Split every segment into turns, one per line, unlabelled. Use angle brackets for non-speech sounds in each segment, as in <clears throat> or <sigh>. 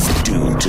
to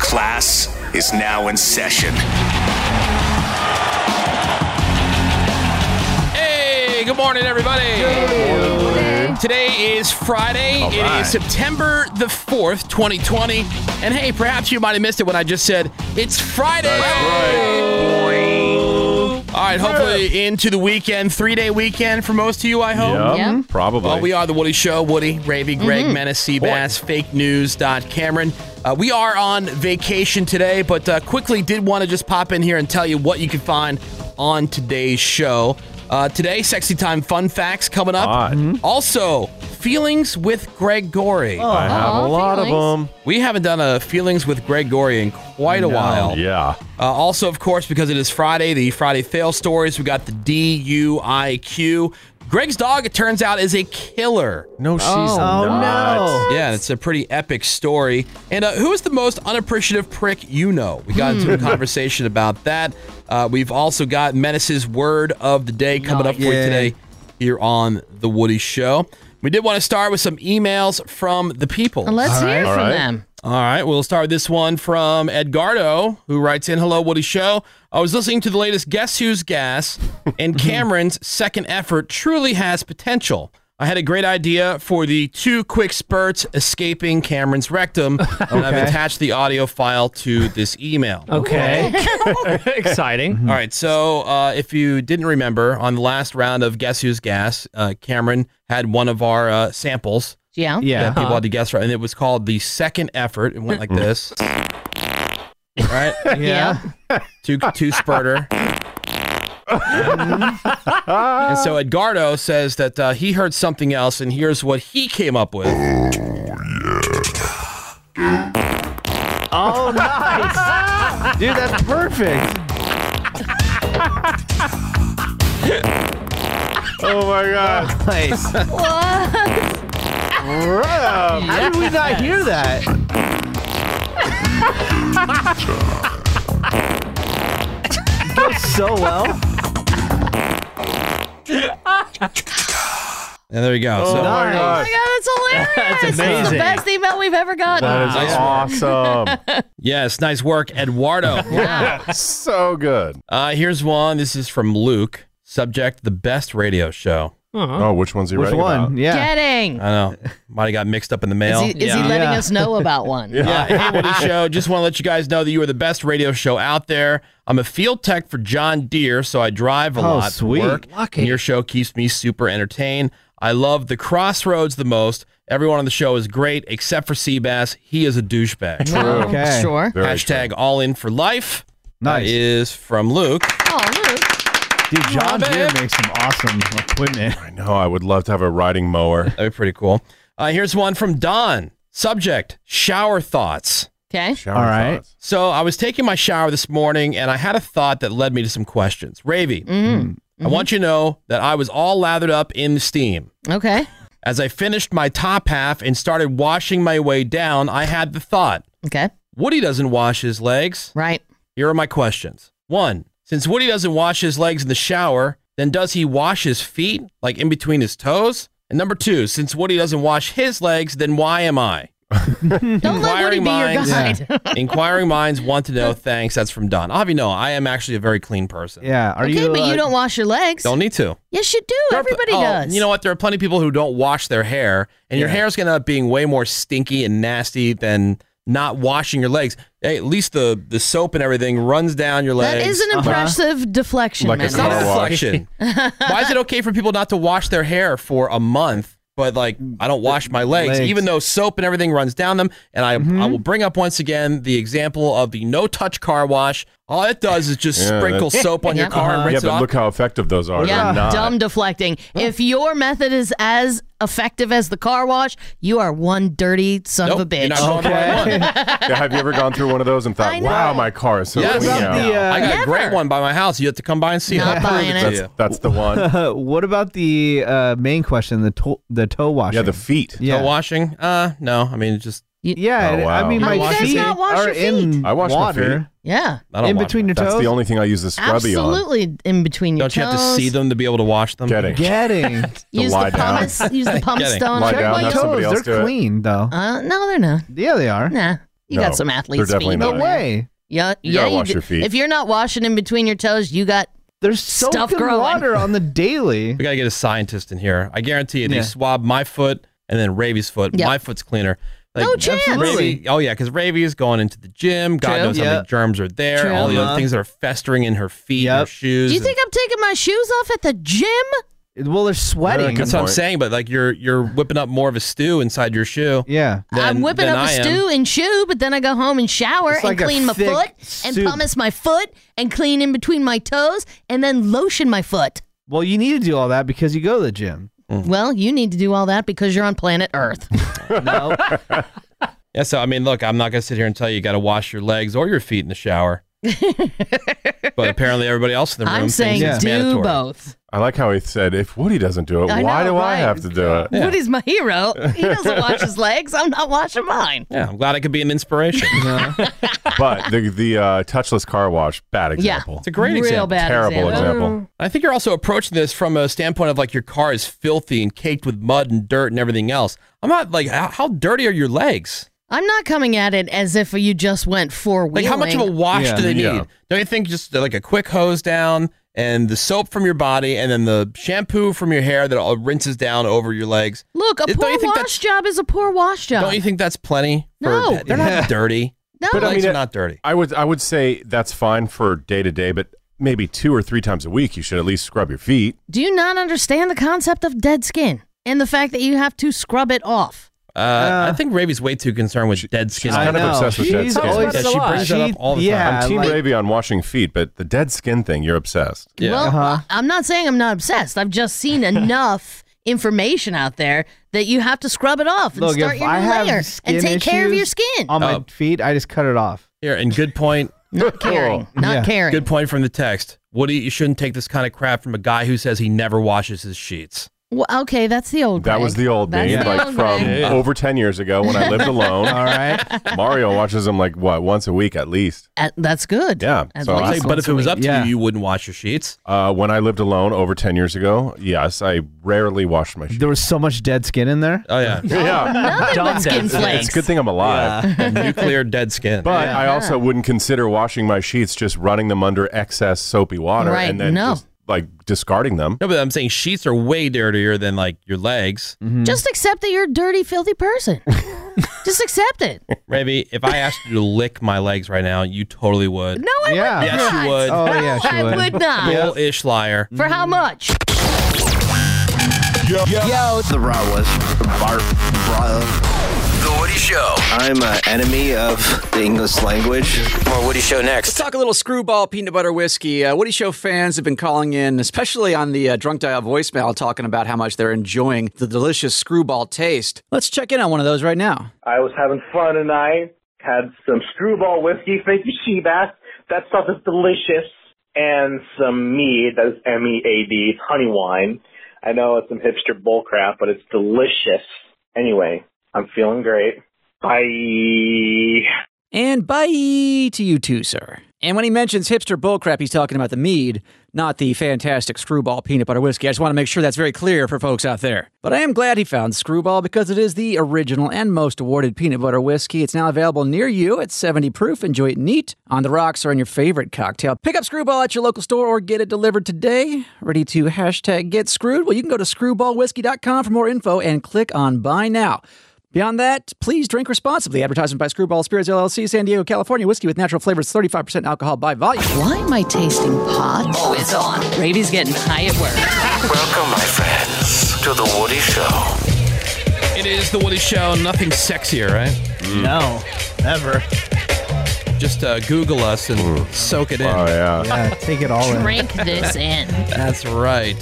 class is now in session.
Hey, good morning, everybody. Today is Friday.
All
It is
right.
September the 4th, 2020. And hey, perhaps you might have missed it when I just said, it's Friday. All right, hopefully into the weekend, three day weekend for most of you, I hope.
Yep, Yep. probably.
Well, we are The Woody Show. Woody, Ravy, Greg, Menace, Seabass, fake news. dot Cameron. Uh, we are on vacation today, but uh, quickly did want to just pop in here and tell you what you can find on today's show. Uh, today, Sexy Time Fun Facts coming up. Also, Feelings with Greg Gorey.
I have a lot of them.
We haven't done a feelings with Greg Gorey in quite a
No.
while.
Yeah.
Uh, also, of course, because it is Friday, the Friday fail stories. We got the DUIQ. Greg's dog, it turns out, is a killer.
No, she's
Oh,
not.
Yeah, it's a pretty epic story. And uh, who is the most unappreciative prick you know? We got into a conversation about that. Uh, we've also got Menace's word of the day coming up for you
yay.
today here on The Woody Show. We did want to start with some emails from the people.
Let's hear
right.
from
All right.
them.
All right, we'll start with this one from Edgardo, who writes in Hello, Woody Show. I was listening to the latest Guess Who's Gas,
<laughs>
and Cameron's second effort truly has potential. I had a great idea for the two quick spurts escaping Cameron's rectum, and I've attached the audio file to this email.
Okay. <laughs> Exciting.
All right, so uh, if you didn't remember, on the last round of Guess Who's Gas, uh, Cameron had one of our uh, samples
Yeah.
Yeah.
that people
Uh-huh.
had to guess right, and it was called the second effort. It went like
Mm.
this. Right,
<laughs>
Yeah.
two two spurter. and so Edgardo says that uh, he heard something else, and here's what he came up with.
Oh, nice. <laughs> Dude, that's
<laughs>
perfect.
Oh my god.
Nice.
What?
Bruh.
How did we not hear that?
<laughs>
It goes so well. <laughs>
And there you go.
Oh
so
my
Nice.
Oh
god.
my god, that's hilarious.
That's
That's the
amazing.
best email we've ever
Oh
gotten.
That is
<laughs>
awesome.
yes, nice work, Eduardo.
so good.
uh, here's one. This is from Luke. Subject: The best radio show.
Oh, which one's he
Uh-huh. Which
writing
one?
about?
Yeah.
Getting.
I know. Might have got mixed up in the
Is
Uh, mail.
he, is he
Yeah.
letting
Yeah.
us know about one?
<laughs> Yeah, hey, Woody Show. Just want to let you guys know that you are the best radio show out there. I'm a field tech for John Deere, so I drive a
Oh,
lot
sweet.
to work.
Lucky.
And your show keeps me super entertained. I love the crossroads the most. Everyone on the show is great, except for Seabass. He is a douchebag.
Well,
Okay.
Sure.
Very
Hashtag all in for life.
Nice.
That is from Luke.
Oh, Luke.
Dude, John
Love
Deere
it.
makes some awesome equipment.
true. I know. I would love to have a riding mower.
That'd be pretty cool. Uh, here's one from Don. Subject shower thoughts.
Okay.
Shower
All right.
thoughts.
So I was taking my shower this morning and I had a thought that led me to some questions. Ravy,
Hmm.
Mm.
I want you to know that I was all lathered up in steam.
Okay.
As I finished my top half and started washing my way down, I had the thought
Okay.
Woody doesn't wash his legs.
Right.
Here are my questions. One, since Woody doesn't wash his legs in the shower, then does he wash his feet, like in between his toes? And number two, since Woody doesn't wash his legs, then why am I?
Don't let Woody
Inquiring
be your
minds.
guide.
Inquiring minds want to know. Thanks. That's from Don. I'll have you know, I am actually a very clean person.
Yeah. Are
okay,
you?
but you
uh,
don't wash your legs.
Don't need to.
Yes, you do.
There are pl-
Everybody
oh,
does.
You know what? There are plenty of people who don't wash their hair, and your hair's going to end up being way more stinky and nasty than not washing your legs. Hey, at least the, the soap and everything runs down your legs.
That is an
Uh-huh.
impressive deflection,
Like
<laughs>
a
it's not Uh-huh. a
Car
man.
wash.
reflection. <laughs> Why is it okay for people not to wash their hair for a month? But like, I don't wash my legs,
Legs.
even though soap and everything runs down them. And I, I will bring up once again the example of the no-touch car wash. All it does is just
Yeah,
sprinkle soap on your
Yeah.
car and
yeah, Uh-huh.
rinse it
but
off.
look how effective those are.
Yeah,
They're not.
dumb deflecting. If your method is as effective as the car wash, you are one dirty son
Nope,
of a
you're not
bitch.
going the right
Okay.
one.
<laughs>
<laughs>
Yeah, have you ever gone through one of those and
I
thought,
know.
"Wow, my car is so
Yes.
clean
What
about
now"?
the, uh,
I got a
Never.
great one by my house. You have to come by and see
Not
it.
buying
Prove
it.
to
that's, that's the one.
<laughs> Uh, what about the uh, main question, the to- the toe washing?
Yeah, the feet.
you.
yeah.
Toe washing? Uh, no. I mean, just
Yeah,
Oh,
I
wow.
mean,
How
do you
my
guys
feet
not wash
are
your feet?
in
I wash my
water.
Yeah,
I don't
in
wash
between your
That's
toes.
the only thing I use the scrubby on.
absolutely in between your
Don't you have to
toes.
see them to be able to wash them?
Getting.
Getting
<laughs>
Use
lie
the
down.
pumice.
<laughs>
Use the pumice
Getting-
stone.
Lie
Check
down,
my
have
toes.
somebody
toes.
else do
They're
it.
clean though.
Uh, no, they're not.
Yeah, they are.
Nah, you
No,
got some athletes'
they're definitely
feet.
not.
No
Yeah.
way.
Yeah,
You
yeah.
gotta wash
do-
your feet.
If you're not washing in between your toes, you got
There's soap
Stuff
and
growing.
water on the daily.
<laughs> We gotta get a scientist in here. I guarantee you, they
Yeah.
swab my foot and then Ravi's foot.
Yeah.
My foot's cleaner.
No chance.
Ravi, oh yeah, because Ravi is going into the gym. God
True.
knows how
Yeah.
many germs are there.
True.
All the other
Uh-huh.
things that are festering in her feet, and her
Yep.
shoes.
Do you
and-
think I'm taking my shoes off at the gym?
Well, they're sweating.
Good
that's what I'm
point.
saying? But like you're you're whipping up more of a stew inside your shoe.
Yeah.
than-
I'm whipping
than
up a
I am.
stew and shoe, but then I go home and shower
It's
and
like a
clean my
thick
foot and
soup.
pumice my foot and clean in between my toes and then lotion my foot.
Well, you need to do all that because you go to the gym.
Mm.
Well, you need to do all that because you're on planet Earth.
No.
Yeah, so I mean, look, I'm not gonna sit here and tell you you gotta wash your legs or your feet in the
<laughs>
shower. but apparently, everybody else in the room
I'm saying
thinks it's
do
mandatory.
both.
<laughs> I like how he said, "If Woody doesn't do it,
I
why
know,
do I
right?
have to do it?"
Woody's my hero.
<laughs>
He doesn't wash his legs. I'm not washing mine.
Yeah, I'm glad I could be an inspiration.
But the the uh, touchless car wash, bad
Yeah.
example.
It's a great
Real
example. Oh.
bad
Terrible
example.
example. Mm.
I think you're also approaching this from a standpoint of like your car is filthy and caked with mud and dirt and everything else. I'm not like, how, how dirty are your legs?
I'm not coming at it as if you just went four
Like,
wheeling.
how much of a wash
Yeah.
do they need?
Yeah.
Don't you think just like a quick hose down and the soap from your body and then the shampoo from your hair that all rinses down over your legs?
look? A
Don't you
poor
think that's-
wash job is a poor wash job.
Don't you think that's plenty? for-
No.
They're
Yeah.
not <laughs> dirty.
no,
But I
legs
mean,
are not dirty.
I would I would say that's fine for day to day, but maybe two or three times a week you should at least scrub your feet.
do you not understand the concept of dead skin and the fact that you have to scrub it off?
Uh, I think Ravi's way too concerned with dead skin.
she's
I
kind of
know.
obsessed with
She's
dead skin.
always-
Yeah, she brings that up all the time.
yeah,
I'm team
like-
Ravy on washing feet, but the dead skin thing, you're obsessed.
Yeah.
Well,
Uh-huh.
I'm not saying I'm not obsessed. I've just
<laughs>
seen enough information out there that you have to scrub it off and
Look,
start
if
your
I
new
have
layer
skin
and take care of your
issues
skin.
on my
Oh.
feet, I just cut it off.
Here, and good point.
not caring. Not
Yeah.
caring.
Good point from the text. Woody, you shouldn't take this kind of crap from a guy who says he never washes his sheets.
Well, okay, that's the old.
That was
Greg.
the old
That's
me,
the
like
old
from
Greg.
over 10 years ago when
<laughs>
I lived alone.
All right.
Mario watches them like, what, once a week at least.
At- that's good.
Yeah,
At
so I-
least
Like,
but
once
if it
a
was
week.
up to
Yeah.
you, you wouldn't wash your sheets.
Uh, when I lived alone over 10 years ago, yes, I rarely washed my sheets.
There was so much dead skin in there.
Oh yeah,
Yeah.
nothing but
Dumb
skin
dead skin.
flakes.
It's a good thing I'm alive.
nuclear dead skin.
But
Yeah.
I also wouldn't consider washing my sheets just running them under excess soapy water
Right,
and then
no.
just like discarding them.
no, but I'm saying sheets are way dirtier than like your legs,
Mm-hmm. Mm.
Just accept that you're a dirty,
<laughs>
filthy person. Just accept it.
<laughs> Ravi. If I asked you to lick my legs right now, you totally would.
No,
Yeah.
I would
Yes,
not.
you would.
Oh yeah, she
I
would.
would not.
<laughs> Bull-ish liar.
For how
Mm.
much?
<laughs> Yo, the Rowless Bart Bro.
The Woody Show.
I'm an enemy of the English language.
More Woody Show
Let's
next.
talk a little screwball peanut butter whiskey. Uh, Woody Show fans have been calling in, especially on the uh, Drunk Dial voicemail, talking about how much they're enjoying the delicious screwball taste. Let's check in on one of those right now.
I was having fun tonight. Had some screwball whiskey. Thank you, Shebass. That stuff is delicious. And some mead. That's M-E-A-D. E It's honey wine. I know it's some hipster bullcrap, but it's delicious. Anyway, I'm feeling great. Bye.
And bye to you too, sir. And when he mentions hipster bullcrap, he's talking about the mead, not the fantastic screwball peanut butter whiskey. I just want to make sure that's very clear for folks out there. But I am glad he found screwball because it is the original and most awarded peanut butter whiskey. It's now available near you at 70 proof. Enjoy it neat on the rocks or in your favorite cocktail. Pick up screwball at your local store or get it delivered today. Ready to hashtag get screwed? Well, you can go to screwballwhiskey.com for more info and click on buy now. Beyond that, please drink responsibly. Advertisement by Screwball Spirits LLC, San Diego, California. Whiskey with natural flavors, 35% alcohol by volume.
Why am I tasting pot? Oh, it's on. Ravy's getting high at work.
Welcome, my friends, to The Woody Show.
Mm.
It is the Woody Show. Nothing sexier, right?
No, ever.
Just uh, Google us and soak it in. Oh,
yeah.
Mm. Yeah, take it all in.
Drink this in.
That's right.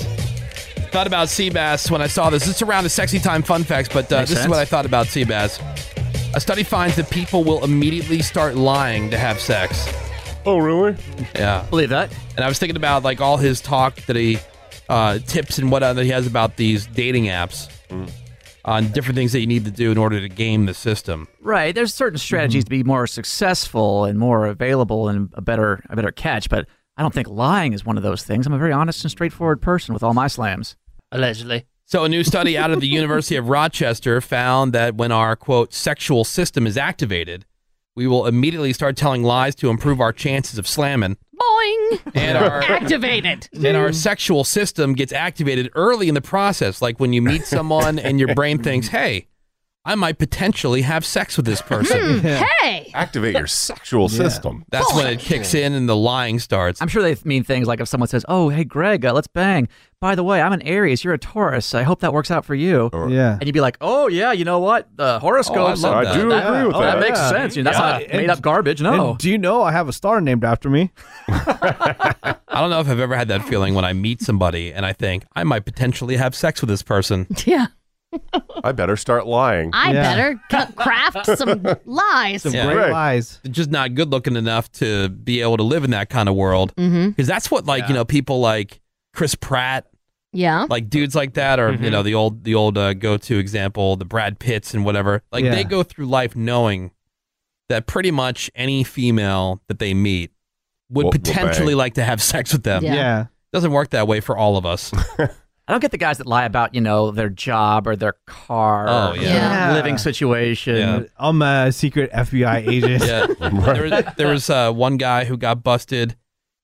Thought about sea bass when I saw this. It's around the sexy time fun facts, but uh, this
Makes
is
sense.
what I thought about sea bass. A study finds that people will immediately start lying to have sex.
Oh, really?
Yeah.
Believe that.
And I was thinking about like all his talk that he uh, tips and what that he has about these dating apps
Mm.
on different things that you need to do in order to game the system.
Right. There's certain strategies to be more successful and more available and a better a better catch, but I don't think lying is one of those things. I'm a very honest and straightforward person with all my slams.
Allegedly.
So, a new study out of
<laughs>
the University of Rochester found that when our quote sexual system is activated, we will immediately start telling lies to improve our chances of slamming.
Boing.
And our-
activated.
And our sexual system gets activated early in the process, like when you meet someone and your
<laughs>
brain thinks, hey, I might potentially have sex with this person.
Hmm, hey.
Activate your sexual system.
That's when it kicks in and the lying starts.
I'm sure they mean things like if someone says, "Oh, hey Greg, uh, let's bang." By the way, I'm an Aries, you're a Taurus. I hope that works out for you.
yeah.
And you'd be like, "Oh yeah, you know what? The horoscopes.
Oh, I love
uh,
that. I do agree with
oh,
that.
That makes
Yeah.
sense. You know, that's
Yeah.
not
And-
made up garbage. No.
And do you know I have a star named after me?
I don't know if I've ever had that feeling when I meet somebody and I think, I might potentially have sex with this person.
<laughs> Yeah.
I better start lying.
I better c- craft
<laughs>
some lies.
lies. Just not good looking enough to be able to live in that kind of world. Because
Mhm.
that's what, like, you know, people like Chris Pratt,
Yeah.
like dudes like that, or
Mm-hmm.
you know, the old the old uh, go to example, the Brad Pitts and whatever. Like
Yeah.
they go through life knowing that pretty much any female that they meet would
Will- will
potentially
bang.
like to have sex with them.
Yeah. Yeah.
doesn't work that way for all of us.
<laughs> I don't get the guys that lie about, you know, their job or their car
Oh,
or
yeah.
their
Yeah.
living situation.
I'm a secret FBI agent. <laughs>
<laughs>
Yeah. There was, there
<laughs>
was uh, one guy who got busted.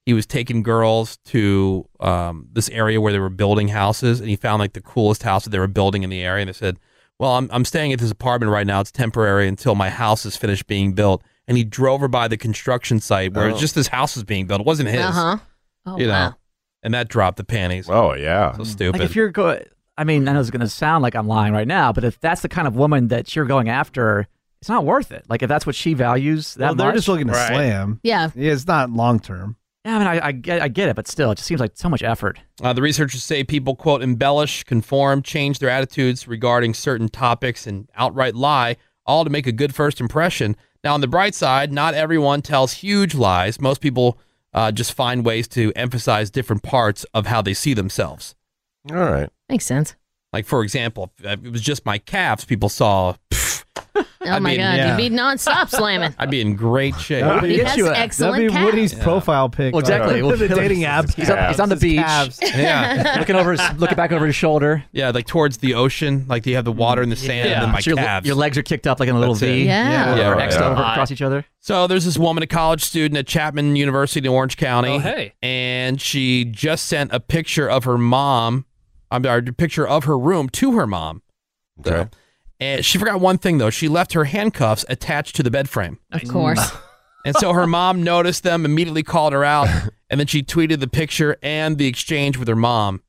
He was taking girls to um, this area where they were building houses, and he found like the coolest house that they were building in the area. And they said, "Well, I'm I'm staying at this apartment right now. It's temporary until my house is finished being built." And he drove her by the construction site where it was
Oh.
just this house was being built. It wasn't his,
Uh-huh. Oh,
you know.
wow.
And that dropped the panties.
Oh yeah,
so stupid.
Mm. Like if you're going, I mean, I know it's going to sound like I'm lying right now, but if that's the kind of woman that you're going after, it's not worth it. Like if that's what she values, that
Well, they're
much-
just looking to slam.
Yeah.
It's not long term.
Yeah, I mean, I, I get, I get it, but still, it just seems like so much effort.
Uh, the researchers say people, quote, embellish, conform, change their attitudes regarding certain topics, and outright lie, all to make a good first impression. Now, on the bright side, not everyone tells huge lies. Most people uh, just find ways to emphasize different parts of how they see themselves.
All right.
Makes sense.
Like, for example, if it was just my calves, people saw, pff,
Oh
I
my
mean,
god,
yeah.
you'd be
<laughs>
nonstop slamming.
I'd be in great shape.
That'd be He has Yeshua. excellent
That'd be
calves.
Woody's profile pic. <laughs>
Well, exactly.
on the
<laughs>
dating app.
He's, on- he's on the beach, <laughs>
Yeah.
looking over, his, looking back over his shoulder.
Yeah, like towards the ocean, like you have the water and the sand, and then my
So your, le-
calves.
your legs are kicked up like in a little
That's it.
V.
Yeah. Yeah,
or
right.
Xed
Yeah.
over across
<laughs>
each other.
So there's this woman, a college student at Chapman University in Orange County.
Oh, hey.
And she just sent a picture of her mom, I'm sorry, a picture of her room to her mom. Okay. And she forgot one thing though. She left her handcuffs attached to the bed frame.
Of course.
And so her mom noticed them, immediately called her
<laughs>
out, and then she tweeted the picture and the exchange with her mom.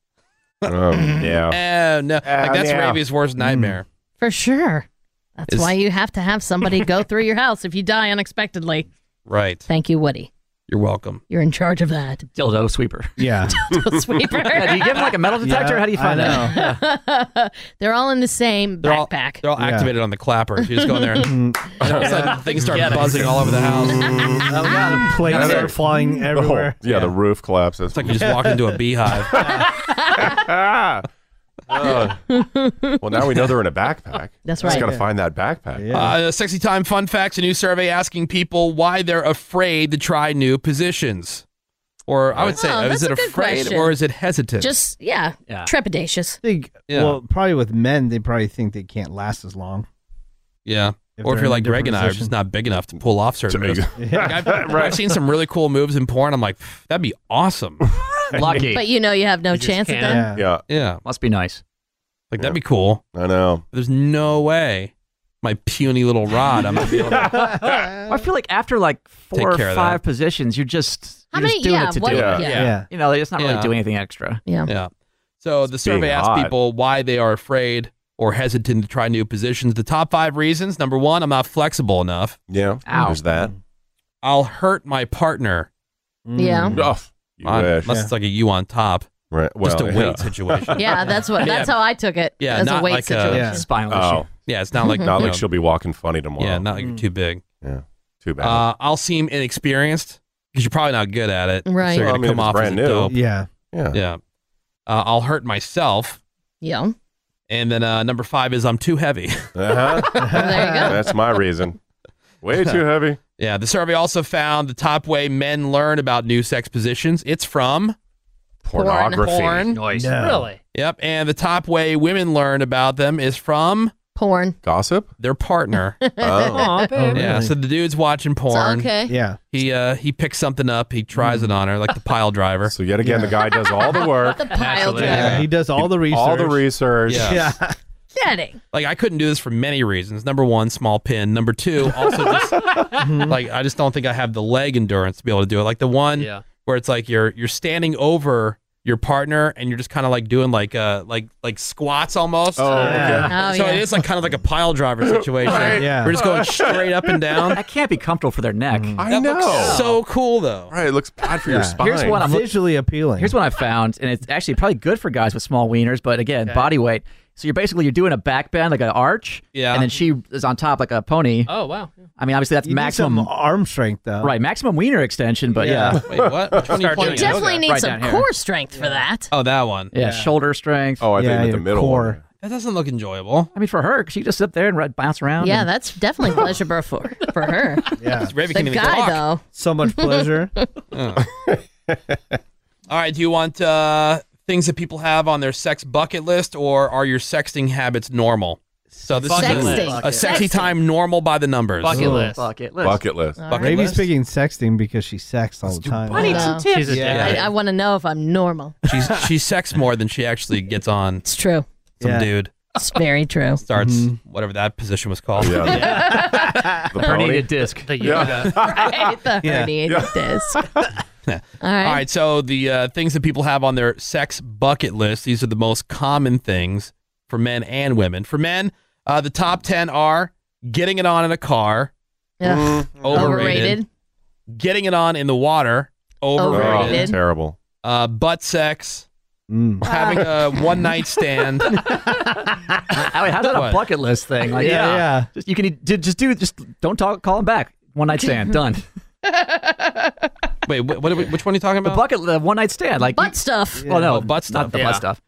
<laughs>
yeah.
Oh no. like that's
yeah.
Ravi's worst nightmare.
For sure. That's
Is-
why you have to have somebody
<laughs>
go through your house if you die unexpectedly.
Right.
Thank you, Woody.
You're welcome.
You're in charge of that.
Dildo sweeper.
Yeah.
<laughs> Dildo sweeper.
<laughs> do you give him like a metal detector?
Yeah,
How do you
I
find out?
<laughs> They're all in the same
They're all-
backpack.
They're all
Yeah.
activated on the clapper. She just go in there
<laughs>
and and all of a sudden things start
Get it.
buzzing all over the house.
<laughs>
Oh.
Ah.
Plates
Another-
are flying everywhere.
yeah, the roof collapses. It's
like you just walk into a beehive.
<laughs> Uh, well, now we know they're in a backpack.
That's
Just
right.
got to
Yeah.
find that backpack.
Uh, Sexy Time Fun Facts, a new survey asking people why they're afraid to try new positions. Or I would say,
Oh,
is
that's
it
a good
afraid
question.
or is it hesitant?
Just yeah,
Yeah.
trepidatious.
Yeah. <laughs>
Well, probably with men, they probably think they can't last as long.
yeah.
If
or if
they're
you're
in a
like Greg and I, are
different
just not big enough to pull off certain moves. Like, I've,
<laughs> Right.
I've seen some really cool moves in porn. I'm like, "Pff, that'd be
<laughs>
awesome.
But you know you have no chance at that.
Yeah.
Yeah.
Must be nice.
Like, that'd be cool.
I know.
There's no way my puny little rod, I'm going to be able to
Well, I feel like after like
Take
four or
care of
five positions, you're just
How
you're
many-
just doing
yeah,
it to
what-
do
Yeah.
it.
yeah. Yeah.
You know, it's not
Yeah.
really doing anything extra.
Yeah.
Yeah. So the
being
survey asked
hot.
people why they are afraid or hesitant to try new positions. The top five reasons: number one, I'm not flexible enough.
Yeah,
Ow.
there's that.
I'll hurt my partner.
Yeah.
Oh, uh,
Mm. wish.
Unless it's like a you on top.
Right.
Just a
well,
weight
yeah.
situation.
<laughs> Yeah, that's what. That's how I took it.
<laughs> Yeah,
as
not
a weight
like
situation.
a spinal
Oh.
Yeah, it's not like
not
you
like
know,
she'll be walking funny tomorrow.
Yeah, not like you're too big.
Yeah, too bad.
Uh, I'll seem inexperienced because you're probably not good at it. so
Right.
you're
Well,
gonna
I mean,
come
if
off
it's
as
brand
a
new.
dope.
Yeah.
Yeah.
Yeah. Uh, I'll hurt myself.
Yeah.
And then uh, number five is I'm too heavy.
Uh-huh. That's my reason.
<laughs>
Way too heavy.
Yeah. The survey also found the top way men learn about new sex positions. It's from
Pornography.
Porn.
Nice. No. Really?
Yep. And the top way women learn about them is from
porn.
Gossip. Oh.
Their partner.
<laughs> Aw, babe.
Yeah. So the dude's watching porn.
okay. Yeah.
He uh he picks something up. He tries it on her like the pile driver. So
Mm. yet again, the guy does all the
<laughs>
work.
The pile
Absolutely.
driver.
Yeah.
He does all the research.
All the
research.
Yeah.
Kidding.
Like I couldn't do this for many reasons. Number one, small pin. Number two,
<laughs>
also just like I just don't think I have the leg endurance to be able to do it. Like the one where it's like you're you're standing over your partner and you're just kind of like doing like uh like like squats almost. Oh,
Yeah. okay. Oh,
so
yeah.
it is like kind of like a pile driver situation.
Right. Yeah.
we're just
<laughs>
going straight up and down.
That can't be comfortable for their neck.
Mm.
I know.
so cool though.
Right, it looks bad for your spine.
Here's what I'm
visually appealing.
Here's what I found, and it's actually probably good for guys with small wieners, but again, body weight. So you're basically you're doing a back bend like an arch,
Yeah.
and then she is on top like a pony.
Oh wow.
I mean, obviously that's
You need
maximum
some arm strength, though.
Right, maximum wiener extension, but yeah.
Wait, what? Which one are you
You
playing?
definitely need
Right
some
down here.
core strength for that.
Oh, that one.
<laughs> Yeah, shoulder strength.
Oh, I think Yeah, with the your middle core. one.
That doesn't look enjoyable.
I mean, for her, 'cause she just up there and re- bounce around.
Yeah,
and-
that's definitely
<laughs>
pleasurable for for her.
Yeah.
Raven
The
can't even
guy
talk.
though.
So much
<laughs>
pleasure.
All right. Do you want uh, things that people have on their sex bucket list, or are your sexting habits normal? So this
Bucket
is a-
list.
a sexy time normal by the numbers.
Bucket Ooh. list.
Bucket
list.
Bucket list.
Bucket
Ravi's
list.
picking sexting because she sexts all the time.
I need some
tips. She's a
I,
dickhead.
I want to know if I'm normal.
She's she sex more than she actually gets on. It's
true.
Some
Yeah.
dude
It's very true.
starts whatever that position was called.
Yeah.
<laughs> The
herniated disc. The
Yeah. <laughs>
<laughs> right, the
Yeah.
herniated disc.
<laughs>
All right.
All right, so the uh, things that people have on their sex bucket list, these are the most common things for men and women. For men, uh, the top 10 are getting it on in a car,
Ugh.
Mm, overrated.
Overrated.
getting it on in the water, overrated,
Overrated. Oh,
terrible,
uh, butt sex, having
<laughs>
a one night stand.
I mean, how's that
What?
a bucket list thing? Like,
Yeah, yeah.
Just, you can d- just do just don't talk. Call him back. One
<laughs>
night stand. done.
Wait, what, what, which one are you talking
about? The bucket, the one night stand, like
Butt stuff.
Well, no,
Oh, butt stuff.
Not the
Yeah.
butt stuff.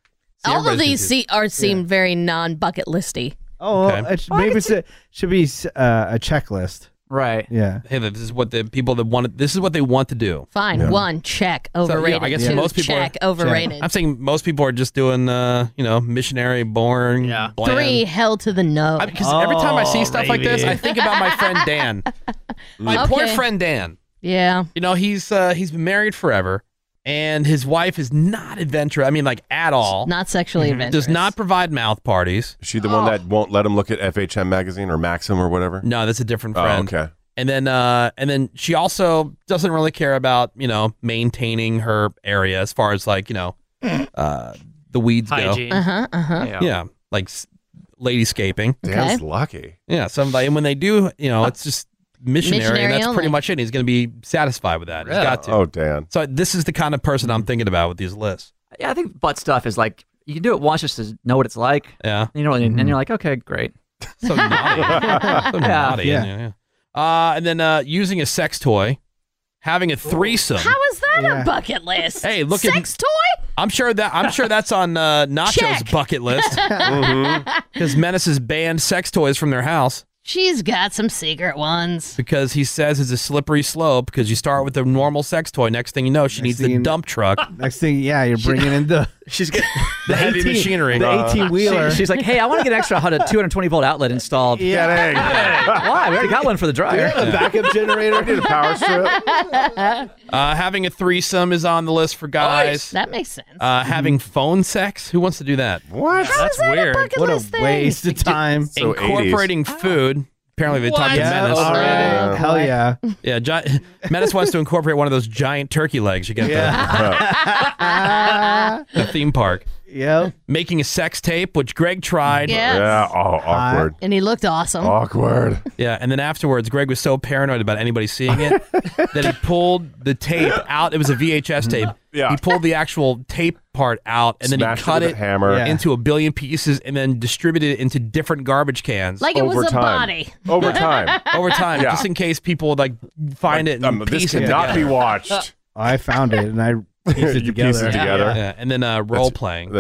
All of
everybody's
these see, are seem very non bucket listy.
Oh, well, it sh- maybe it's a, should be s- uh, a checklist.
Right.
Yeah.
Hey, this is what the people that want. This is what they want to do.
Fine. One check
So, yeah,
overrated.
I guess
Two,
most people
check
are,
overrated.
I'm saying most people are just doing, uh, you know, missionary born. Yeah. Bland.
Three hell to the no. Oh.
Because every time I see stuff like this, I think about my friend
<laughs>
Dan. My poor
Okay.
friend Dan. <clears throat>
yeah.
You know, he's uh, he's been married forever, and his wife is not adventurous. I mean, like at all.
Not sexually
Mhm.
adventurous.
Mm-hmm.
Oh.
Does not provide mouth parties.
Is she the one that won't let him look at FHM magazine or Maxim or whatever?
No, that's a different
Oh,
friend.
okay.
And then, uh, and then she also doesn't really care about you know maintaining her area as far as like you know, uh, the weeds
Hygiene.
go.
Uh-huh, uh-huh.
Yeah. like s- ladyscaping.
Dan's Okay. lucky.
Yeah, somebody. And when they do, you know, it's just missionary,
Missionary
and that's
only.
pretty much it. He's going to be satisfied with that. He's
Yeah.
got to.
Oh, Dan.
So this is the kind of person I'm thinking about with these lists.
Yeah, I think butt stuff is like you can do it once just to know what it's like.
Yeah.
You know, and, and
Mm-hmm.
you're like, okay, great.
<laughs> So naughty.
<laughs>
so
<laughs>
naughty.
Yeah.
Yeah, yeah. Uh, and then uh, using a sex toy, having a threesome.
How is that
Yeah.
a bucket list?
Hey, look at-
sex toy.
I'm sure that I'm sure that's on uh, Nacho's
Check.
bucket
<laughs>
list
Mhm.
because Menace has banned sex toys from their house
She's got some secret ones.
because he says it's a slippery slope because you start with a normal sex toy, next thing you know, she needs the dump truck.
Next thing, yeah, you're bringing in
<laughs>
the
she's getting
the heavy machinery.
the eighteen wheeler.
Uh, She- she's like, hey, I want to get an extra 100 220 volt outlet installed.
Yeah, dang.
Why? We already got one for the dryer.
have a backup generator.
Need
<laughs>
a
<laughs>
power strip.
Uh, having a threesome is on the list for guys.
That makes sense.
Uh, having phone sex. Who wants to do that?
What?
That's weird.
What a waste of
<laughs>
time.
So 80s.
Incorporating food. Apparently they talked to
Yeah,
Menace.
all right. Hell yeah.
Yeah, gi- <laughs> Menace wants to
Uh,
incorporate one of those giant turkey legs you get at <laughs> the- the theme park.
Yeah.
Making a sex tape, which Greg tried.
Yes. Yeah,
Oh, awkward.
And he looked awesome.
Yeah, and then afterwards, Greg was so paranoid about anybody seeing
<laughs>
it that he pulled the tape out. It was a VHS
Mm-hmm.
tape. Yeah. He pulled the actual tape part out and then he
Smashed it
cut
with
it,
a hammer. Yeah.
into a billion pieces and then distributed it into different garbage cans.
Like it was Over a time. body.
<laughs>
Over time.
Over time,
Yeah. um,
just in case people would like find it and
this
piece it
cannot
together.
be watched.
Uh, I found it and I pieced
<laughs>
it
You
together.
piece it together.
Yeah.
Yeah, And then uh, role playing.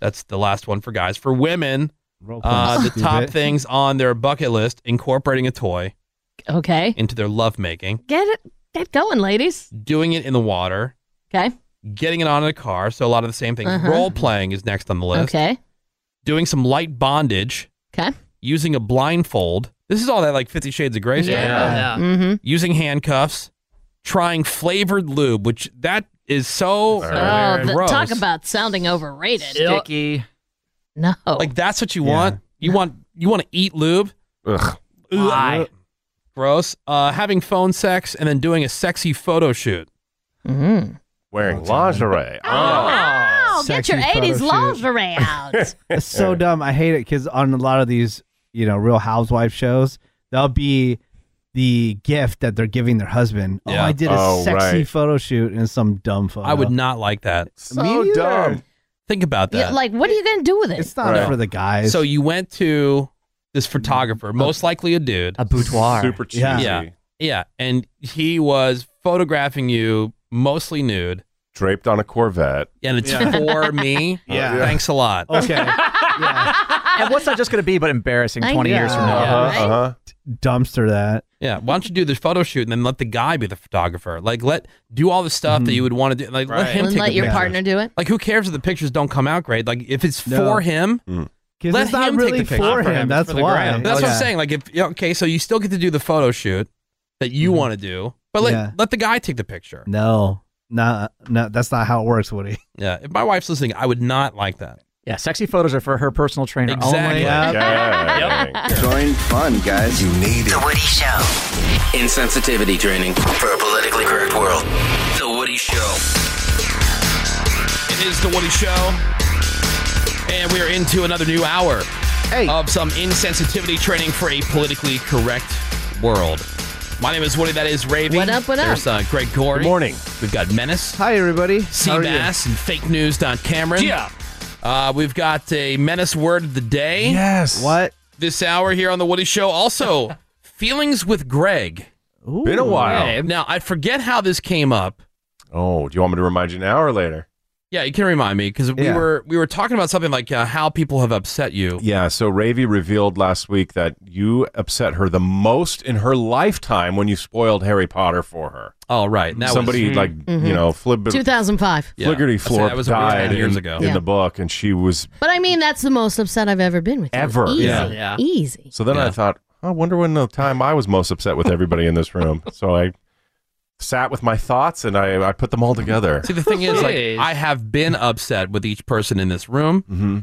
That's the <laughs> last one for guys. For women, uh,
playing's
the top
stupid.
things on their bucket list incorporating a toy
Okay.
into their lovemaking,
Get it. Get going, ladies.
doing it in the water,
Okay.
getting it on in a car. So a lot of the same things.
Uh-huh.
Role playing is next on the list.
Okay.
Doing some light bondage.
Okay.
Using a blindfold. This is all that like Fifty Shades of Grey stuff.
Yeah. Yeah. Mhm.
Using handcuffs. Trying flavored lube, which that is so
Oh, the,
gross.
talk about sounding overrated.
Sticky.
No.
Like that's what you want. You want you want to eat lube. Ugh.
Why?
Gross. Uh, having phone sex and then doing a sexy photo shoot.
Mm.
Wearing lingerie.
Oh, get
Sexy
your 80s
photo
lingerie
<laughs>
out.
It's so dumb. I hate it because on a lot of these, you know, Real Housewife shows, that'll be the gift that they're giving their husband.
Yeah.
Oh, I did a
Oh,
sexy
right.
photo shoot in some dumb photo.
I would not like that.
So Me either. dumb.
Think about that.
Yeah, like, what are you going to do with it? It's
not Right. for the guys.
So you went to this photographer, most likely a dude, a
boudoir.
Super cheesy.
Yeah. Yeah, and he was photographing you mostly nude.
Draped on a Corvette.
And it's
Yeah.
for
<laughs>
me.
Yeah.
Thanks a lot.
Okay.
and what's that just going to be but embarrassing
I
20 years from
know,
now?
Uh-huh, right?
uh-huh.
Dumpster that.
<laughs> Yeah, why don't you do the photo shoot and then let the guy be the photographer? Like, let do all the stuff
Mm-hmm.
that you would want to do. Like, let
Right.
him
And
take
let
the
your
pictures.
partner do it.
Like, who cares if the pictures don't come out great? Like, if it's for him,
Mm.
let
it's not
him
really
take the picture.
for him,
it's
that's
for the
why.
gram. That's what
Yeah.
I'm saying. Like, if yeah, okay, so you still get to do the photo shoot that you want to do, but let
Mm-hmm. Yeah.
let the guy take the picture.
No, not, no, that's not how it works, Woody. <laughs>
Yeah, if my wife's listening, I would not like that.
Yeah, sexy photos are for her personal trainer only.
Oh
Exactly.
Yeah.
Join fun, guys. You need
The Woody Show. Insensitivity training for a politically correct world. The Woody Show.
It is the Woody Show, and we are into another new hour of some insensitivity training for a politically correct world. My name is Woody. That is Ravy. What up? What
up?
There's uh, Greg Gordy. Good morning. We've got Menace.
Hi, everybody. How are you?
Seabass and fake news. Don Cameron. Yeah. Uh, we've got a menace word of the day. Yes.
What?
This hour here on the Woody Show. Also, <laughs> feelings with Greg.
Been a while.
Now I forget how this came up.
Oh, do you want me to remind you now or later?
Yeah, you can remind me because we
Yeah.
were we were talking about something like uh, how people have upset you.
Yeah, so Ravi revealed last week that you upset her the most in her lifetime when you spoiled Harry Potter for her.
Oh, right. That was-
Somebody
Mhm.
like,
Mhm.
you know, Flib-
2005.
Fliggerty
So that
Florp
was around
died
10 years
in-
ago.
in
Yeah.
the book and she was
But I mean, that's the most upset I've ever been with. you.
ever.
Easy. Easy.
So then I thought, I wonder when the time I was most upset with everybody in
<laughs>
this room. so I sat with my thoughts and I, I put them all together.
See, the thing is, like, I have been upset with each person in this room,
Mm-hmm.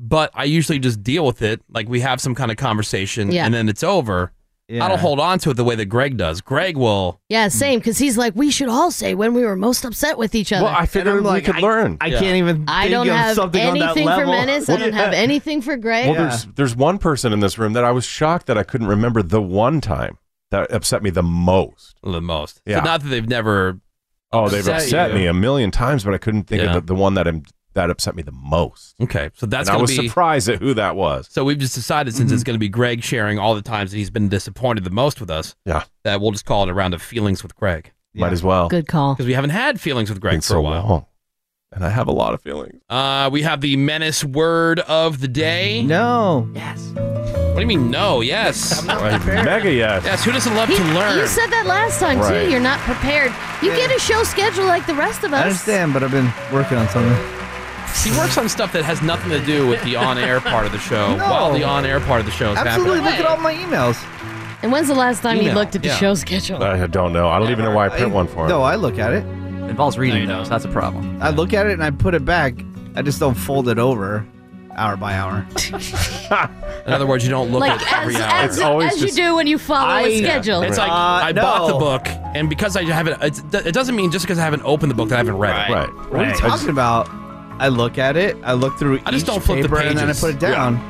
but I usually just deal with it. Like, we have some kind of conversation,
Yeah.
and then it's over. I don't hold on to it the way that Greg does. Greg will.
Hmm.
Yeah, same. Because he's like, we should all say when we were most upset with each other.
learn.
I can't even.
I
think
don't
of
have
something on that
anything for
level.
Menace. I
Well,
don't
yeah.
have anything for Greg.
Well, there's there's one person in this room that I was shocked that I couldn't remember the one time that upset me the most.
The most.
Yeah.
So not that they've never.
oh, they've upset
you.
me a million times, but I couldn't think
Yeah.
of the, the one that im- that upset me the most.
Okay, so that's
And I
gonna
was
be-
surprised at who that was. Mm-hmm.
So we've just decided since it's going to be Greg sharing all the times that he's been disappointed the most with us,
yeah,
that we'll just call it a round of feelings with Greg.
Might as well.
Good call.
Because we haven't had feelings with Greg
Been
for
so
a while.
long. and I have a lot of feelings.
Uh, we have the menace word of the day. No. Yes. What do you mean, no? Yes. I'm
not Mega yes.
Yes, who doesn't love
He-
to learn?
You said that last time
Right.
too. You're not prepared. You get a show schedule like the rest of
I
us.
understand, but I've been working on something.
He works on stuff that has nothing to do with the on-air part of the show
No.
while the on-air part of the show is
Absolutely.
happening.
Look at all my emails.
And when's the last time you
Email,
looked at the
yeah.
show schedule?
Uh,
I don't know. I don't even know why I print one for him.
No, I look at it.
involves reading those. That's a problem.
I look at it and I put it back. I just don't fold it over hour by
<laughs>
hour.
In other words, you don't look
Like
at
as,
every hour.
as, as you do when you follow
uh,
a schedule.
It's like
Uh,
I bought the book, and because I haven't, it's, it doesn't mean just because I haven't opened the book that I haven't read it.
Right.
What are you talking about? I look at it. I look through. I
just don't flip the
paper and then I
pages.
put it down.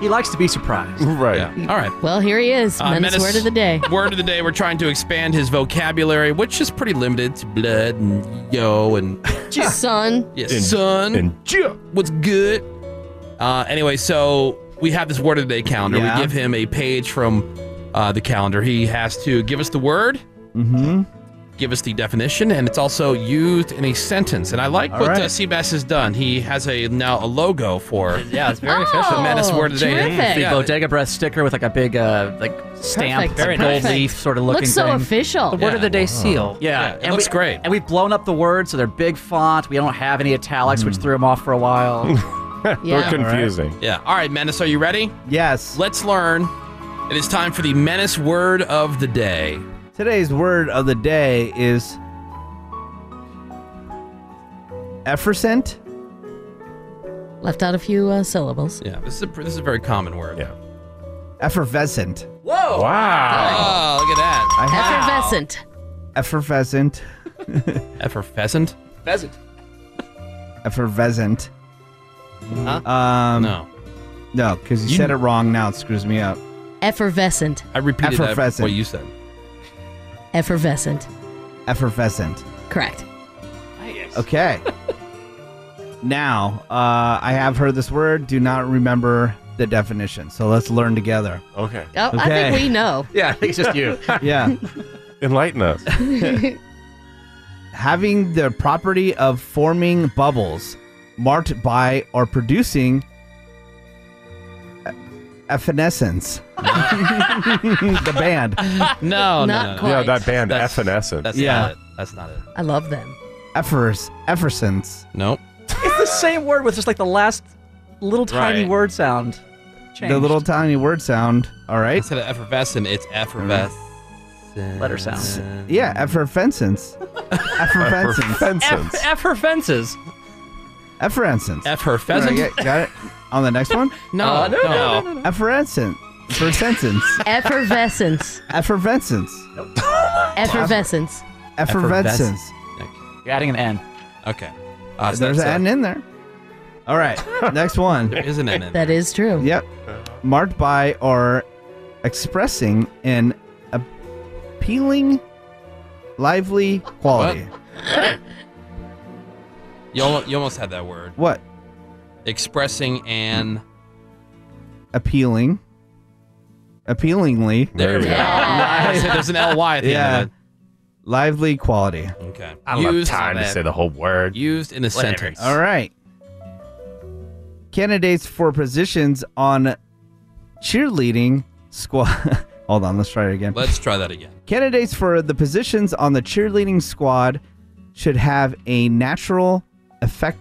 He likes to be surprised.
Right.
All right.
Well, here he is.
Uh,
Menace
Menace-
word of the day.
<laughs> Word of the day. We're trying to expand his vocabulary, which is pretty limited to blood and yo and
Son.
yeah, son
and
What's good? Uh, anyway, so we have this word of the day calendar.
Yeah.
We give him a page from uh, the calendar. He has to give us the word,
Mm-hmm.
give us the definition, and it's also used in a sentence. And I like
All
what
right.
uh, Seabass has done. He has a now a logo for
Yeah, it's very
Oh.
The
official.
menace
Oh,
word of the day.
Big
Yeah.
Mm, Bodega Breath sticker with like a big uh, like stamp, like
Perfect. Very
gold
nice.
leaf sort of looking
Looks so
thing.
official.
The word of the day seal.
Yeah,
it looks
great.
And we've blown up the words, so they're big font. We don't have any italics,
Mm.
which threw him off for
<laughs>
a while.
Yeah.
confusing.
Yeah. All right, Menace, are you ready?
Yes.
Let's learn. It is time for the Menace word of the day.
Today's word of the day is effervescent.
Left out a few uh, syllables.
Yeah, this is a, this is a very common word.
Yeah.
Effervescent.
Whoa!
Ah.
Wow.
Oh, look at that.
I have-
Effervescent.
Effervescent. <laughs>
Effervescent.
Pheasant.
Effervescent.
Huh?
Um,
no.
No, because you,
You-
said it wrong. Now it screws me up.
Effervescent.
I repeated that,
Effervescent.
what you said.
Effervescent.
Effervescent.
Correct.
Okay. now, uh, I have heard this word. Do not remember the definition. So let's learn together.
Okay.
Oh, I
Okay.
think we know.
Yeah, I think it's just you.
<laughs> yeah.
Enlighten us.
Having the property of forming bubbles marked by or producing e- effervescence. <laughs> the band.
Oh, No, no,
Not
no, no.
quite.
Yeah, that band
That's-
Evanescence.
That's
Yeah.
not it. That's not it.
I love them.
Effers. Effersence.
Nope.
It's the same word with just like the last little tiny
Right.
word sound. Changed.
The little tiny word sound. All right.
Instead of effervescent, it's effervescent.
letter sound.
Yeah,
<laughs>
effervescence. effervescence.
F, F her fences.
Effervescence.
Effervescent?
Alright, got it. On the next one?
No,
Uh, <laughs> no, no, no, no,
Effervescent.
<laughs>
Effervescence.
Effervescence.
Effervescence.
Effervescence.
Effervescence.
You're adding an N.
Okay. Uh, so
There's
that's
an N in there.
<laughs>
All right, next
a-
one.
There is an N in
That is true.
Yep. Marked by or expressing an appealing, lively quality.
You, almost, you almost had that word.
What?
Expressing an. <laughs>
Appealing. Appealingly.
There we go. I said There's an L-Y at the
Yeah.
end
Lively quality.
of it. Okay.
I don't
Used-
have time to say the whole word.
Used in a
Whatever.
sentence.
All right. Candidates for positions on cheerleading squad. <laughs> Hold on, let's try it again.
Let's try that again.
Candidates for the positions on the cheerleading squad should have a natural effect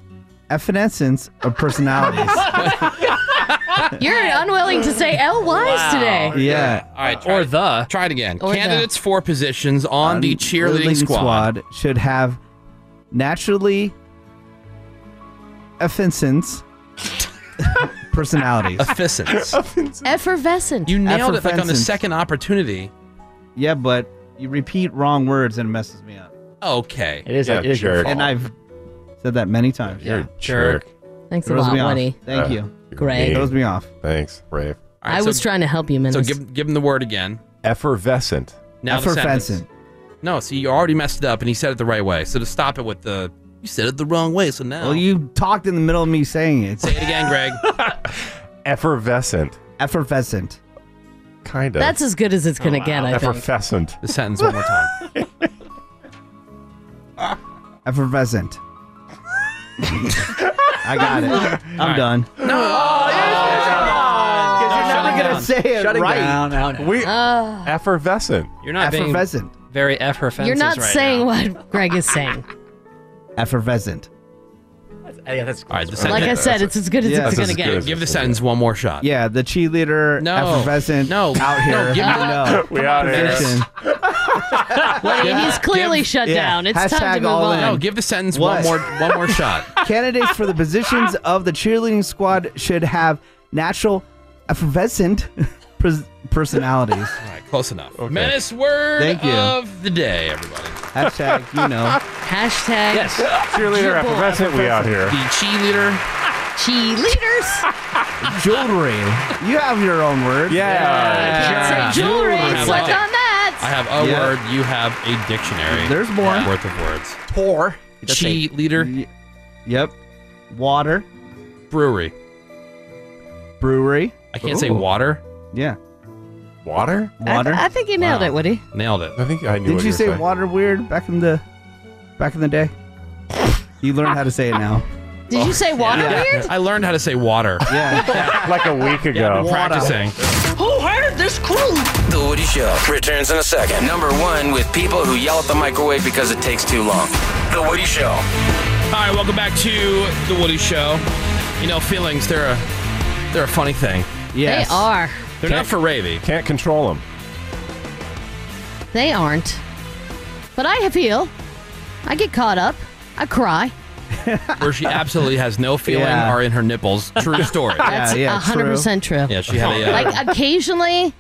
effervescence of personalities.
You're unwilling to say L Y's today.
yeah.
All right. Try
Or
it.
the.
Try it again.
Or the-
Candidates for positions <laughs> on the cheerleading squad.
should have naturally
<laughs>
effervescence personalities.
Efficence.
<laughs>
Effervescent.
You nailed it like on the
Effervescence.
second opportunity.
Yeah, but you repeat wrong words and it messes me up.
Okay.
It is.
Yeah,
it is your
jerk.
fault.
And I've said that many times.
You're a jerk.
Thanks a
throws
lot,
me off.
Woody.
Thank
Uh,
you.
You're
Great.
It
mean.
throws me off.
Thanks, Brave.
All right,
I
so-
was trying to help you, Menace.
So give give him the word again.
Effervescent.
Now the sentence.
Effervescent.
No, see, you already messed it up, and he said it the right way. So to stop it with the, you said it the wrong way. So now,
Well, you talked in the middle of me saying it. It's
say it again,
<laughs>
Greg.
Effervescent.
effervescent.
Kind of.
That's as good as it's going to get, I think.
effervescent.
Oh, The sentence one more time.
<laughs> Effervescent. I got it. I'm done. No. you're
shutting
not going to
down.
say it
Shutting
right.
down. now.
We
Uh,
Ah. effervescent.
You're not being
Effervescent.
very F her fences
you're not
right
saying
now.
what Greg is
<laughs>
saying.
Effervescent.
Yeah, that's
All right, the
Like
sentence.
I said, it's as good as
Yeah.
it's
That's
going to
as
get.
good
give the sentence one more shot.
Yeah, the cheerleader
No.
effervescent
No.
out
No,
here.
give me-
no.
We out
Position.
Woody, he's clearly shut
yeah.
down. It's time to
Hashtag
move
all in.
No,
on.
give the sentence
What?
one more one more shot.
Candidates for the positions of the cheerleading squad should have natural effervescent <laughs> pres- personalities.
All right, close enough. Menace word
Thank you.
of the day, everybody.
Hashtag, you know.
Hashtag.
Yes.
Cheerleader
Jibble.
effervescent, we out here.
The
<laughs>
cheerleader.
<laughs>
Cheerleaders.
Jewelry.
You have your own word.
I can't say jewelry.
I have
Suck
a-
on that.
I have a
Yeah.
word. You have a dictionary.
There's more.
worth of words.
Poor.
Cheat leader.
Yep. Water.
Brewery.
Brewery.
I can't say water.
Yeah.
Water.
I, th-
Water.
I think you nailed it, Woody.
Nailed it.
I think I
Did you say water weird back in the back in the day? You learned how to say it now.
<laughs> Did you say water weird?
Oh, I learned how to say water.
Yeah. like a week ago.
I've been
Water.
practicing.
Who hired this crew? The Woody Show returns in a second. Number one with people who yell at the microwave because it takes too long. The Woody Show.
All right, welcome back to the Woody Show. You know, feelings, they're a, they're a funny thing.
They are.
They're not for Ravy.
Can't control them.
They aren't. But I feel. I get caught up. I cry.
<laughs> Where she absolutely has no feeling
Yeah.
are in her nipples. True story.
That's Yeah, yeah, 100% true.
Yeah, she had a. Uh, <laughs>
Like occasionally,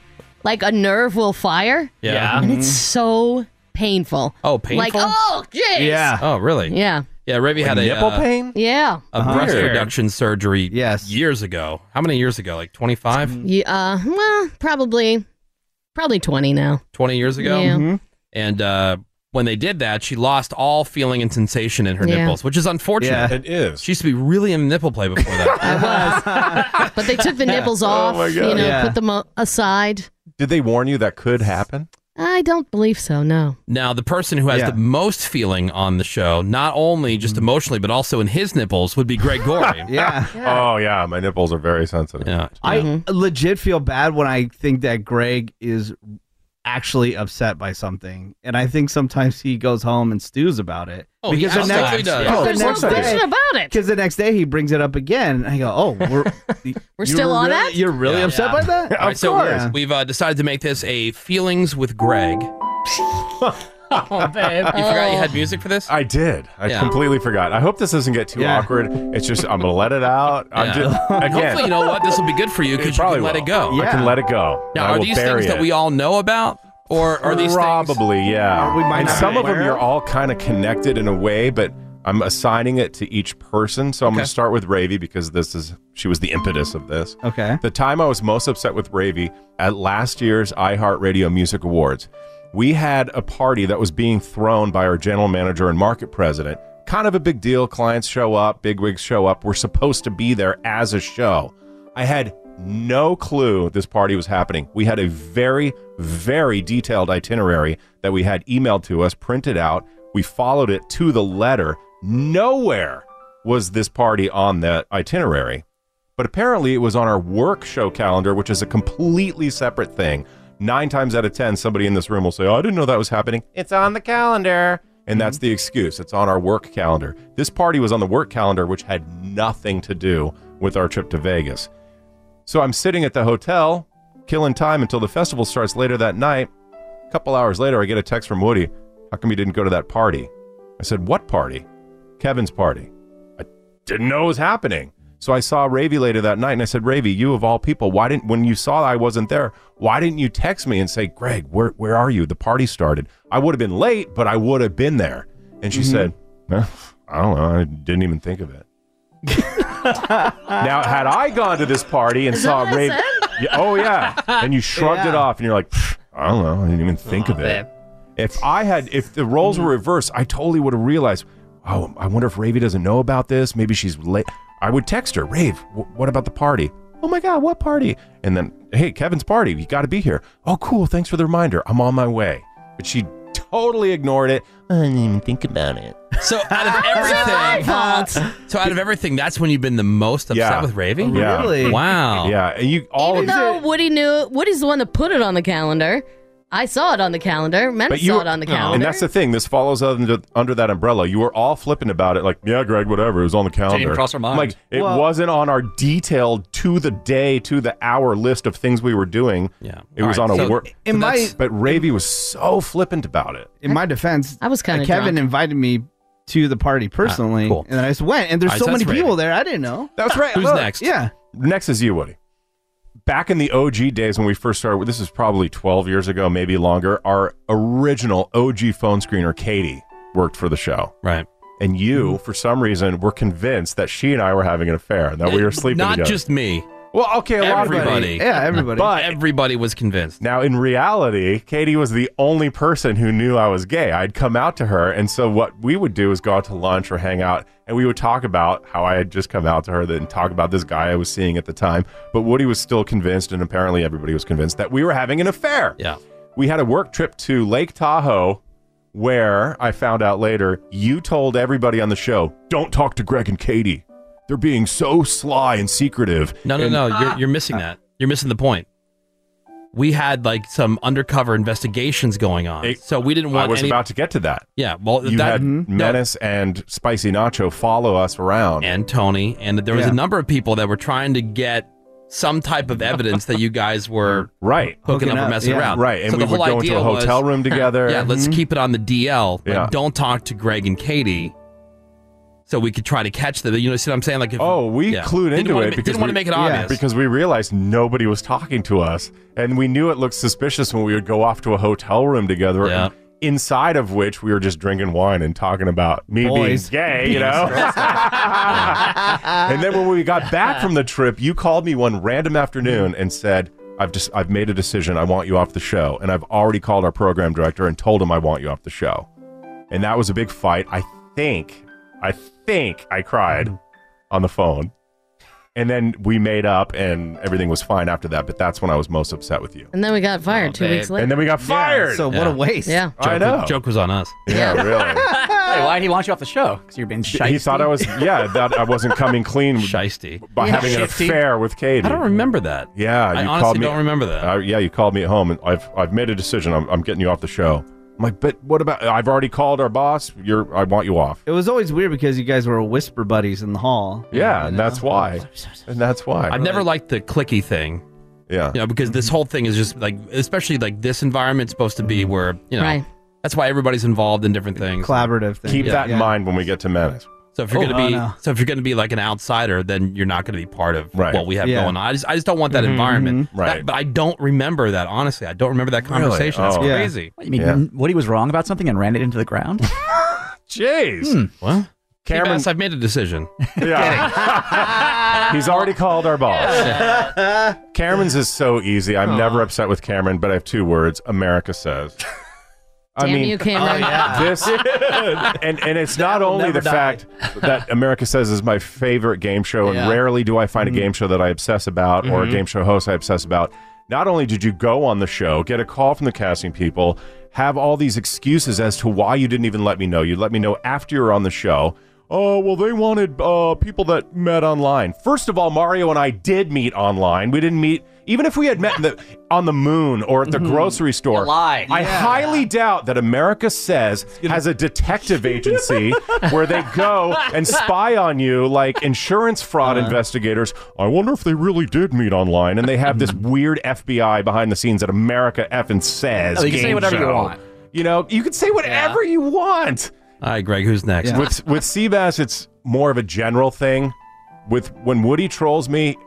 like a nerve will fire.
Yeah. Yeah.
And it's
Mhm.
Mm-hmm.
so painful.
oh,
Like,
painful.
oh, jeez.
<laughs>
Oh, really?
Yeah.
Yeah, Ravy had a uh,
Yeah.
a
Uh-huh.
Uh-huh.
breast
Weird.
reduction surgery yes. years ago. How many years ago? Like
Mm-hmm.
25?
Yeah, uh, well, probably, probably 20 now.
20 years ago?
Yeah.
Mm-hmm.
Mhm.
And uh, when they did that, she lost all feeling and sensation in her
Yeah.
nipples, which is unfortunate.
Yeah. It is.
She used to be really in nipple play before
<laughs>
that.
But they
<laughs>
took the nipples
Oh
off,
my God.
you know,
Yeah.
put them o- aside.
Did they warn you that could happen?
I don't believe so, no.
now, the person who has the most feeling on the show, not only just emotionally, but also in his nipples, would be Greg Gorey.
Mm-hmm. <laughs> Yeah.
<laughs> Oh yeah, my nipples are very sensitive.
Yeah.
I legit feel bad when I think that Greg is actually upset by something, and I think sometimes he goes home and stews about it.
Oh, he absolutely does. Yeah. There's no question
about it.
Because the next day he brings it up again, and I go, "Oh, we're
<laughs> we're
still on
really,
that?
You're really
Yeah.
upset by that?
<laughs>
All right,
of
so
course.
we've uh, decided to make this a feelings with Greg.
Oh, babe.
You forgot you had music for this?
I did. I completely forgot. I hope this doesn't get too awkward. It's just I'm gonna let it out. I'm
Yeah.
just
And
again.
<laughs> Hopefully, you know what? This will be good for you because you can let it go.
I can let it go.
Now,
I
are
will
these
bury
things that
it.
we all know about, or are these things?
probably yeah?
Uh, we might
and
not
some
be
of them
aware
you're
of?
all kind of connected in a way, but I'm assigning it to each person. So I'm
Okay.
gonna start with Ravy because this is she was the impetus of this.
Okay.
The time I was most upset with Ravy at last year's iHeartRadio Music Awards, we had a party that was being thrown by our general manager and market president. Kind of a big deal. Clients show up, big wigs show up. We're supposed to be there as a show. I had no clue this party was happening. We had a very, very detailed itinerary that we had emailed to us, printed out. We followed it to the letter. Nowhere was this party on that itinerary but apparently it was on our work show calendar, which is a completely separate thing. Nine times out of 10, somebody in this room will say, Oh, I didn't know that was happening. It's on the calendar. And that's the excuse. It's on our work calendar. This party was on the work calendar, which had nothing to do with our trip to Vegas. So I'm sitting at the hotel, killing time until the festival starts later that night. A couple hours later, I get a text from Woody. How come you didn't go to that party? I said, What party? Kevin's party. I didn't know it was happening. So I saw Ravy later that night and I said, Ravy, you of all people, why didn't when you saw I wasn't there, why didn't you text me and say, Greg, where where are you? The party started. I would have been late, but I would have been there. And she
Mhm.
said, "Eh, I don't know. I didn't even think of it. now, had I gone to this party and saw Ravy, Yeah, oh yeah, and you shrugged it
Yeah. Oh,
off and you're like, "Pfft, I don't know, I didn't even think of
babe.
it.
Mm.
If I had, if the roles were reversed, I totally would have realized. Oh, I wonder if Ravy doesn't know about this. Maybe she's late. I would text her, Rave, w- what about the party? Oh my God, what party? And then, hey, Kevin's party. You got to be here. Oh, cool. Thanks for the reminder. I'm on my way. But she totally ignored it. I didn't even think about it.
So out of everything, so out of everything, that's when you've been the most upset
Yeah.
with Ravy.
Yeah. Really?
Wow.
Yeah, and you all
Even though Woody knew it, Woody's the one that put it on the calendar. I saw it on the calendar. Men saw it on the calendar.
Oh, And that's the thing. This follows under, under that umbrella. You were all flippant about it, like, yeah, Greg, whatever. It was on the calendar.
even cross our mind.
I'm Like, it
Well-
wasn't on our detailed to the day, to the hour list of things we were doing. Yeah. It was
All right,
on a
so-
work.
so that's-
but Ravy was so flippant about it.
In my defense, uh,
I was kinda
Kevin
drunk.
invited me to the party personally, and then I just went. And there's
All right,
so
so
many
that's
people there, I didn't know.
That's right.
Look, Yeah.
Next is you, Woody. back in the OG days when we first started, this is probably 12 years ago, maybe longer, our original OG phone screener, Katie, worked for the show.
Right.
And you, for some reason, were convinced that she and I were having an affair and that we were sleeping
Eh, Not
together.
just me.
Well, okay, a lot of
everybody.
people- Yeah, everybody.
But everybody was convinced.
Now, in reality, Katie was the only person who knew I was gay. I'd come out to her. And so, what we would do is go out to lunch or hang out, and we would talk about how I had just come out to her and talk about this guy I was seeing at the time. But Woody was still convinced, and apparently everybody was convinced, that we were having an affair.
Yeah.
We had a work trip to Lake Tahoe. Where I found out later, you told everybody on the show, don't talk to Greg and Katie. They're being so sly and secretive.
No, no,
And-
no. You're, you're
Uh,
missing that. You're missing the point. We had like some undercover investigations going on, so we didn't want.
I was
any-
about to get to that.
Yeah, well,
you
that-
had
Mhm.
Menace and Spicy Nacho follow us around,
and Tony, and there was a number of people that were trying to get some type of evidence that you
<laughs>
guys were
right
hooking
Hooking
up,
up,
or messing
yeah.
around.
Right, and
so
we
the whole
would go into
idea
a hotel
was,
room together.
Yeah, let's
Mhm.
keep it on the DL. Like,
Yeah.
Don't talk to Greg and Katie. So we could try to catch them. You know, see what I'm saying? Like, if,
Oh, we
yeah.
clued
Didn't
into
wanna
it
ma-
because
didn't want
we-
to make it obvious.
because we realized nobody was talking to us, and we knew it looked suspicious when we would go off to a hotel room together. Inside of which we were just drinking wine and talking about me
Boys.
being gay, you
Being
know.
<laughs>
and then when we got back from the trip, you called me one random afternoon and said, "I've just I've made a decision. I want you off the show." And I've already called our program director and told him I want you off the show. And that was a big fight. I think I think I cried
Mm-hmm.
on the phone. And then we made up and everything was fine after that, but that's when I was most upset with you.
And then we got fired two weeks later.
Oh, And then we got fired.
Yeah.
Yeah.
I know.
joke was on us.
Yeah, really.
<laughs>
Hey, why did he want you off the show? Because you're being shy.
He thought I was yeah, that I wasn't coming clean
Shiesty.
by
Yeah.
having an
Shifty.
affair with Katie.
I don't remember that.
Yeah,
I
you
honestly
called me,
don't remember that.
Uh, yeah, you called me at home, and I've I've made a decision. I'm, I'm getting you off the show. I'm like, but what about? I've already called our boss. You're, I want you off.
It was always weird because you guys were whisper buddies in the hall.
Yeah, and that's why. And that's why.
I've never liked the clicky thing.
Yeah.
You know, because this whole thing is just like, especially like this environment's supposed to be where, you know, that's why everybody's involved in different things.
Collaborative thing.
Keep that in mind when we get to Menace.
So if you're
Oh,
gonna be,
no, no.
so if you're gonna be like an outsider, then you're not gonna be part of
Right.
what we have
Yeah.
going on. I just, I just don't want that
Mhm.
environment.
Right.
That- but I don't remember that honestly. I don't remember that
Really?
conversation.
Oh.
That's
Yeah.
crazy.
What, you mean Woody was wrong about something and ran it into the ground?
<laughs>
Jeez.
Hmm.
Well,
Cameron-
Cameron, I've made a decision.
He's already called our boss. Cameron's is so easy. I'm never upset with Cameron, but I have two words. America says. I
Damn
mean,
you, Cameron.
this <laughs> and and it's not only
never
the
die.
fact
<laughs>
that America Says is my favorite game show, and
Yeah.
rarely do I
Mm-hmm.
find a game show that I obsess about or a
Mhm.
game show host I obsess about. Not only did you go on the show, get a call from the casting people, have all these excuses as to why you didn't even let me know. You let me know after you were on the show. Oh, well, they wanted uh, people that met online. First of all, Mario and I did meet online. We didn't meet, even if we had met in the, on the moon or at the
Mm-hmm.
grocery store.
lie.
I
Yeah.
highly doubt that America Says has a
<laughs>
detective agency where they go and spy on you like insurance fraud
Uh-huh.
investigators. I wonder if they really did meet online, and they have this
Mm-hmm.
weird FBI behind the scenes that America effing says.
Oh, you can say
game
whatever you
show.
want. Uh,
You know, you can say whatever you <laughs> want.
All right, Greg, who's next?
With with Seabass, it's more of a general thing. With when Woody trolls me,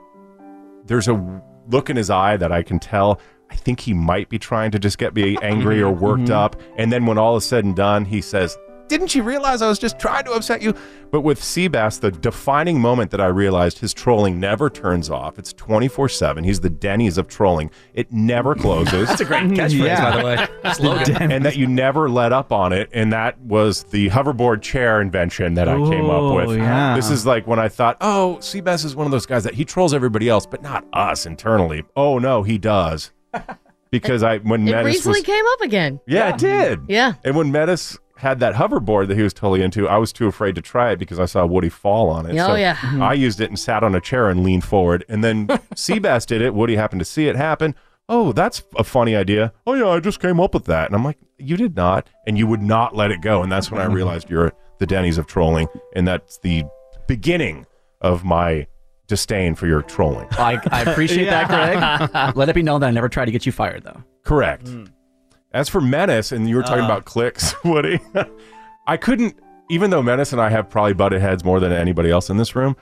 there's a look in his eye that I can tell. I think he might be trying to just get me angry
Mm-hmm.
or worked
Mhm.
up. And then when all is said and done, he says, Didn't you realize I was just trying to upset you? But with Seabass, the defining moment that I realized his trolling never turns off. It's 24 7. He's the Denny's of trolling, it never closes.
<laughs> That's a great catchphrase,
Yeah.
by the
<laughs>
way. Slogan.
and that you never let up on it. And that was the hoverboard chair invention that I came up
Ooh,
with.
yeah.
This is like when I thought, oh, Seabass is one of those guys that he trolls everybody else, but not us internally. Oh, no, he does. <laughs> Because I, when
It
Menace
recently
was,
came up again.
yeah, it did.
Yeah.
And when Metis had that hoverboard that he was totally into, I was too afraid to try it because I saw Woody fall on it.
Oh,
so
yeah.
Mm-hmm.
Mhm.
I used it and sat on a chair and leaned forward.
<laughs>
And then Seabass did it. Woody happened to see it happen. Oh, that's a funny idea. Oh, yeah, I just came up with that. And I'm like, you did not. And you would not let it go. And that's
Mm-hmm.
when I realized you're the Denny's of trolling. And that's the beginning of my disdain for your trolling.
I, <laughs> I appreciate
<laughs>
that, Greg. <laughs> Let it be known that I never tried to get you fired, though.
Correct.
Hmm.
As for Menace, and you were talking
Uh-huh.
Uh.
about clicks, <laughs> Woody, I couldn't, even though Menace and I have probably butted heads more than anybody else in this room,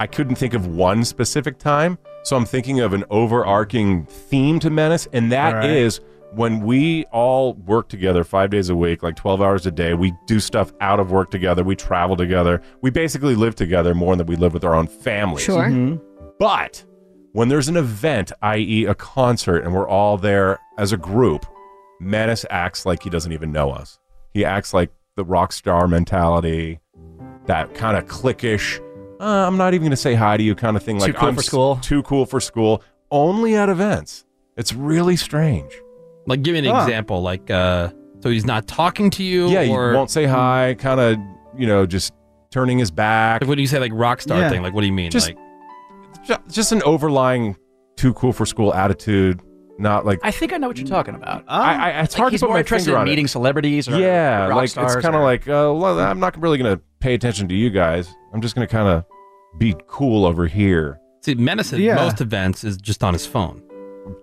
I couldn't think of one specific time. So I'm thinking of an overarching theme to Menace, and that
All
is
right.
when we all work together five days a week, like 12 hours a day. We do stuff out of work together. We travel together. We basically live together more than we live with our own families.
Sure. Mhm.
But when there's an event, i.e., a concert, and we're all there as a group, Menace acts like he doesn't even know us. He acts like the rock star mentality, that kind of cliquish, uh, I'm not even going to say hi to you kind of thing.
Too
like
cool
I'm
for
s- Too cool for school. Only at events. It's really strange.
Like, give me an
Huh.
example. Like, uh, so he's not talking to you.
yeah,
or Hmm.
he won't say hi. Kind of, you know, just turning his back.
Like, what do you say? Like rock star
Yeah.
thing. Like, what do you mean?
Just-
like,
Ju- Just an overlying too cool for school attitude. Not like
I think I know what you're talking about.
I- I- it's hard to
he's
put
more
my
interested
finger
in
on it.
meeting celebrities. Or
yeah,
rock
like
stars
it's kind of
or-
like uh, well, I'm not really going to pay attention to you guys. I'm just going to kind of be cool over here.
see, Menace at
Yeah.
most events is just on his phone.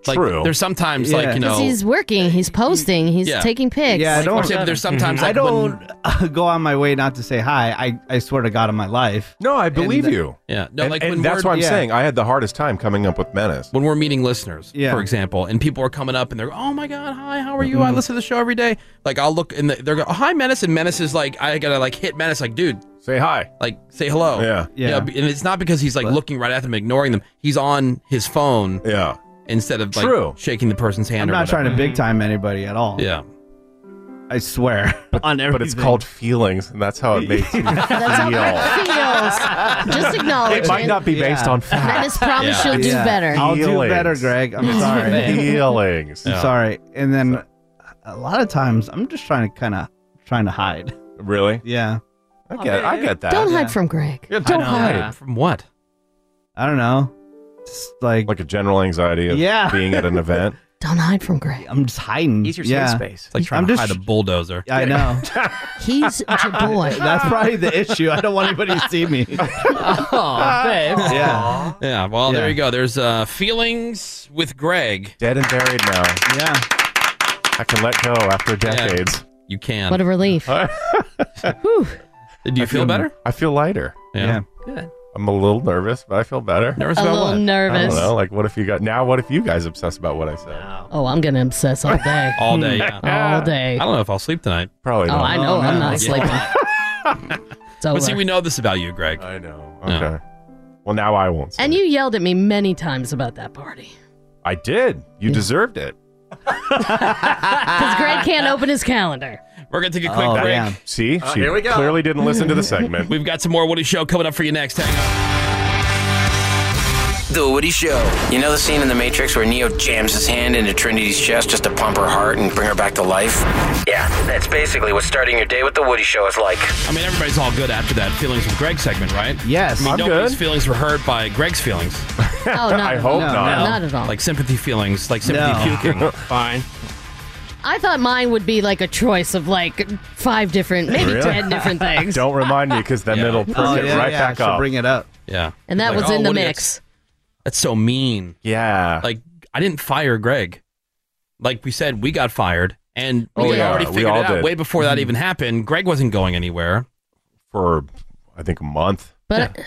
Like,
True.
There's sometimes like you know.
Because he's working, he's posting, he's
Yeah.
taking pics.
Yeah, I don't. Mm-hmm.
there's sometimes,
I
like,
don't <laughs> go on my way not to say hi. I, I swear to God on my life.
No, I believe
And-
you.
Yeah,
and, and that's what I'm
Yeah.
saying. I had the hardest time coming up with menace.
When we're meeting listeners,
Yeah.
for example, and people are coming up and they're, oh my god, hi, how are you?
Mm-hmm.
Mm-hmm.
I listen to the show every day. Like I'll look and they're going, oh, hi, Menace, and Menace is like, I gotta like hit Menace, like dude,
say hi,
like say hello,
Yeah.
yeah.
Yeah.
and it's not because he's like looking right at them, ignoring them. He's on his phone,
yeah,
instead of like
True.
shaking the person's hand.
I'm
or
not trying to
whatever.
big time anybody at
<laughs>
all.
Yeah.
I swear
on everything. <laughs> But it's called feelings, and that's
<laughs>
how it makes me feel.
Feels. Just acknowledge
It might not be based on facts.
Menace promised you'll do better.
I'll do better, Greg. I'm sorry.
<laughs> Feelings.
I'm sorry. And then a lot of times I'm just trying to kind of trying to hide.
Really?
Yeah.
I get- I get that.
Don't hide from Greg.
Yeah, don't
I know.
hide.
Yeah.
From what?
I don't know. Just like
like a general anxiety of
Yeah.
<laughs> being at
<laughs>
an event.
Don't hide from Greg.
I'm just hiding. He's
your
yeah.
safe space. It's like trying
I'm
to
just,
hide a bulldozer.
I know.
<laughs>
<laughs>
He's your boy.
That's probably the issue. I don't want anybody to see
<laughs>
me.
Aw, babe.
Yeah.
Yeah, well, there
Yeah.
you go. There's uh, feelings with Greg.
Dead and buried now.
Yeah.
I can let go after decades.
You can.
What
<laughs>
a
<laughs>
relief.
Do you feel better?
I feel lighter.
Yeah.
Good.
I'm a little nervous, but I feel better.
Nervous
A about little what?
I
nervous.
don't know. Like, what if you got now? What if you guys obsess about what I said?
Oh, I'm gonna obsess all day.
All day. Yeah.
All day.
I don't know if I'll sleep tonight.
Probably.
Oh, I know. I'm not sleeping. it's over.
But see, we know this about you, Greg. I
know. Okay. Well, now I won't.
and you yelled at me many times about that party.
I did. You deserved it.
<laughs> Because Greg can't open his calendar.
We're gonna take a
Oh,
quick break.
See,
Uh,
she
here we go.
clearly didn't listen to the
<laughs>
segment.
We've got some more Woody Show coming up for you next. Hang on.
The Woody Show. You know the scene in The Matrix where Neo jams his hand into Trinity's chest just to pump her heart and bring her back to life? Yeah, that's basically what starting your day with The Woody Show is like.
I mean, everybody's all good after that feelings with Greg segment, right?
Yes.
I mean,
I'm
nobody's
good.
feelings were hurt by Greg's feelings.
<laughs>
<laughs>
Oh, not I at hope all. No, not. no. Not at all.
Like sympathy feelings, like sympathy
No.
<laughs>
puking. Fine.
I thought mine would be like a choice of like five different, maybe
Really?
ten
<laughs>
different
<laughs>
things.
Don't remind me, because then it'll bring
Oh,
it
yeah,
right
yeah,
back
she'll
up.
bring it up.
Yeah. oh,
And that was in the
Woody,
mix.
That's, that's so mean.
Yeah.
Like I didn't fire Greg. Like we said, we got fired, and
Oh,
we had
yeah,
already
we
figured it
all
out
did.
way before
Mm-hmm.
that
Mhm.
even happened. Greg wasn't going anywhere.
for I think a month.
But-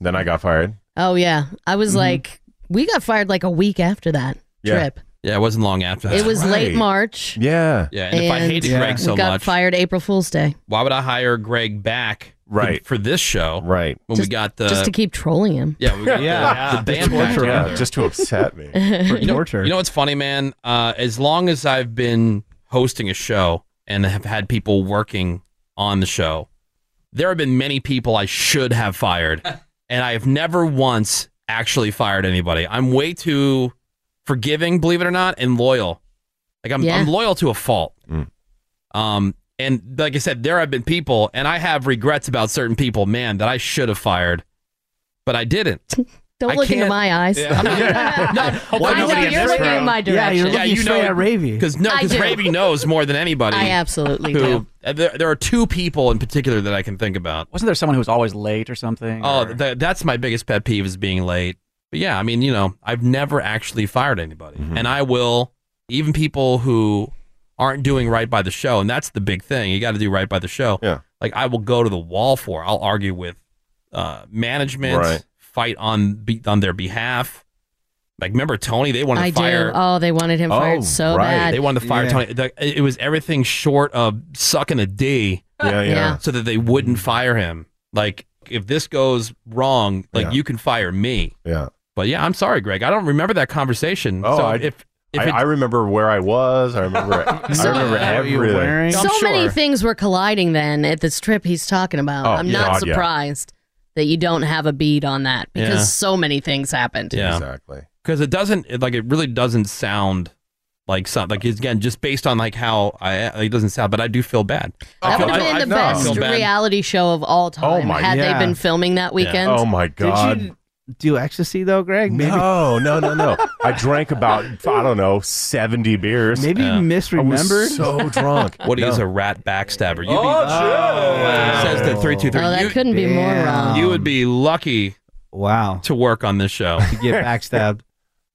then I got fired.
Oh yeah, I was like, we got fired like a week after that
Mm-hmm. Yeah.
trip.
Yeah, it wasn't long after that.
it was late March.
Yeah.
Yeah, and, if I hated Greg so
we got
much,
fired April Fool's Day
why would I hire Greg back right. for this show?
Right.
When we got the
just to keep trolling him.
uh, Yeah, we
<laughs>
got
Yeah.
the, the band back together.
just to upset me.
For
you know,
torture.
You know what's funny, man? Uh, as long as I've been hosting a show and have had people working on the show, there have been many people I should have fired, and I have never once actually fired anybody. I'm way too forgiving, believe it or not, and loyal. Like I'm,
Yeah.
I'm loyal to a fault. Um, and like I said, there have been people, and I have regrets about certain people, man, that I should have fired, but I didn't.
Don't
I
look into
can't-
my eyes.
Yeah. <laughs>
<laughs> I know you're looking in my direction.
<laughs> Ravy. Because no,
I
because
do.
Ravy knows more than anybody.
I absolutely
who,
do.
uh, There, there are two people in particular that I can think about.
Wasn't there someone who was always late or something?
Oh, th- that's my biggest pet peeve is being late. But yeah, I mean, you know, I've never actually fired anybody, and I will even people who aren't doing right by the show, and that's the big thing. You got to do right by the show.
Yeah.
Like I will go to the wall for. I'll argue with uh, management,
Right.
fight on be, on their behalf. Like remember Tony? They wanted
I
to fire.
do. Oh, they wanted him
Oh,
fired so
right.
bad.
They wanted to fire Tony. The- It was everything short of sucking a D.
Yeah, Mm.
yeah.
So that they wouldn't fire him. Like if this goes wrong, like
Yeah.
you can fire me.
Yeah.
But yeah, I'm sorry, Greg. I don't remember that conversation. <laughs>
Oh,
so
I-
if if
I,
it,
I remember where I was. I
<laughs>
remember. I remember everything.
So many things were colliding then at this trip he's talking about.
Oh,
I'm
yeah.
not
God, yeah.
surprised that you don't have a bead on that because
Yeah.
so many things happened.
exactly.
Because it doesn't it, like it really doesn't sound like something. Like it's, again, just based on like how I it doesn't sound. But I do feel bad.
That would have been the best reality show of all time
my-
had
yeah.
they been filming that weekend.
Oh my god.
Did you do ecstasy though, Greg? Maybe,
No, no, no, no. I drank about I don't know seventy beers.
maybe you
I
misremembered.
was so drunk.
<laughs> What
No.
is a rat backstabber? You
Oh,
says the three two three.
Oh, that couldn't be more wrong.
You would be lucky.
Wow.
To work on this show to <laughs>
get backstabbed.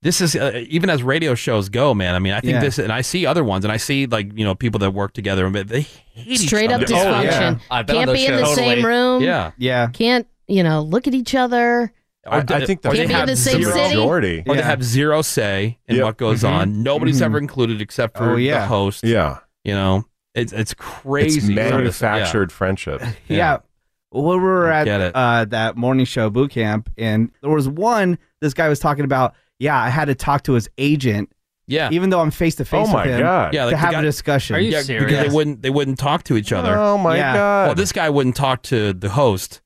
This is uh, even as radio shows go, man. I mean, I think
Yeah.
this, and I see other ones, and I see like you know people that work together, and they hate each
Straight up
other.
Oh,
dysfunction. Can't be in the same room.
Yeah,
yeah.
Can't you know look at each other?
Or
I-
do-
I think
or
the-
they
Can't be in
have
the same
zero-
city. majority.
Or they
Yeah.
have zero say in
Yep.
what goes
Mhm.
on. Nobody's
Mhm.
ever included except for
Oh, yeah.
the host.
Yeah.
You know, it's it's crazy.
It's manufactured friendship.
Yeah. When we were at uh, that morning show boot camp, and there was one, this guy was talking about, yeah, I had to talk to his agent.
Yeah.
Even though I'm face to face
Oh
with him
Yeah, like
to
the
have
guy-
a discussion.
yeah, Because they wouldn't they wouldn't talk to each other.
Oh, my Yeah. God.
Well, this guy wouldn't talk to the host.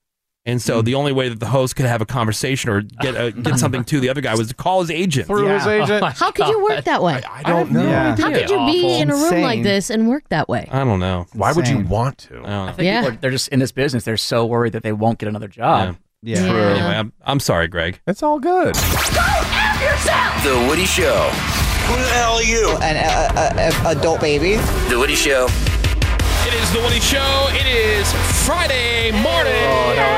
And so the only way that the host could have a conversation or get uh, get something to the other guy was to call his agent.
Through his Yeah.
<laughs>
agent? How could you work that way?
I, I don't know.
How could you be in a room like this and work that way?
I don't know.
Why would you
insane.
want to?
I think
Yeah.
people are, they're just in this business. They're so worried that they won't get another job.
Yeah.
True.
Yeah.
Anyway, I'm, I'm sorry, Greg.
It's all good.
The Woody Show. Who the hell are you? An uh, adult baby. The Woody Show.
It is the Woody Show. It is Friday morning.
Oh,
oh.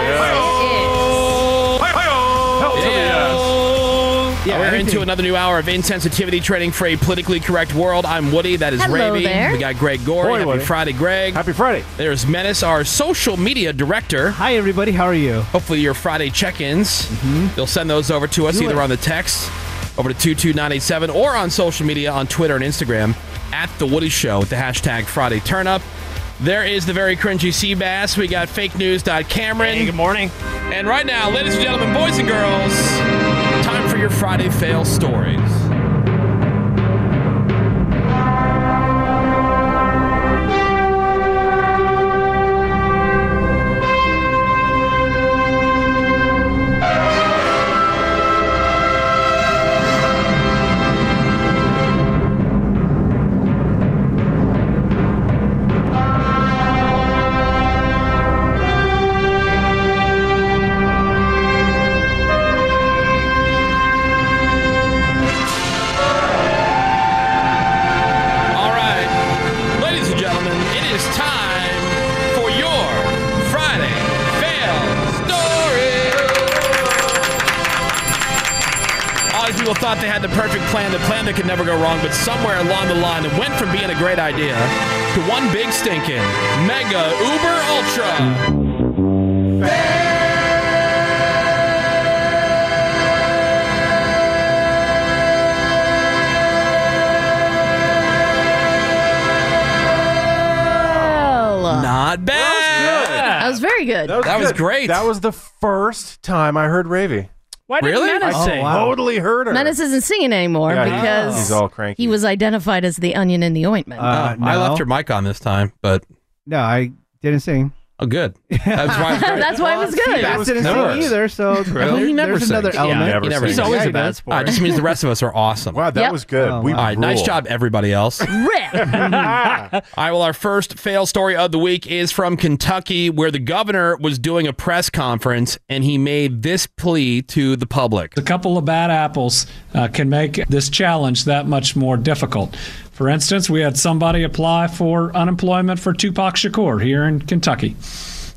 Yeah,
We're
everything-
into another new hour of insensitivity trading for a politically correct world. I'm Woody. That is
Hello
Ravy.
there.
We got Greg Gorey.
Boy,
Happy
Woody.
Friday, Greg. Happy
Friday.
There's Menace, our social media director.
Hi, everybody. How are you? Mm-hmm.
Hopefully, your Friday check-ins. You'll send those over to us
Do
either
it.
on the text over to two two nine eight seven or on social media on Twitter and Instagram at the Woody Show with the hashtag Friday Turnup. There is the very cringy sea bass. We got fake news. Cameron. good
morning.
And right now, ladies and gentlemen, boys and girls, time for your Friday fail stories. All right, ladies and gentlemen, it is time for your Friday fail story. A lot of people thought they had the perfect plan, the plan that could never go wrong, but somewhere along the line, it went from being a great idea to one big stinking mega uber ultra.
Oh,
Not bad.
That was very good.
good. That was the first time I heard Ravy.
Why didn't Really? Menace
I
sing?
totally heard her.
Menace isn't singing anymore
Yeah, he's-
because
he's all cranky.
he was identified as the onion in the ointment.
Oh,
Uh, I left your mic on this time, but
No, I didn't sing.
oh,
<laughs>
good. <laughs> That's why. it was great.
That's why it was good.
Bass didn't sing either,
Really?
so there-
He never
there's
sings.
another element.
He never sings.
Yeah, he does.
Ah, It just means the rest of us are awesome. Wow,
that Yep. was good.
Oh,
We
All right, nice
rule.
job, everybody
<laughs>
else.
<laughs>
Rip.
All right, well, our first fail story of the week is from Kentucky, where the governor was doing a press conference and he made this plea to the public.
A couple of bad apples uh, can make this challenge that much more difficult. For instance, we had somebody apply for unemployment for Tupac Shakur here in Kentucky.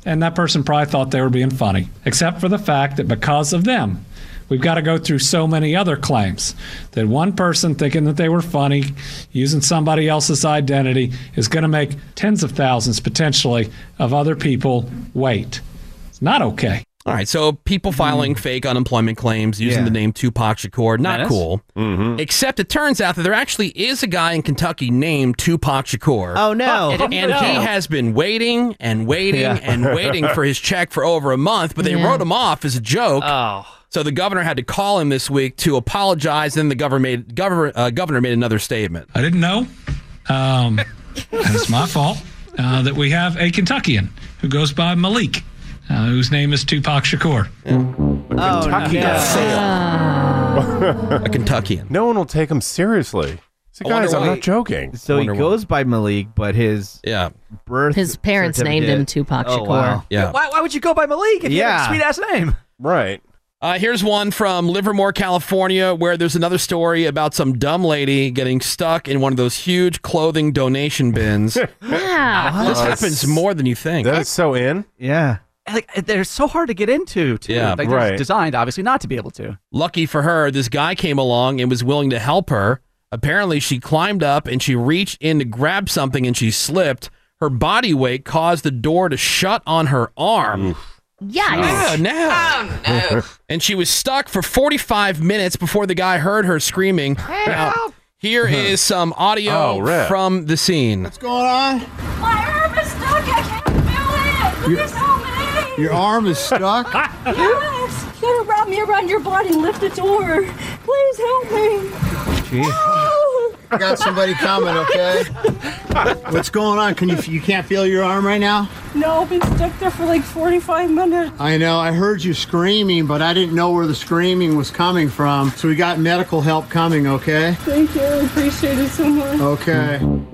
And that person probably thought they were being funny, except for the fact that because of them, we've got to go through so many other claims that one person thinking that they were funny, using somebody else's identity, is going to make tens of thousands potentially of other people wait. It's not okay.
All right, so people filing fake unemployment claims using
Hmm. Yeah. Mm-hmm.
the name Tupac Shakur, not
Menace?
cool. Except it turns out that there actually is a guy in Kentucky named Tupac Shakur.
Oh, no.
And, and
No.
he has been waiting and waiting
Yeah.
and waiting for his check for over a month, but they
Yeah.
wrote him off as a joke. Oh. So the governor had to call him this week to apologize. Then the governor made governor uh, governor made another statement.
I didn't know. Um, and it's my fault uh, that we have a Kentuckian who goes by Malik, uh, whose name is Tupac Shakur.
Kentucky
no.
got sailed.
a
<laughs>
Kentuckian.
No one will take him seriously. So
I
guys,
wonder
I'm
why-
not joking.
So he goes by Malik, but his
yeah
birth
His parents named him Tupac
Oh,
Shakur.
wow.
Yeah.
Why, why would you go by Malik if
Yeah.
you had a sweet ass name?
Right.
Uh, here's one from Livermore, California, where there's another story about some dumb lady getting stuck in one of those huge clothing donation bins.
Wow.
This happens more than you think.
That's so in.
Yeah.
Like they're so hard to get into. Too.
Yeah,
like, they're
right.
Designed obviously not to be able to.
Lucky for her, this guy came along and was willing to help her. Apparently, she climbed up and she reached in to grab something and she slipped. Her body weight caused the door to shut on her arm. Yeah,
Yikes.
now. Oh, <laughs> and she was stuck for 45 minutes before the guy heard her screaming. Now, here is some
Oh,
audio
rip.
from the scene.
going on? My arm is stuck. I can't feel it. Please help me.
Your arm
<laughs>
is stuck?
Yes. Can you wrap me around your body and lift it to her? Please help me. Oh.
I got somebody coming, okay? What's going on? Can you you can't feel your arm right now?
<laughs> No, I've been stuck there for like 45 minutes.
I know, I heard you screaming, but I didn't know where the screaming was coming from. So we got medical help coming, okay?
Thank you. I appreciate it so much.
Okay. <laughs>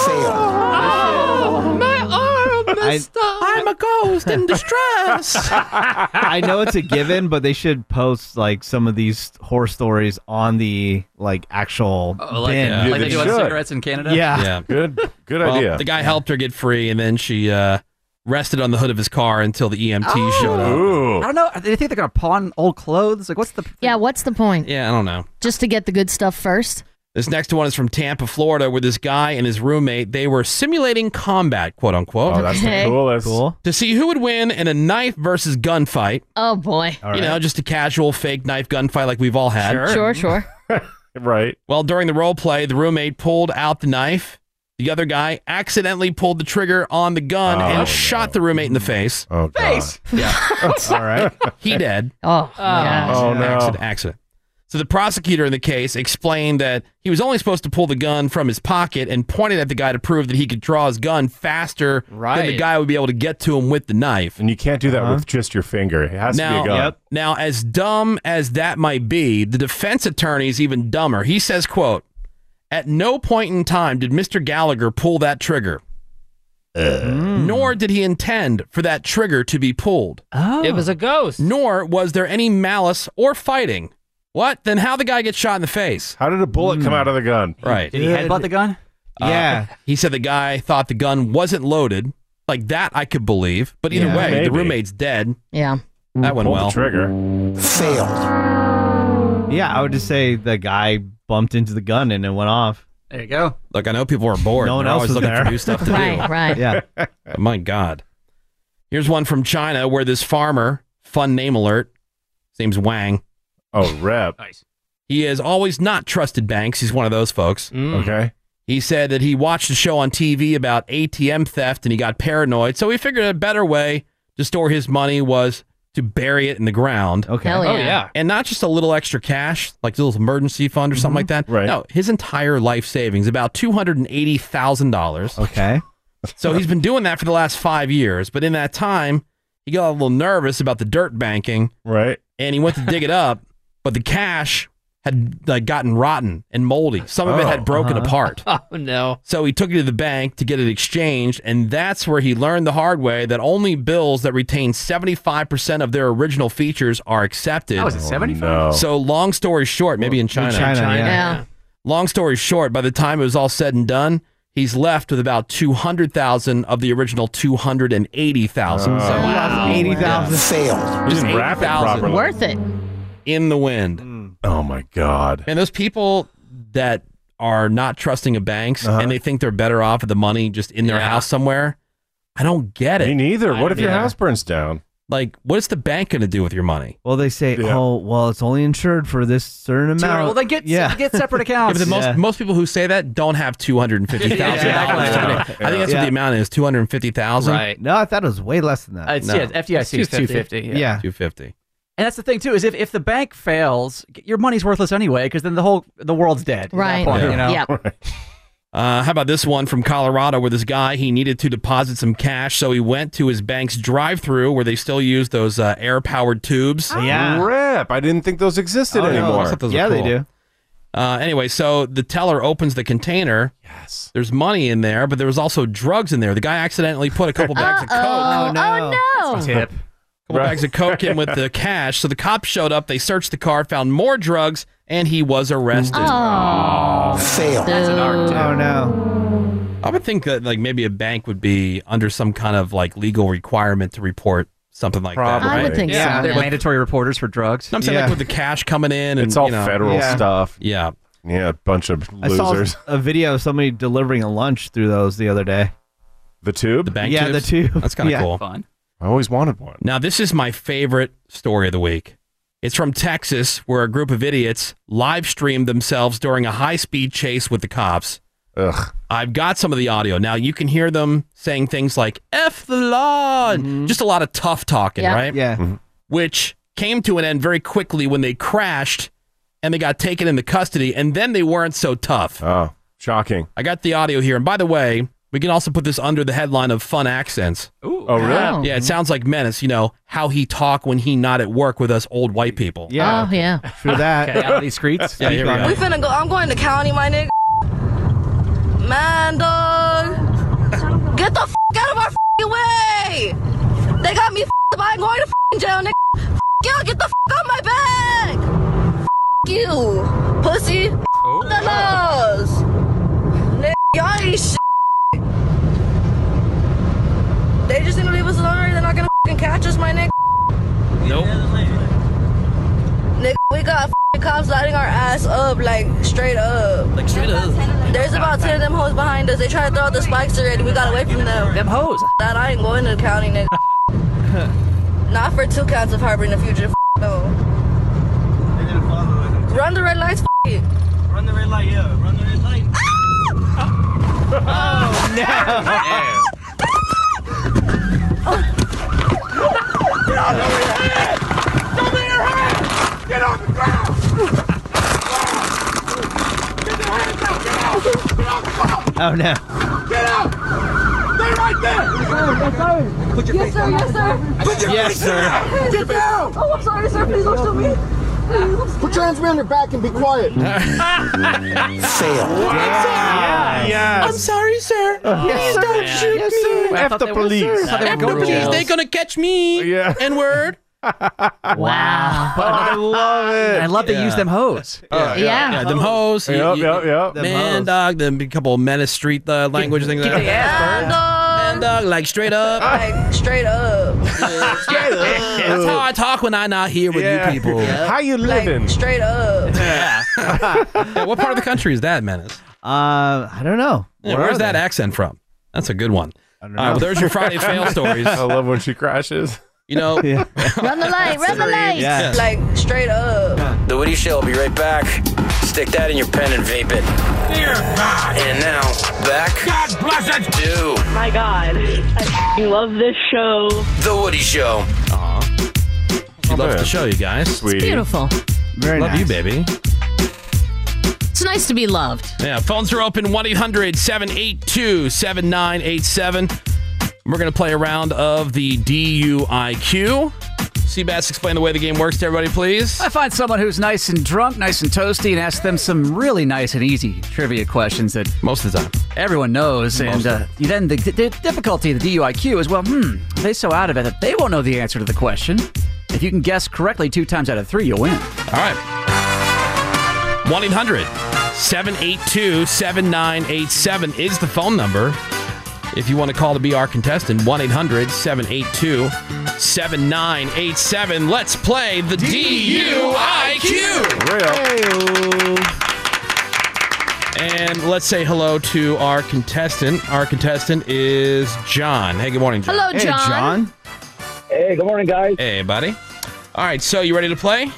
<laughs>
Oh, my arm
I-
is stuck. I'm a ghost in
<laughs>
distress.
I know it's a given, but they should post like some of these horror stories on the like actual
Oh, like,
bin.
uh, like they do on cigarettes in Canada.
Yeah.
Good good
Well,
idea.
The guy helped her get free, and then she uh, rested on the hood of his car until the EMT
Oh.
showed up.
I don't know. They think they're gonna pawn old clothes. Like, what's the?
Yeah, what's the point?
Yeah, I don't know.
Just to get the good stuff first?
This next one is from Tampa, Florida, where this guy and his roommate they were simulating combat, quote unquote.
Oh, that's the Okay.
coolest.
Cool.
To see who would win in a knife versus gunfight.
Oh, boy.
You know, just a casual fake knife gunfight like we've all had.
Sure, sure.
<laughs> Right.
Well, during the role play, the roommate pulled out the knife. The other guy accidentally pulled the trigger on the gun
Oh,
and
no.
shot the roommate in the face.
Oh,
face. <laughs> Yeah.
All right.
<laughs> He dead.
<laughs> Oh,
God. Oh, no.
Accident, accident. So the prosecutor in the case explained that he was only supposed to pull the gun from his pocket and pointed at the guy to prove that he could draw his gun faster than the
Right.
guy would be able to get to him with the knife. Uh-huh.
And you can't do that with just your finger. It has
now,
to be a gun.
now, as dumb as that might be, the defense attorney is even dumber. He says, quote, at no point in time did Mr. Gallagher pull that trigger.
Mm.
Nor did he intend for that trigger to be pulled.
Oh.
It was a ghost.
Nor was there any malice or fighting. What? Then how the guy get shot in the face?
How did a bullet come out of the gun?
Right.
Did Mm. he headbutt the gun?
Uh, he said the guy thought the gun wasn't loaded. Like that, I could believe. But either
Yeah,
way,
maybe.
the roommate's dead.
Yeah.
Mm.
That went
Pull
well.
The trigger.
Failed. Yeah, I would just say the guy bumped into the gun and it went off.
There you go.
Look, I know people are bored.
No one
They're
else
always
was
looking
there.
for new
<laughs>
stuff to
Right,
do.
right. Yeah.
But <laughs> My God. Here's one from China where this farmer, fun name alert, his name's Wang.
Oh, rep.
Nice.
He has always not trusted banks. He's one of those folks.
Mm.
Okay.
He said that he watched a show on TV about ATM theft and he got paranoid. So he figured a better way to store his money was to bury it in the ground.
Okay.
Hell Oh, yeah. yeah.
And not just a little extra cash, like a little emergency fund or something like that. Right. No, his entire life savings, about $280,000.
Okay.
So he's been doing that for the last five years. But in that time, he got a little nervous about the dirt banking.
Right.
And he went to dig it up, but the cash had like gotten rotten and moldy. Some of it
Oh.
had broken
Uh-huh.
apart.
Oh, no.
So he took it to the bank to get it exchanged, and that's where he learned the hard way that only bills that retain 75% of their original features are accepted.
Oh, is it 75? no.
So long story short, maybe in China.
China, China, yeah. yeah.
Long story short, by the time it was all said and done, he's left with about 200,000 of the original 280,000.
Oh,
so
Wow.
Oh,
Wow. 80,000
failed.
He didn't wrap it properly.
Worth it.
In the wind.
Oh my God.
And those people that are not trusting of banks
Uh-huh.
and they think they're better off with the money just in their house somewhere. I don't get it.
Me neither. What if your
Yeah.
house burns down?
Like, what is the bank going to do with your money?
Well, they say, oh, well, it's only insured for this certain amount.
well, then
get
yeah. <laughs>
get separate
Yeah, but
accounts.
the most
Yeah.
most people who say that don't have two hundred and fifty thousand dollars.
Yeah.
I think that's what
Yeah.
the amount is two hundred and fifty thousand.
Right.
No, I thought it was way less than that.
Uh, it's- yeah, FDIC is 250, yeah. Yeah.
two fifty.
And that's the thing too is if, if the bank fails, your money's worthless anyway because then the whole the world's dead. at that
Right.
point, you know?
Uh, how about this one from Colorado, where this guy he needed to deposit some cash, so he went to his bank's drive-through where they still use those uh, air-powered tubes.
Yeah. Rip. I didn't think those existed anymore.
yeah, they do. Uh, anyway, so the teller opens the container. Yes. There's money in there, but there was also drugs in there. The guy accidentally put a couple bags of coke.
Oh, no. Oh,
<laughs>
no.
couple bags of coke in with the cash. So the cops showed up. They searched the car, found more drugs, and he was arrested.
Oh.
fail.
That's an arc, too.
Oh no. I would think that like maybe a bank would be under some kind of like legal requirement to report something like that.
I would
right?
think Yeah. so,
They're
yeah.
mandatory reporters for drugs.
No, I'm saying like with the cash coming in, and
It's all
you know-
federal stuff.
Yeah.
Yeah, a bunch of
I saw
losers.
a video of somebody delivering a lunch through those the other day.
The tube? The
bank
yeah,
tubes?
the tube.
That's kinda
Yeah.
cool. Fun. I always wanted one. Now, this is my favorite story of the week. It's from Texas, where a group of idiots live streamed themselves during a high speed chase with the cops. Ugh. I've got some of the audio. Now, you can hear them saying things like, F the law, and just a lot of tough talking,
Yeah.
right?
Mm-hmm. Yeah.
Mm-hmm.
Which came to an end very quickly when they crashed and they got taken into custody, and then they weren't so tough.
Oh, shocking.
I got the audio here. And by the way, we can also put this under the headline of fun accents.
Ooh.
Oh, really? Wow.
Yeah, it sounds like menace, you know, how he talk when he not at work with us old white people.
Yeah. Oh, yeah.
For that.
Okay, out of these streets.
Yeah, here we go.
We finna go. I'm going to county, my nigga. Man, dog. Get the f out of our fing way. They got me f up. I ain't going to fing jail, nigga. F y'all. Get the f out my back. F you, pussy. F
Oh.
the laws. Nigga, y'all ain't shit. They just gonna leave us alone. or They're not gonna fing catch us, my nigga.
Nope.
Nigga, we got f***ing cops lighting our ass up, like straight up.
Like straight up.
There's about ten of them hoes behind us. They try to throw out the spikes already. We got away from them.
Them hoes.
That I ain't going to the county,
<laughs>
nigga. Not for two counts of harboring the future. F- no. Run the red lights. F- it.
Run the red light, yeah. Run the red light.
Oh
no! Get off of your head! Don't let her head! Get off the ground! Get their hands up! Get out! Get off the ground!
Oh no.
Get out! Stay right there! Put your
Yes, sir. Yes, sir.
Put your
Yes,
face
sir.
down! Get down!
Oh, I'm sorry, sir. Please don't shoot me. Put your hands behind your back and
<laughs>
be quiet.
Fail. Yeah.
Yes. I'm sorry, sir.
Oh,
Please don't shoot me.
F the police. F the police. They're going to catch me. Yeah. N
<laughs>
word.
Wow. I love it. I love they use
<laughs>
them hoes.
them hoes. you-
Yep,
you-
yep, yep. Them
Man,
hoes.
dog. Then a couple of menace street uh, language things. like that. Man, dog. Like straight up.
Like straight up. straight up.
That's how I talk when I'm not here with
Yeah.
you
<laughs>
people.
How you
<laughs>
living?
Straight up.
Yeah, what part of the country is that, Menace?
Uh, I don't know.
Yeah,
Where
where's
are
that accent from? That's a good one. I
don't
well, there's your
<laughs>
Friday
<laughs>
fail stories.
I love when she crashes.
You know,
Run the light. Run the light.
Yeah.
Like straight up.
The Woody Show will be right back. Stick that in your pen and vape it.
Dear God.
And now, back
God bless it.
to
My God. I f***ing love this show.
The Woody Show. Uh-huh.
Aw. She loves to show you guys. Sweet.
Beautiful.
Very Love you, baby.
It's nice to be loved.
Yeah, phones are open 1 800 782 7987. We're going to play a round of the DUIQ. Seabass, explain the way the game works to everybody, please.
I find someone who's nice and drunk, nice and toasty, and ask them some really nice and easy trivia questions that
most of the time
everyone knows. and uh, then the, the difficulty of the DUIQ is well, hmm, they so out of it that they won't know the answer to the question. If you can guess correctly two times out of three, you'll win.
All right. 1 800 782 7987 is the phone number. If you want to call to be our contestant, 1 800 782 7987. Let's play the DUIQ. And let's say hello to our contestant. Our contestant is John. Hey, good morning, John.
Hello, Hey, John. John.
Hey,
Hey, good morning, guys.
Hey, buddy. All right, so you ready to play?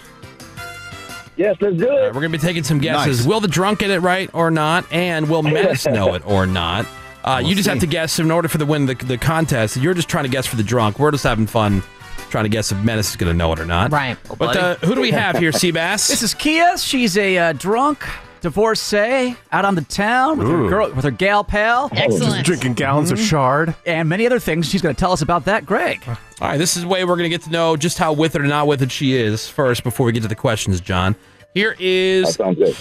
Yes, let's do
we're
it.
going to be taking some guesses.
Nice.
Will the drunk get it right or not? And will Menace know it or not? Uh, you just have to guess in order for the win the, the contest. You're just trying to guess for the drunk. We're just having fun trying to guess if Menace is going to know it or not. Right. But uh, who do we have here, Seabass?
<laughs> This is Kia. She's a uh, drunk divorcee out on the town with her
Ooh.
girl, with her gal pal. Mm-hmm.
Just drinking gallons of shard.
And many other things. She's going to tell us about that, Greg.
All right, this is the way we're going to get to know just how with it or not with it she is first before we get to the questions, John. Here is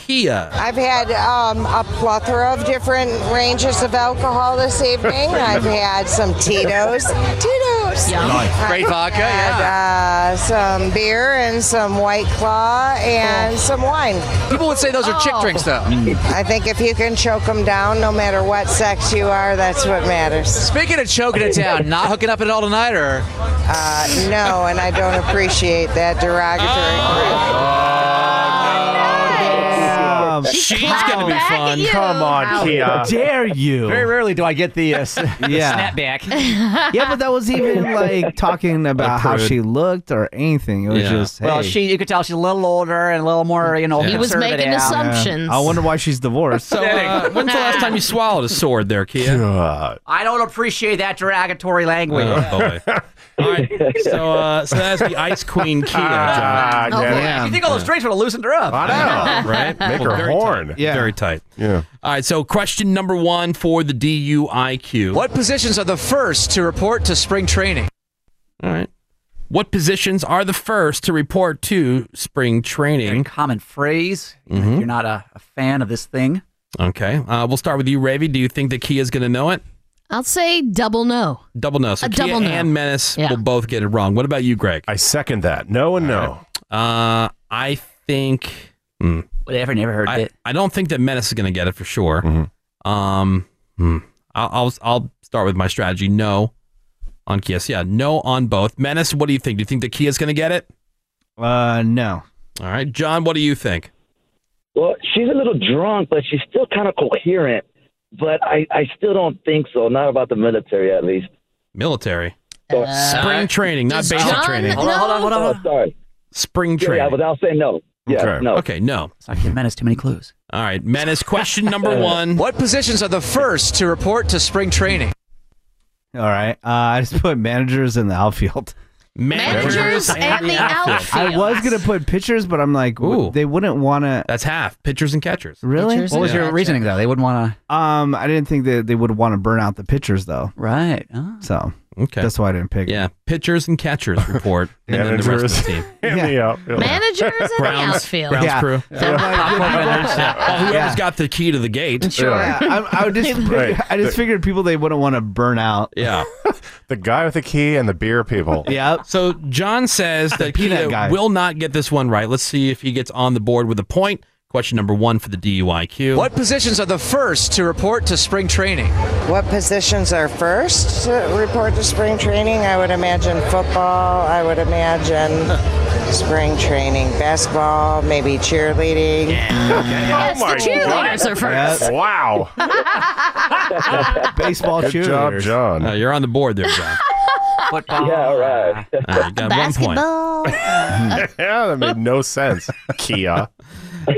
Kia.
I've had um, a plethora of different ranges of alcohol
<laughs>
this evening. I've had some Tito's. Tito's.
Yum. Nice. Great vodka,
yeah. Uh, some beer and some White Claw and some wine.
People would say those are
Oh.
chick drinks, though.
Mm.
I think if you can choke them down, no matter what sex you are, that's what matters.
Speaking of <laughs> choking it down, not hooking up at all tonight, or
Uh, no, and I don't appreciate that derogatory.
Oh,
She's gonna be fun.
Come
on,
How
Kia.
Dare you?
Very
rarely do I get
<laughs>
the, uh,
Yeah.
<laughs>
yeah, but that was even like talking about how
crude.
she looked or anything. It was
Yeah.
just hey.
Well, she you could tell she's a little older and a little more, you know.
He was
conservative.
making assumptions.
I wonder why she's divorced.
So, uh, when's the last time you swallowed a sword there, Kia?
I don't appreciate that derogatory language. <laughs>
Oh, boy. All right, so, uh, so that's the Ice Queen Kia, John.
Oh, boy. You think all those drinks would have loosened her up?
Ah,
<laughs>
I
<laughs>
know, right? Well, very Tight.
Yeah.
Very tight. Yeah. All right, so question number one for the DUIQ.
what positions are the first to report to spring training?
All right. What positions are the first to report to spring training?
Common phrase.
Mm-hmm.
If you're not a, a fan of this thing,
Okay. Uh, we'll start with you, Ravi. Do you think that Kia's going to know it?
I'll say double no.
Double no. So
A
Kia
double no.
and Menace
Yeah.
will both get it wrong. What about you, Greg?
I second that. No and no.
Uh, I think. hmm.
whatever. Never heard
I,
it.
I don't think that Menace is going to get it for sure.
Mm-hmm.
Um, hmm. I'll, I'll I'll start with my strategy. No on Kia's. Yeah, no on both. Menace, what do you think? Do you think that Kia's going to get it?
Uh, no.
All right, John, what do you think?
Well, she's a little drunk, but she's still kind of coherent. But I, I still don't think so. Not about the military, at least.
Military.
Uh,
Spring training, not
does
basic
John
training.
Hold on, hold on, hold on, hold on. sorry.
Spring
Yeah, yeah,
training.
but I'll say no. Yeah,
okay.
no.
Okay, no.
I give Menace too many clues.
All right, Menace, question
<laughs>
number one.
What positions are the first to report to spring training?
All right. Uh, I just put managers in the outfield.
Managers and the outfield.
I was gonna put pitchers, but I'm like, w- they wouldn't want to.
That's half pitchers and catchers.
Really?
What was your reasoning though? They wouldn't want
Um, I didn't think that they would want to burn out the pitchers though.
Right.
So
okay,
that's why I didn't pick.
Yeah, pitchers and catchers report, and then the rest of the team.
Managers and the
Browns,
outfield.
Browns crew.
Yeah.
Oh, whoever's got the key to the gate.
Yeah, <laughs> I, I would
<laughs>
just, I just figured people they wouldn't want to burn out.
Yeah.
the guy with the key and the beer people.
yeah.
So John
<laughs>
says that
peanut
Kia
guy.
will not get this one right. Let's see if he gets on the board with a point. Question number one for the DUIQ.
What positions are the first to report to spring training?
What positions are first to report to spring training? I would imagine football. I would imagine spring training, basketball, maybe cheerleading.
Yes,
Oh
Oh
the cheerleaders are first.
Wow.
<laughs> Baseball
Good job,
John.
Uh, you're on the board there, John.
Football.
Yeah, all
uh,
right.
All right, you got one point.
<laughs> yeah, that made
<laughs>
no sense. Kia.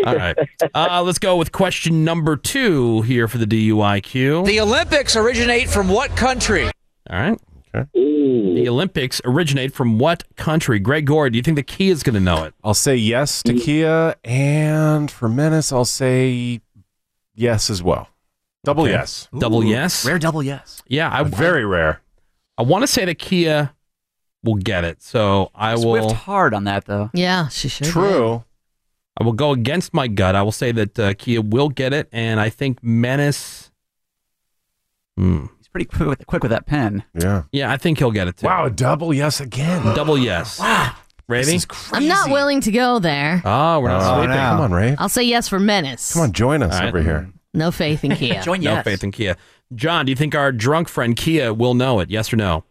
All right. Uh, let's go with question number two here for the DUIQ.
The Olympics originate from what country?
All right. Okay. The Olympics originate from what country? Greg Gore, do you think the key is going to know it?
I'll say yes to Kia, and for Menace, I'll say yes as well. Double
Okay.
yes.
Double yes.
Rare double yes.
Yeah, I,
very rare.
I want to say that Kia will get it, so I
Swift
will.
hard on that though.
Yeah, she should.
I will go against my gut. I will say that uh, Kia will get it, and I think Menace. Hmm.
He's pretty quick with, quick with that pen.
Yeah.
Yeah, I think he'll get it too. Wow,
double yes again.
<gasps> Double yes. Wow. Ravy?
I'm not willing to go there.
Oh, we're not
Oh,
sleeping.
no. Come on, Ray.
I'll say yes for menace.
Come on, join us
All right.
over here.
No faith
<laughs>
<laughs>
in Kia.
No faith in Kia. John, do you think our drunk friend Kia will know it? Yes or no?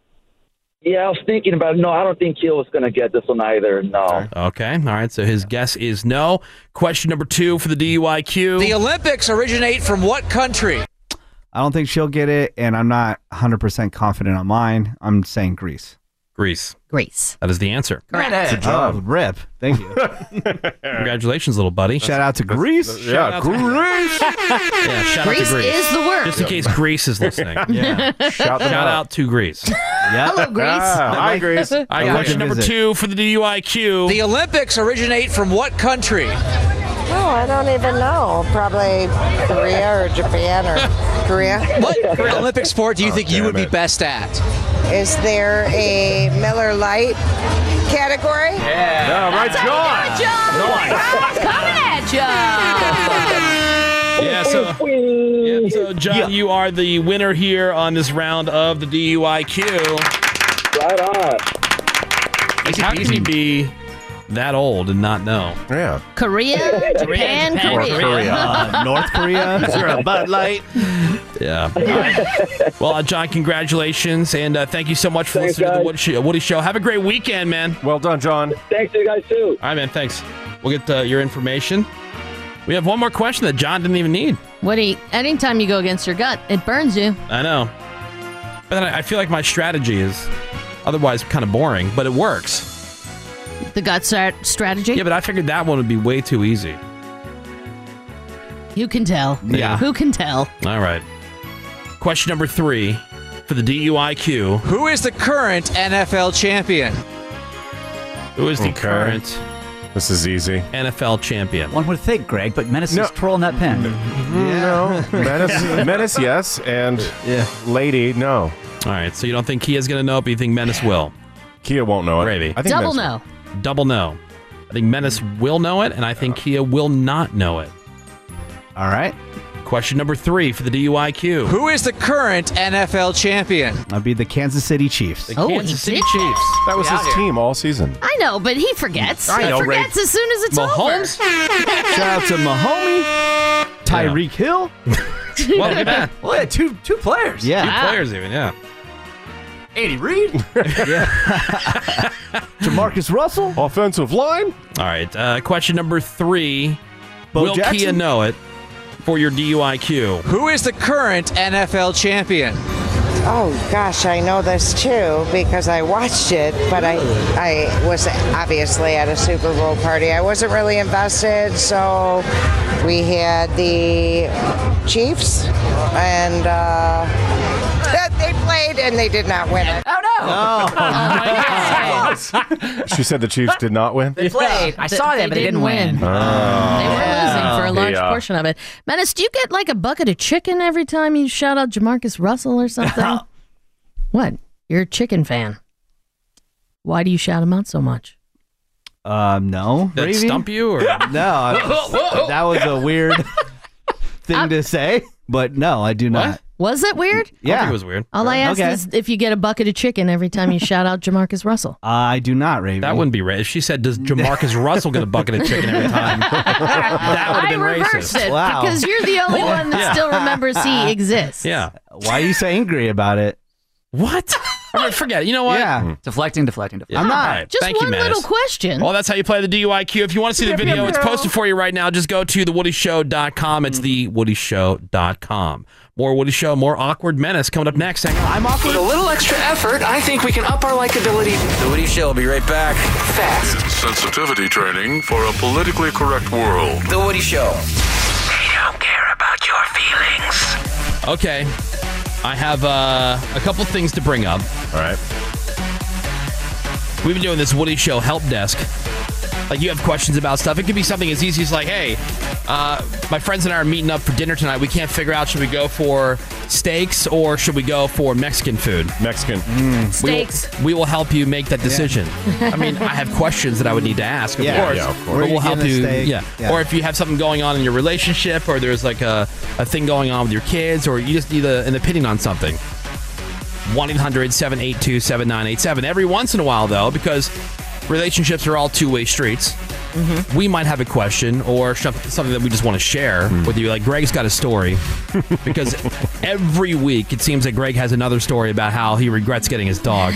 Yeah, I was thinking about it. No, I don't think Keel was going to get this one either. No.
Okay. All right. So his guess is no. Question number two for the DUIQ.
The Olympics originate from what country?
I don't think she'll get it, and I'm not 100 percent confident on mine. I'm saying Greece.
Greece.
Greece.
That is the answer.
Correct. It's a job.
Oh, rip. Thank you.
<laughs>
Congratulations, little buddy.
Shout out to Greece.
Shout out to- yeah, shout out
Greece
to Greece
is the word.
Just in case Greece is listening.
<laughs> Yeah.
Shout,
Shout them out.
out to Greece. <laughs>
Hello, Greece.
Ah, hi, Greece. All right, question number two for the DUIQ.
The Olympics originate from what country?
No, I don't even know. Probably Korea or Japan or Korea.
What Olympic sport do you
Oh,
think you would be
damn it.
best at?
Is there a Miller Lite category? Yeah.
No, right, John.
Coming at
<laughs> Yeah, so, yeah, so John, you are the winner here on this round of the DUIQ.
Right on.
How can you be that old and not know?
Yeah.
Korea, Japan,
Japan,
Korea.
Korea. <laughs> Uh, North Korea. Is there a Bud Light? Yeah. All right. <laughs> Well, uh, John, congratulations, and uh, thank you so much for listening to the Woody Show, Woody Show. Have a great weekend, man.
Well done, John.
Thanks, you guys too.
All right, man. Thanks. We'll get uh, your information. We have one more question that John didn't even need.
Woody, anytime you go against your gut, it burns you.
I know, but then I, I feel like my strategy is otherwise kind of boring, but it works.
The gut strat strategy.
Yeah, but I figured that one would be way too easy.
You can tell.
Yeah.
Who can tell?
All right. Question number three for the DUIQ.
Who is the current NFL champion?
Who is the
Okay.
current?
This is easy.
NFL champion.
One would think, Greg, but Menace
No.
is twirling that pen.
<laughs> No.
<laughs>
Menace, Menace, yes, and Lady, no.
All right, so you don't think Kia's going to know, it, but you think Menace will.
Kia won't know it.
Gravy.
I think Double Menace
Double no. I think Menace will know it, and I think Kia will not know it.
All right.
Question number three for the DUIQ.
Who is the current NFL champion?
I'll be the Kansas City Chiefs.
The Oh, Kansas he City did that. Chiefs.
That was
Yeah,
his
here.
team all season.
I know, but he forgets.
I
he
know, Ray.
forgets as soon as it's
Mahomes?
over.
Shout out to Mahomie, Tyreek Hill.
Well, look at that.
<laughs> Well, yeah, two two players.
Yeah.
Two players, even, yeah. <laughs>
Andy Reid.
Jamarcus Russell.
Offensive line.
All right, uh, question number three.
Bo
will
Jackson?
Kia know it for your DUIQ?
Who is the current NFL champion?
Oh gosh, I know this too because I watched it, but I I was obviously at a Super Bowl party. I wasn't really invested, so we had the Chiefs and uh, <laughs> they played and they did not win it.
Oh no! <laughs>
<laughs>
She said the Chiefs did not win.
They played.
I saw
They
that, but it didn't
didn't
win.
They were losing for a large
Yeah.
portion of it. Menace, do you get like a bucket of chicken every time you shout out Jamarcus Russell or something? what? You're a chicken fan. Why do you shout him out so much?
Um, no.
Did it
Gravy?
stump you, or-
<laughs> no?
<laughs>
I was- that was a weird thing to say, but no, I do not.
Was that weird?
Yeah,
All I asked
Okay.
is if you get a bucket of chicken every time you shout out Jamarcus
<laughs>
Russell.
I do not, Raven.
That wouldn't be racist. If she said,
<laughs>
does Jamarcus Russell get a bucket of chicken every
<laughs>
time? that would have been
Reversed
racist.
it because you're the only one that
Yeah.
still remembers he exists.
Yeah.
Uh,
Why are you so angry about it?
<laughs>
What? I mean, forget it. You know what?
Yeah.
Deflecting, deflecting, deflecting.
I'm not.
All right,
Just
Thank
one
you, Menace.
little question.
Well, that's how you play the DUIQ. If you want to see the
Yep,
video,
yep,
it's
yep.
posted for you right now. Just go to thewoodyshow.com.
Mm-hmm.
It's thewoodyshow.com. More Woody Show, more awkward menace coming up next. Hang on.
I'm off
With a little extra effort, I think we can up our likability. The Woody Show will be right back. Fast.
Sensitivity training for a politically correct world.
The Woody Show.
Okay. I have uh, a couple things to bring up.
All right.
We've been doing this Woody Show help desk. Like, you have questions about stuff. It could be something as easy as, like, hey, uh, my friends and I are meeting up for dinner tonight. We can't figure out should we go for steaks or should we go for Mexican food?
Mexican.
Steaks.
We will, we will help you make that decision. I mean, I have questions that I would need to ask, of
Yeah.
course.
Yeah, of course. Where
But
you
we'll help
getting the
you.
steak?
Yeah.
Yeah.
Or if you have something going on in your relationship, or there's like a, a thing going on with your kids, or you just need a, an opinion on something. 1 800 782 7987. Every once in a while, though, because relationships are all two way streets,
Mm-hmm.
we might have a question or sh- something that we just want to share
Hmm.
with you. Like, Greg's got a story
<laughs>
because every week it seems that Greg has another story about how he regrets getting his
<laughs>
dog,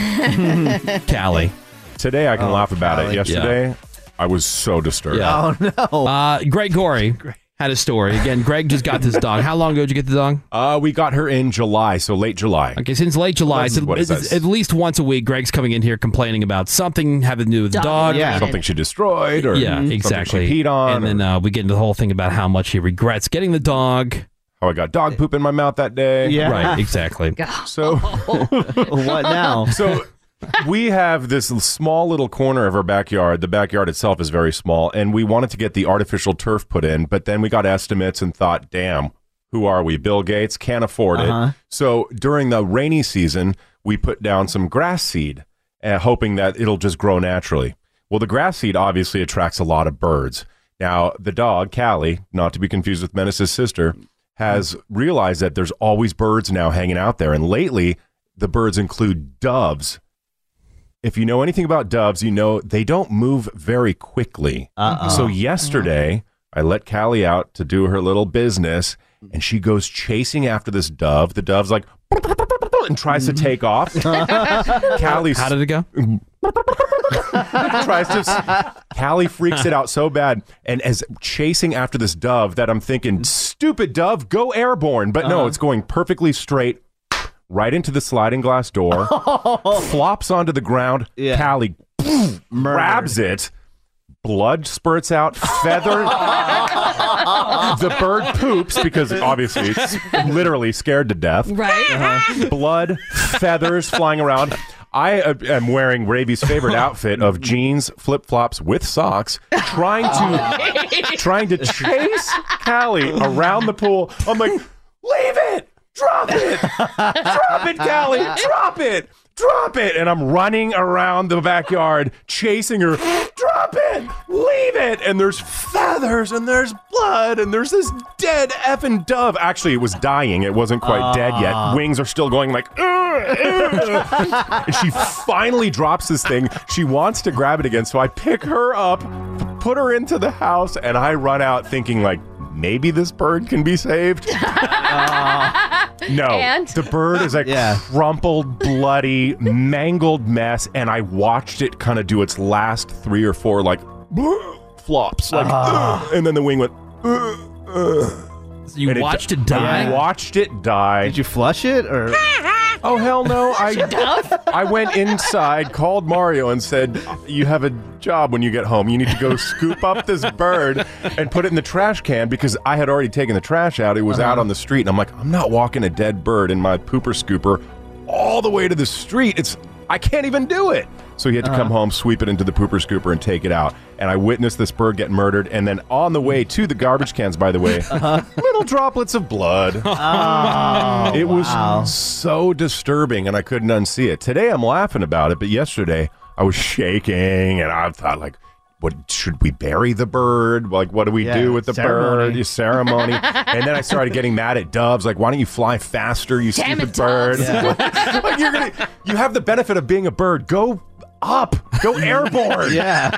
Callie.
Today I can laugh about
golly.
it. Yesterday, I was so disturbed.
Yeah.
Oh no. <laughs>
Uh, Greg Gorey had a story. Again, Greg just got this dog. How long ago did you get the dog?
Uh, we got her in July, so late July.
Okay, since late July,
This is
so
what it
it's-
says.
at least once a week, Greg's coming in here complaining about something having to do with the
Dog
dog.
related. Something she destroyed or
yeah,
something she
exactly.
peed
on. And then uh, we get into the whole thing about how much he regrets getting the dog.
How I got dog poop in my mouth that day.
Yeah. Right, exactly.
<laughs>
So <laughs>
what now?
So we have this small little corner of our backyard. The backyard itself is very small, and we wanted to get the artificial turf put in, but then we got estimates and thought, damn, who are we? Bill Gates can't afford
Uh-huh.
it. So during the rainy season, we put down some grass seed, uh, hoping that it'll just grow naturally. Well, the grass seed obviously attracts a lot of birds. Now, the dog, Callie, not to be confused with Menace's sister, has realized that there's always birds now hanging out there. And lately, the birds include doves. If you know anything about doves, you know they don't move very quickly.
Uh-oh.
So yesterday, I let Callie out to do her little business, and she goes chasing after this dove. The dove's like <laughs> and tries to
<laughs>
take off. Callie
How did it go?
tries to Callie freaks it out so bad and is chasing after this dove that I'm thinking, stupid dove, go airborne. But no,
Uh-huh.
it's going perfectly straight right into the sliding glass door, flops onto the ground. Callie boom, grabs it. Blood spurts out, feather. <laughs> the bird poops because obviously it's literally scared to death.
Right. Uh-huh.
Blood, feathers flying around. I uh, am wearing Ravy's favorite outfit of jeans, flip flops with socks, trying to <laughs> trying to chase Callie around the pool. I'm like, leave it, drop it, drop
<laughs>
it, Callie, drop it, drop it. And I'm running around the backyard chasing her, drop it, leave it. And there's feathers and there's blood and there's this dead effing dove. Actually, it was dying, it wasn't quite dead
Ah.
yet. Wings are still going like, and she finally drops this thing. She wants to grab it again, so I pick her up, put her into the house, and I run out thinking like maybe this bird can be saved. <laughs> No,
And?
the bird is a crumpled, bloody, mangled mess, and I watched it kind of do its last three or four like <gasps> flops, like, and then the wing went.
you
and
watched it die?
I watched it die. Did
you flush it or?
Oh hell no! I I went inside, called Mario, and said, "You have a job when you get home. You need to go scoop up this bird and put it in the trash can because I had already taken the trash out. It was
Uh-huh.
out on the street, and I'm like, I'm not walking a dead bird in my pooper scooper all the way to the street. It's I can't even do it." So he had to
Uh-huh.
come home, sweep it into the pooper scooper, and take it out. And I witnessed this bird get murdered. And then on the way to the garbage cans, by
<laughs>
the way,
Uh-huh.
little droplets of blood.
Oh,
it was so disturbing, and I couldn't unsee it. Today I'm laughing about it, but yesterday I was shaking, and I thought like, "What should we bury the bird? Like, what do we
Yeah,
do with the
ceremony.
bird? Your ceremony?"
<laughs>
and then I started getting mad at doves, like, "Why don't you fly faster, you
Damn
stupid
it,
bird?
doves.
like, you're gonna, you have the benefit of being a bird. Go." Up,
<laughs>
go airborne. <laughs>
Yeah.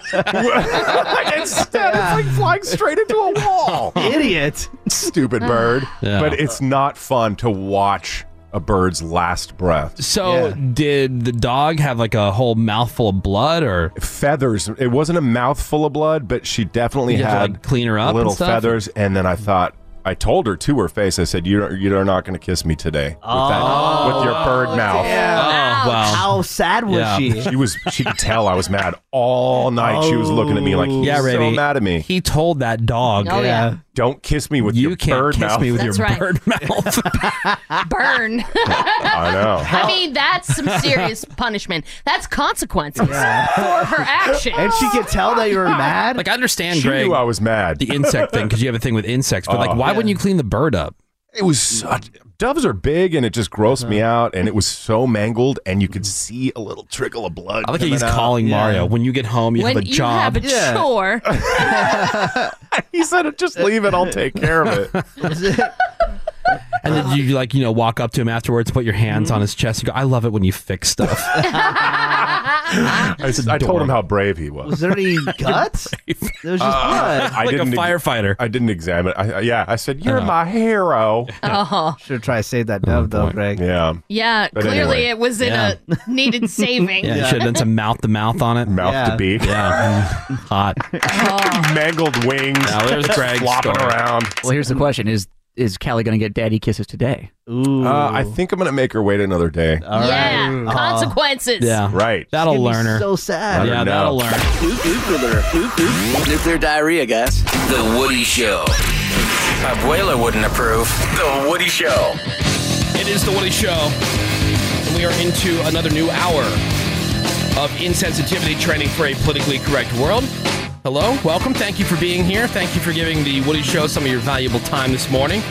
Instead, it's like flying straight into a wall.
Idiot.
Stupid bird.
Yeah.
But it's not fun to watch a bird's last breath.
So did the dog have like a whole mouthful of blood or
feathers? It wasn't a mouthful of blood, but she definitely
You had to,
had
like, clean her up and
little
stuff?
feathers. And then I thought, I told her to her face, I said, "You're you're not going to kiss me today with, that, with your bird mouth."
Ouch.
wow.
How sad was she?
She was. She could tell I was mad all night. She was looking at me like,
Oh.
"He's
Yeah,
so
Ravi.
mad at me."
He told that dog, uh,
Oh, yeah. "Don't kiss me with
you
your
can't
bird
kiss
mouth."
me with your
right.
bird mouth."
Burn.
I know.
<laughs> I mean, that's some
<laughs>
serious punishment. That's consequences for her action.
And she could tell that
<laughs>
you were mad.
Like I understand,
She
Greg.
knew I was mad.
The insect thing, because you have a thing with insects. But like,
Oh.
why wouldn't you clean the bird up?
It was such. Doves are big, and it just grossed me
Uh-huh.
out. And it was so mangled, and you could see a little trickle of blood.
I like how
coming
he's
out.
calling Mario. When you get home, you
when
have a
you
job.
have a
<laughs>
chore,
he said, "Just leave it. I'll take care of it."
And then you like,
Mm-hmm.
you know, walk up to him afterwards, put your hands on his chest, and go, "I love it when you fix stuff."
<laughs> I, I told him how brave he was.
Was there any
<laughs>
guts? there
Uh,
was just blood.
Uh, I didn't firefighter. I didn't examine. I, I- yeah, I said you're
Uh-huh.
Oh.
my hero.
Oh.
Should have tried to save that dove though, Greg.
Yeah.
Yeah,
But
clearly
anyway.
it was in
Yeah.
a needed saving.
Yeah, you should have done some mouth to mouth on it.
Mouth to Yeah. beak.
Yeah.
<laughs>
Hot.
<laughs> Mangled wings.
Now
<laughs>
there's Greg's
flopping
story.
around.
Well, here's the question: Is is Callie going to get daddy kisses today?
Ooh.
Uh, I think I'm gonna make her wait another day.
All
Yeah,
Uh-huh.
consequences.
Right.
That'll learn her.
So sad.
Let her
yeah,
know.
that'll learn.
Nuclear, nuclear diarrhea, guys. The Woody Show. Abuela wouldn't approve. The Woody Show.
It is the Woody Show, and we are into another new hour of insensitivity training for a politically correct world. Hello, welcome. Thank you for being here. Thank you for giving the Woody Show some of your valuable time this morning.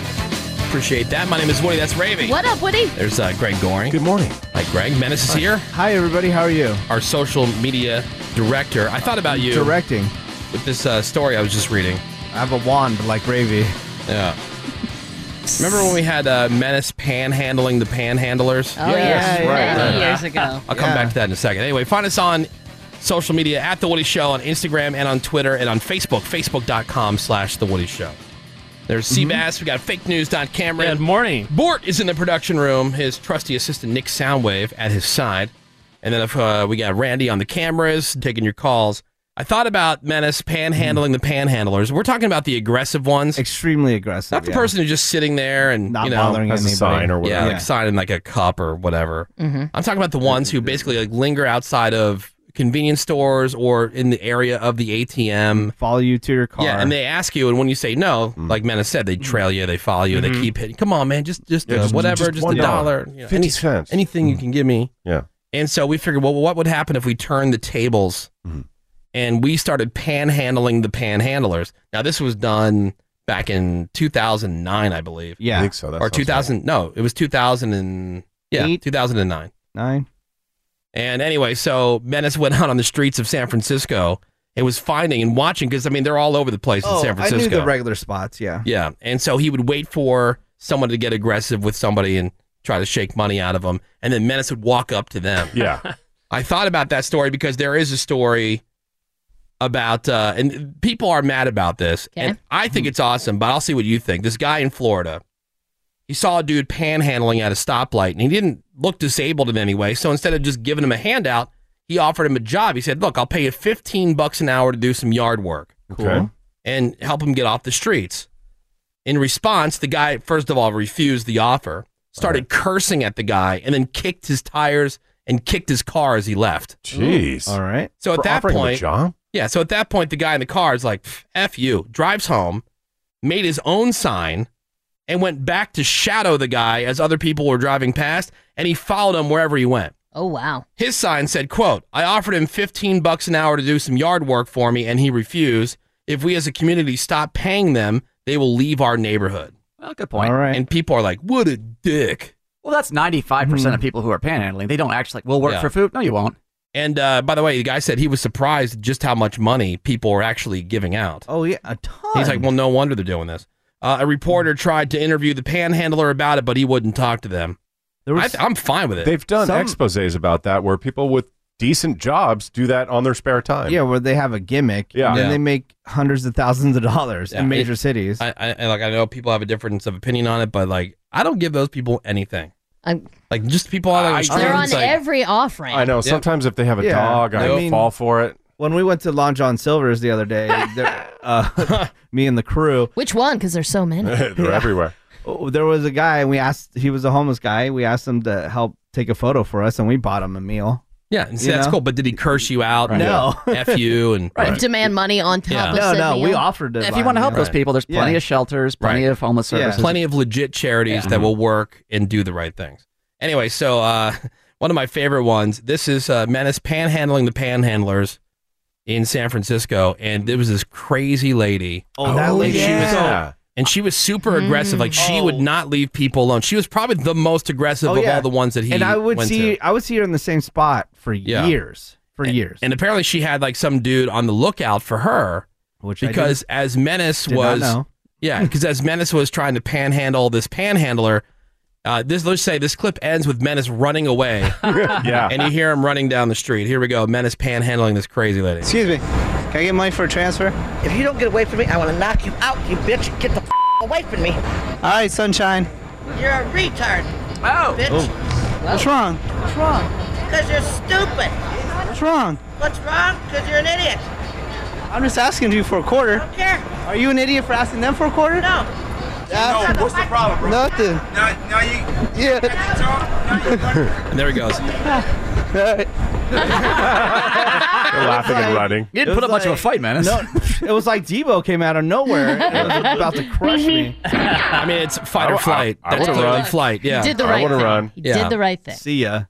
Appreciate that. My name is Woody. That's Ravy.
What up, Woody?
There's uh, Greg Goring. Good
morning.
Hi, Greg. Menace is here.
Hi, everybody. How are you?
Our social media director. I thought about you.
Directing.
With this uh, story I was just reading.
I have a wand like Ravy.
Yeah. Remember when we had uh, Menace panhandling the panhandlers?
Oh, yeah, many years ago.
I'll come back to that in a second. Anyway, find us on social media at The Woody Show on Instagram and on Twitter and on Facebook, facebook.com slash The Woody Show. There's
Mm-hmm.
Seabass. We got fake news. Don Cameron. Good morning. Bort is in the production room, his trusty assistant Nick Soundwave at his side. And then if uh, we got Randy on the cameras taking your calls. I thought about Menace panhandling the panhandlers. We're talking about the aggressive ones.
Mm-hmm. Extremely aggressive.
Not the person who's just sitting there and
Not
you know,
bothering Has a anybody. sign or
Yeah,
whatever.
like
Yeah.
signing like a cup or whatever.
Mhm.
I'm talking about the ones who basically like linger outside of convenience stores or in the area of the ATM.
Follow you to your car. Mm.
Yeah, and they ask you, and when you say no, like Menace said, they trail you, they follow you,
Mhm.
they keep hitting. Come on, man, just just,
Yeah,
uh,
just-
whatever,
just
just,
one
a
dollar,
dollar, you know,
50 cents.
anything you can give me.
Yeah.
And so we figured, well, what would happen if we turned the tables
Mm-hmm.
and we started panhandling the panhandlers? Now, this was done back in 2009, I believe.
Yeah. I think
so.
or 2000. No, it was 2000 and yeah,
Eight?
2009.
Nine.
And anyway, so Menace went out on the streets of San Francisco and was finding and watching because I mean they're all over the place in San
Oh, I
Francisco.
knew the regular spots. Yeah.
Yeah, and so he would wait for someone to get aggressive with somebody and try to shake money out of them, and then Menace would walk up to them.
Yeah,
<laughs> I thought about that story because there is a story about, uh, and people are mad about this, and I think it's awesome. But I'll see what you think. This guy in Florida, he saw a dude panhandling at a stoplight, and he didn't look disabled in any way. So instead of just giving him a handout, he offered him a job. He said, "Look, I'll pay you fifteen bucks an hour to do some yard work."
Okay.
and help him get off the streets. In response, the guy, first of all, refused the offer, started cursing at the guy, and then kicked his tires and kicked his car as he left.
Jeez. All
right.
So at
For
that
offering him a
point,
job?
yeah. So at that point, the guy in the car is like, "Pff, "F you," drives home, made his own sign, and went back to shadow the guy as other people were driving past, and he followed him wherever he went.
Oh wow.
His sign said, quote, I offered him 15 bucks an hour to do some yard work for me and he refused. If we as a community stop paying them, they will leave our neighborhood.
Well, good point.
All right. And people are like, what a dick.
Well, that's ninety five percent of people who are panhandling. They don't actually like. We'll work
Yeah.
for food. No, you won't.
And uh, by the way, the guy said he was surprised at just how much money people were actually giving out.
Oh, yeah, a ton.
He's like, well, no wonder they're doing this. Uh, a reporter tried to interview the panhandler about it, but he wouldn't talk to them. I, am fine with it.
They've done exposés about that where people with decent jobs do that on their spare time.
Yeah, where they have a gimmick.
Yeah.
And then
Yeah.
they make hundreds of thousands of dollars
Yeah,
in major
it-
cities.
I, I, like, I know people have a difference of opinion on it, but like, I don't give those people anything.
I'm-
like, just people on the
They're on every off ramp.
I know. Sometimes if they have a
Yeah,
dog, I,
I mean-
fall for it.
When we went to Long John Silver's the other
<laughs>
day, there- uh, <laughs> me and the crew,
Which one? Because there's so
<laughs>
many.
Yeah.
everywhere.
Oh, there was a guy, and we asked, he was a homeless guy. We asked him to help take a photo for us, and we bought him a meal.
Yeah, and see,
You
that's
know?
cool. But did he curse you out? and
No.
F you
<laughs>
and
Demand money on top
Yeah.
of
No,
said
no,
meal.
we offered to
If you want to help those
Right.
people, there's plenty
Yeah.
of shelters, plenty
Right.
of homeless services.
Plenty of legit charities that will work and do the right things. Anyway, so uh, <laughs> one of my favorite ones. This is uh, Menace panhandling the panhandlers in San Francisco, and there was this crazy lady.
Oh, that lady.
She
Yeah.
was, and she was super aggressive. Like she
Oh.
would not leave people alone. She was probably the most aggressive of all the ones that he
and I would
went
see,
to.
I would see her in the same spot for
Yeah.
years,
<laughs>
for years.
And apparently, she had like some dude on the lookout for her,
which
I
because
didn't-
as Menace
did not
<laughs> was,
know.
yeah, because as Menace was trying to panhandle this panhandler, Uh, this let's say this clip ends with Menace running away.
<laughs> yeah,
and you hear him running down the street. Here we go. Menace panhandling this crazy lady.
Excuse me. Can I get money for a transfer? If you don't get away from me, I want to knock you out, you bitch. Get the f- away from me. All right, sunshine.
You're a retard. Oh. Bitch.
What's wrong?
What's wrong? Because you're stupid.
What's wrong?
What's wrong? Because you're an idiot.
I'm just asking you for a quarter.
Don't care.
Are you an idiot for asking them for a quarter?
No.
Uh,
No, what's the problem, bro?
Nothing.
No, no, you.
Yeah.
And there he
<laughs>
goes.
<laughs>
They're laughing and running.
It was like-
<laughs>
No, it was like Debo came out of
<laughs>
nowhere. and
<laughs>
was about to crush me.
I mean, it's fight
I-
or
I-
flight.
I
That's
would've
clearly
run.
flight.
He
Yeah,
did the I right would've thing. run. He
did the right thing.
See ya.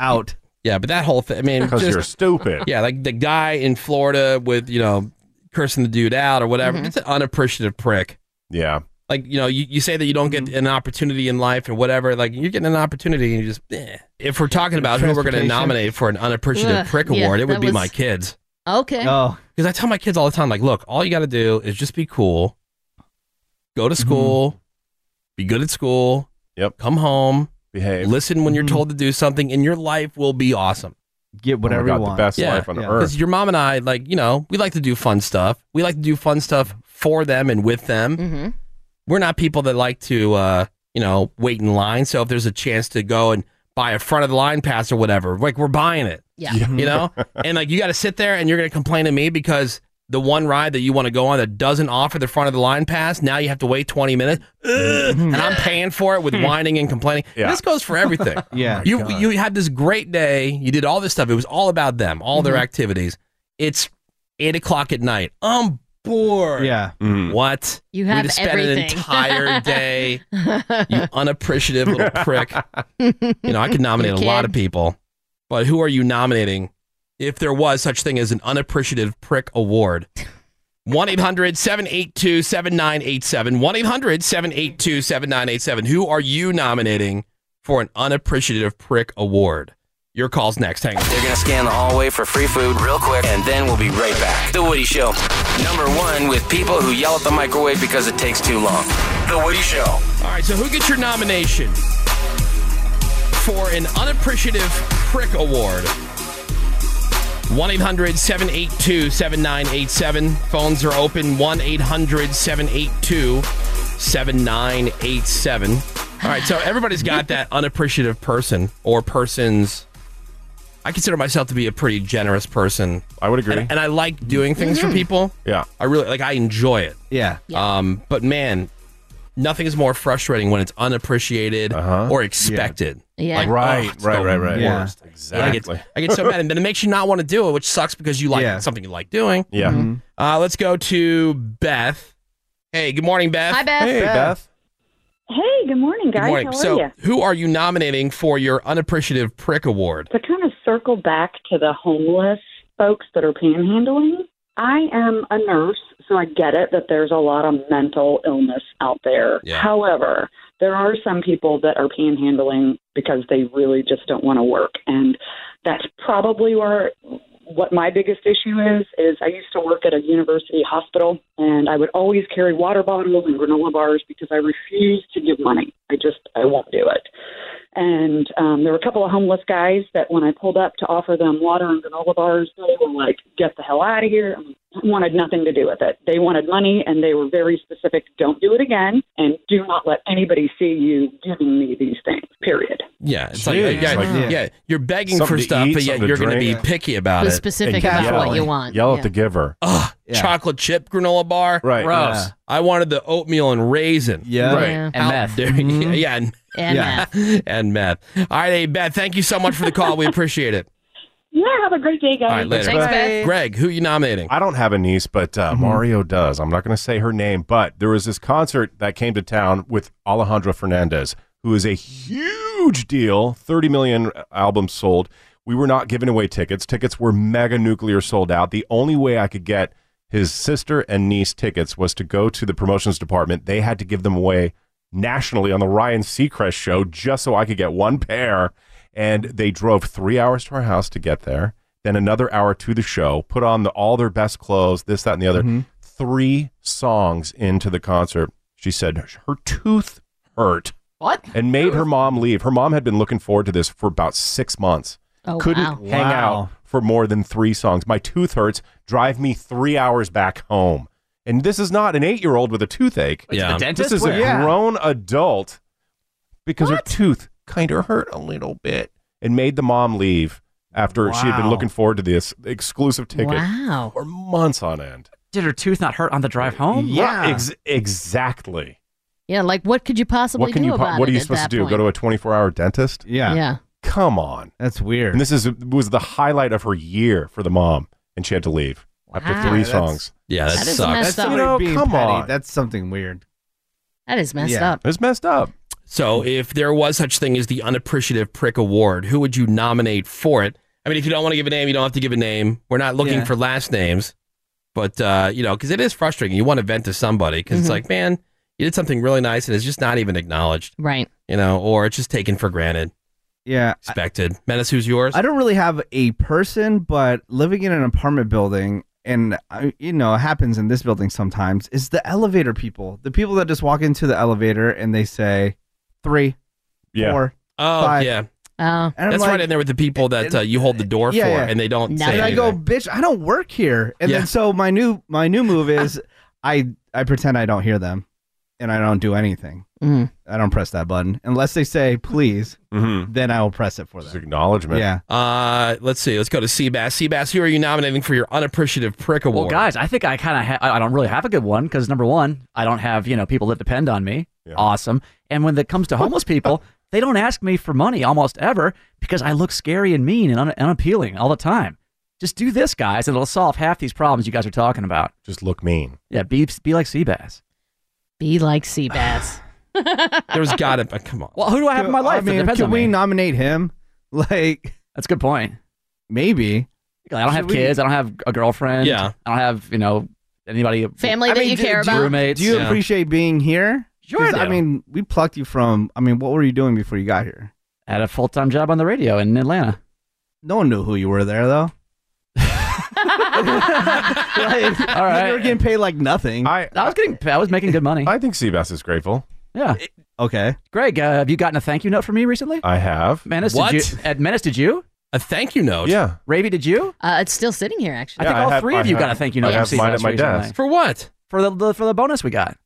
Out. Yeah, but that whole thing. I mean,
'Cause
just-
you're stupid.
Yeah, like the guy in Florida with you know cursing the dude out or whatever.
Mm-hmm.
It's an unappreciative prick.
Yeah.
Like you know, you, you say that you don't get
Mm-hmm.
an opportunity in life and whatever. Like you're getting an opportunity and you just. Eh. If we're talking about who we're going to
Transportation.
nominate for an unappreciative
Ugh,
prick
yeah,
award, it would
that
be
was-
my kids.
Okay.
Oh, Because I tell my kids all the time, like, look, all you got to do is just be cool, go
Mm-hmm.
to school, be good at school,
yep.
come home,
behave,
listen when you're
Mm-hmm.
told to do something, and your life will be awesome.
Get whatever you want.
Because your mom and I, like, you know, we like to do fun stuff. We like to do fun stuff for them and with them.
Mm-hmm.
We're not people that like to, uh, you know, wait in line. So if there's a chance to go and buy a front of the line pass or whatever, like we're buying it.
<laughs> Yeah. Yeah.
You know, and like you got to sit there and you're going to complain to me because the one ride that you want to go on that doesn't offer the front of the line pass, now you have to wait 20 minutes Ugh, and I'm paying for it with whining and complaining.
Yeah.
This goes for <laughs>
<laughs>
everything.
Oh
Yeah.
You you had this great day. You did all this stuff. It was all about them, all their
Mhm.
activities. It's eight o'clock at night. I'm bored.
Yeah.
What?
Mm. You have
we just spent an
everything. <laughs>
entire day. You unappreciative little prick. You know, I could nominate a
Your
lot
kid.
of people, but who are you nominating if there was such thing as an unappreciative prick award? 1 800 782 7987. 1 800 782 7987. Who are you nominating for an unappreciative prick award? Your call's next. Hang on.
They're gonna scan the hallway for free food real quick, and then we'll be right back. The Woody Show. Number one with people who yell at the microwave because it takes too long. The Woody Show.
All right, so who gets your nomination for an unappreciative prick award? 1 800 782 7987. Phones are open 1 800 782 7987. All right, so everybody's got that unappreciative person or persons. I consider myself to be a pretty generous person.
I would agree.
And, and I like doing things
Mhm.
for people.
Yeah.
I really like, I enjoy it.
Yeah.
Um, but man, nothing is more frustrating when it's unappreciated or expected. oh,
Yeah. Uh-huh. Right,
it's
right,
the
right, right. Yeah.
worst. I get,
Exactly.
I get so mad, and then it makes you not want to do it, which sucks because you like
Yeah.
something you like doing.
Yeah. Mhm.
Uh, let's go to Beth. Hey, good morning, Beth.
Hi, Beth. Hey, Beth. Beth. Hey, good morning,
Good
guys.
morning.
How are
so,
you?
who are you nominating for your unappreciative prick award?
To kind of circle back to the homeless folks that are panhandling, I am a nurse, so I get it that there's a lot of mental illness out there.
Yeah.
However, there are some people that are panhandling because they really just don't want to work, and that's probably where what my biggest issue is is I used to work at a university hospital and I would always carry water bottles and granola bars because I refused to give money. I just I won't do it. And um, there were a couple of homeless guys that when I pulled up to offer them water and granola bars, they were like, "Get the hell out of here!" I wanted nothing to do with it. They wanted money, and they were very specific: "Don't do it again, and do not let anybody see you giving me these things." Period.
Yeah, it's like,
Jeez,
yeah,
like,
yeah,
yeah.
you're begging
Something
for
to
stuff,
eat,
but yet
something to
you're going to be
drink.
picky about
Be
it.
specific And about what you yell. want. Yell at Yeah. the giver.
Ugh,
Yeah.
chocolate chip granola bar.
Right.
Gross.
Yeah.
I wanted the oatmeal and raisin.
Yeah.
Right.
Yeah. And
How <laughs>
meth.
dare you- Yeah. And,
And
yeah. <laughs> and meth. All right, hey, Beth, thank you so much for the call. We appreciate it.
Yeah, have a great day, guys.
All right, later. Greg, who you nominating? Mm-hmm.
I don't have a niece, but uh, Mario does. I'm not going to say her name, but there was this concert that came to town with Alejandro Fernandez, who is a huge deal, 30 million uh, albums sold. We were not giving away tickets. Tickets were mega nuclear sold out. The only way I could get his sister and niece tickets was to go to the promotions department. They had to give them away nationally on the Ryan Seacrest show just so I could get one pair. And they drove three hours to our house to get there, then another hour to the show, put on the, all their best clothes, this, that, and the other. Three songs into the concert, she said her tooth hurt
What?
And made her mom leave. Her mom had been looking forward to this for about six months.
Oh,
Couldn't
wow.
hang
Wow.
out for more than three songs. My tooth hurts. Drive me three hours back home. And this is not an eight year old with a toothache.
Wait, to the Yeah. dentist?
This is
Where? Yeah.
a grown adult because her tooth kind
<laughs>
of hurt a little bit and made the mom leave after she had been
Wow.
looking forward to this exclusive ticket
Wow.
for months on end.
Did her tooth not hurt on the drive home?
Right, ex- exactly.
Yeah, like what could you possibly
what can
do
you? po-
about
What
it
are you
at
supposed to
that
do?
point?
Go to a twenty-four hour dentist?
Yeah. Yeah.
Come on.
That's weird.
And this is was the highlight of her year for the mom, and she had to leave after
Wow. Yeah,
three
that's-
songs.
Yeah, that That is sucks. messed
That's
up.
somebody
You know,
being
come
petty.
on.
That's something weird.
That is messed
Yeah.
up.
It's messed up.
So, if there was such thing as the unappreciative prick award, who would you nominate for it? I mean, if you don't want to give a name, you don't have to give a name. We're not looking
Yeah.
for last names, but uh, you know, because it is frustrating. You want to vent to somebody because
Mhm.
it's like, man, you did something really nice and it's just not even acknowledged,
Right.
you know, or it's just taken for granted,
Yeah.
expected. Menace, who's yours?
I don't really have a person, but living in an apartment building, and I- you know, it happens in this building sometimes, is the elevator people. The people that just walk into the elevator and they say three,
Yeah.
four,
Oh
five.
yeah,
Oh,
And I'm
that's right
like-
in there with the people that uh, you hold the door
Yeah,
for,
yeah.
and they don't say.
and I
anything.
go, bitch, I don't work here. And
Yeah.
then so my new my new move is I I pretend I don't hear them, and I don't do anything. I don't press that button unless they say please.
Mm-hmm.
Then I will press it for them.
acknowledgement.
Yeah.
Uh, let's see. Let's go to Seabass. Seabass, who are you nominating for your unappreciative prick award?
Well, guys, I think I kind of ha- I I don't really have a good one because number one, I don't have you know people that depend on me. Awesome. And when it comes to homeless people, they don't ask me for money almost ever because I look scary and mean and un- unappealing all the time. Just do this, guys, and it'll solve half these problems you guys are talking about.
Just look mean.
Yeah, be be like Seabass.
<laughs>
Be like Seabass.
There's got to. Come on.
Well, who do I have in my life
I
that
mean,
depends
can
on
we
me?
nominate him? <laughs> Like,
that's a good point.
Maybe.
I don't have
Should we-
kids. I don't have a girlfriend.
Yeah.
I don't have you know anybody.
Family
I
that
mean,
you
do-
care
do,
about.
Roommates,
Do you
yeah.
appreciate being here?
Sure I
'Cause, I
do.
mean, we plucked you from. I mean, what were you doing before you got here?
I had a full time job on the radio in Atlanta.
No one knew who you were there, though. <laughs>
All right.
You were getting paid like nothing.
I,
I was getting. I was making good money.
I think Seabass is grateful.
Yeah.
Okay.
Greg, uh, have you gotten a thank you note from me recently?
I have.
Menace, did you? Ed Menace, did you?
A thank you note.
Yeah.
Ravi, did you?
Uh, it's still sitting here, actually.
I think
I
all
have-
three of
I
you got a
have-
thank you
I
note. from
have mine
Seabass
at my
recently.
desk.
For what?
For the, the for the bonus we got.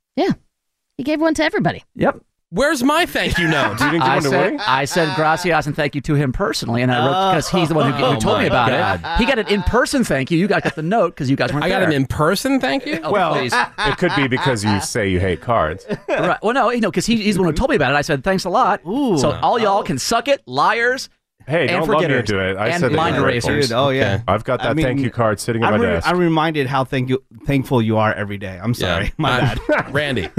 He gave one to everybody.
Yep.
Where's my thank you note?
I said, I said gracias and thank you to him personally, and I wrote because he's the one who, who
Oh
told me
my
about
God.
it. He got an in-person thank you. You guys got the note because you guys weren't
I got
there.
an in person thank you.
Oh,
well,
please.
it could be because
<laughs>
you say you hate cards.
<laughs> right. Well, no, you know, because he, he's the one who told me about it. I said thanks a lot.
Ooh.
So
Oh.
all y'all can suck it, liars.
Hey,
and
don't love me
forgetters,
into it. I
and
said that
mind
you're grateful.
erasers.
Dude, oh, yeah.
I've got that
I mean,
thank you card sitting at
I'm,
my
re-
desk.
I'm reminded how thank you, thankful you are every day. I'm sorry. <laughs> My bad.
<laughs>
Randy.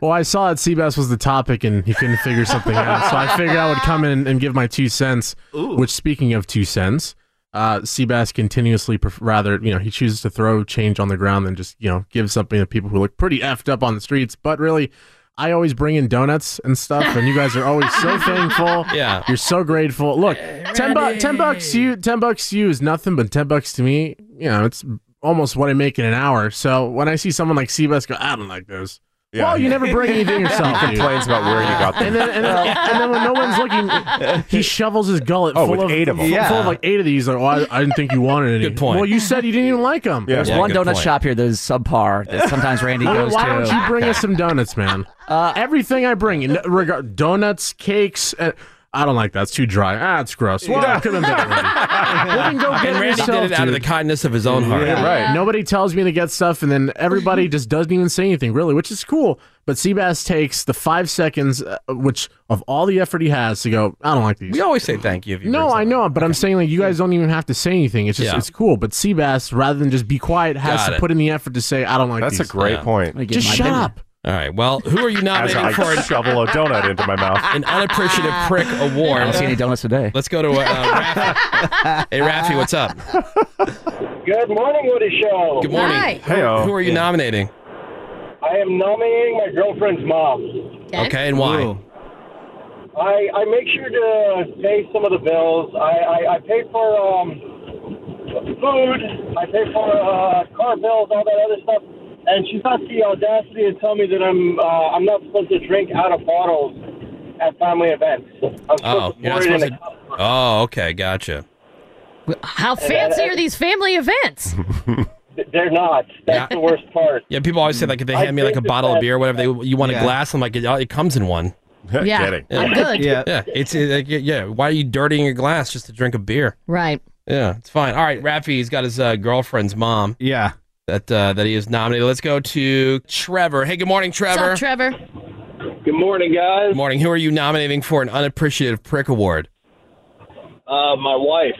Well, I saw that Seabass was the topic and he couldn't figure something out. So I figured I would come in and give my two cents. Which, speaking of two cents, uh, Seabass continuously, pref- rather, you know, he chooses to throw change on the ground than just, you know, give something to people who look pretty effed up on the streets. But really, I always bring in donuts and stuff, and you guys are always so thankful.
Yeah.
You're so grateful. Look, 10, bu- 10 bucks to you, 10 bucks to you is nothing, but 10 bucks to me, you know, it's almost what I make in an hour. So when I see someone like Seabass go, I don't like those.
Yeah.
Well, you never bring anything
<laughs>
yourself.
He
dude.
complains about where you got them.
And then, and, then, and then when no one's
<laughs>
looking, he shovels his gullet
Oh,
full
with
of
eight of 'em.
full- full of
Yeah.
like eight of these. Like, oh, I, I didn't think you wanted any.
Good point.
Well, you said you didn't even like them.
There's one donut shop here that is subpar that sometimes Randy
<laughs> Why-
goes
why
to. Uh,
don't you bring us some
<laughs>
donuts, man? Everything I bring, in regard donuts, cakes. Uh, I don't like that. It's too dry. Ah, it's gross. Well,
Yeah.
could have been better, Randy. Well, then go get
and
it
Randy
yourself,
did it out of the
dude.
kindness of his own heart.
Yeah, right. Nobody tells me to get stuff, and then <laughs> everybody just doesn't even say anything, really, which is cool. But Seabass takes the five seconds, uh, which of all the effort he has, to go. I don't like these.
We always say thank you. If you
No, I know, but I'm saying like you guys don't even have to say anything. It's just
Yeah.
it's cool. But Seabass, rather than just be quiet, has
Got
to
it.
put in the effort to say I don't like.
That's a
these."
great Yeah. point. Let me get
Just
my
shut
opinion.
up.
All right. Well, who are you
As
nominating
I
for an,
shovel a donut into my mouth.
an unappreciative prick award?
I don't see any donuts today.
Let's go to uh, Rafi. hey, Rafi, what's up?
Good morning, Woody Show.
Good morning. Who, who are you nominating?
I am nominating my girlfriend's mom.
Okay, and why?
I, I make sure to pay some of the bills. I, I, I pay for um, food. I pay for uh, car bills, all that other stuff. And she's got the audacity to tell me that I'm uh, I'm not supposed to drink out of bottles at family events. I was
Oh,
supposed to
you're not
pour it in
supposed
a
to. Oh, okay, gotcha.
How fancy are these family
<laughs>
events?
They're not. That's the worst part.
Yeah, people always say like if they
I
hand me like a
think
bottle
that-
of beer, or whatever they you want
Yeah.
a glass, I'm like it, it comes in one.
Yeah, Kidding. I'm good.
Yeah,
Yeah.
yeah. It's it, like, yeah, yeah. Why are you dirtying your glass just to drink a beer?
Right.
Yeah, it's fine. All right, Rafi's got his uh, girlfriend's mom.
Yeah,
that uh, that he is nominated. Let's go to Trevor. Hey, good morning, Trevor.
What's up, Trevor?
Good morning, guys. Good morning. Who are you nominating for an unappreciative prick award?
Uh, my wife.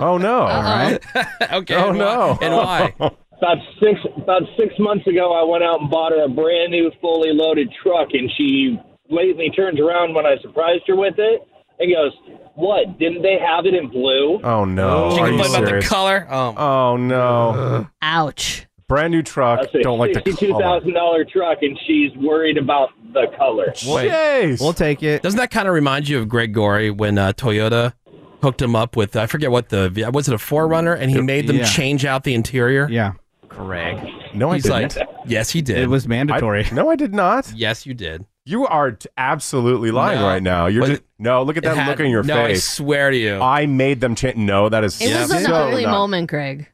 Oh no!
All right. Uh-huh. <laughs> okay.
Oh,
and why-
no.
And
<laughs>
why?
About six about six months ago, I went out and bought her a brand new, fully loaded truck, and she lately turns around when I surprised her with it and goes, "What? Didn't they have it in blue?"
Oh no!
She
Are you
complained about the
serious?
color. Oh,
no!
Ouch!
Brand new truck.
That's a
Don't like the
sixty-two
color.
thousand dollar truck, and she's worried about the color.
We'll
take it.
Doesn't that kind of remind you of Greg Gorey when uh, Toyota hooked him up with I forget what the was it a Forerunner and he made them
Yeah.
change out the interior?
Yeah.
Correct.
No, I
He's
didn't.
like, yes, he did.
It was
mandatory.
no, I did not.
Yes, you did.
You are t- absolutely lying
No.
right now. You're
Was
just, no. Look at
it
that
had-
look on your
no, I
face.
swear to you,
I made them change. No, that is
It was an
so
ugly
not-
moment, Greg.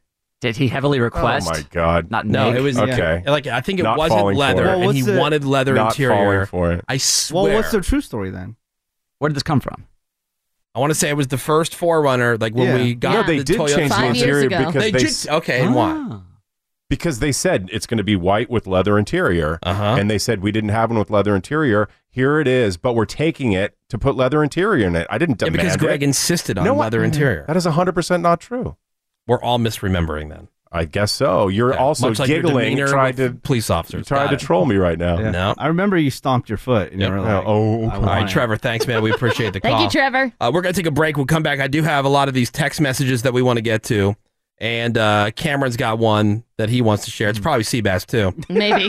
Did he heavily request?
Oh my god!
Not
No, it was
okay.
Like I think it
Not
wasn't
falling for
leather,
it.
and he
Well, what's
wanted
the-
leather
Not
interior.
falling for it.
I swear.
Well, what's the true story then?
Where did this come from?
I want to say it was the first Forerunner, like when
Yeah.
we got
No, they
the
did
Toyota
change the Five years interior ago. because they
did-
s- Ah.
okay, and why?
because they said it's going to be white with leather interior, uh-huh. and they said we didn't have one with leather interior. Here it is, but we're taking it to put leather interior in it. I didn't
Yeah,
demand
because
it.
Greg insisted on
No, I-
leather interior.
That is hundred percent not true.
We're all misremembering then.
I guess so. You're also
Much like your
giggling,
demeanor
trying to
with police officers.
trying
Got
to
it.
troll me right now.
No.
I remember you stomped your foot. And
Yep.
you were like,
oh,
All right, Trevor. Thanks, man. We appreciate the call.
Thank you, Trevor.
Uh, we're gonna take a break. We'll come back. I do have a lot of these text messages that we want to get to, and uh, Cameron's got one that he wants to share. It's probably Seabass
<laughs>
too. <laughs>
Maybe.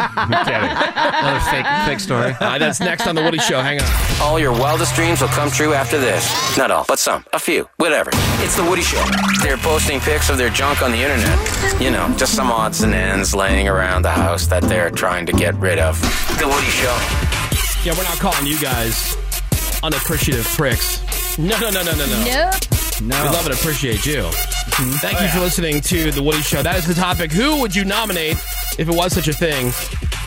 Another fake fake story. Uh, that's next on the Woody Show. Hang on.
All your wildest dreams will come true after this. Not all, but some. A few. Whatever. It's The Woody Show. They're posting pics of their junk on the internet. You know, just some odds and ends laying around the house that they're trying to get rid of. The Woody Show.
Yeah, we're not calling you guys unappreciative pricks. No, no, no, no, no, no.
No.
We love and appreciate you.
Mm-hmm.
Thank you for listening to The Woody Show. That is the topic. Who would you nominate if it was such a thing?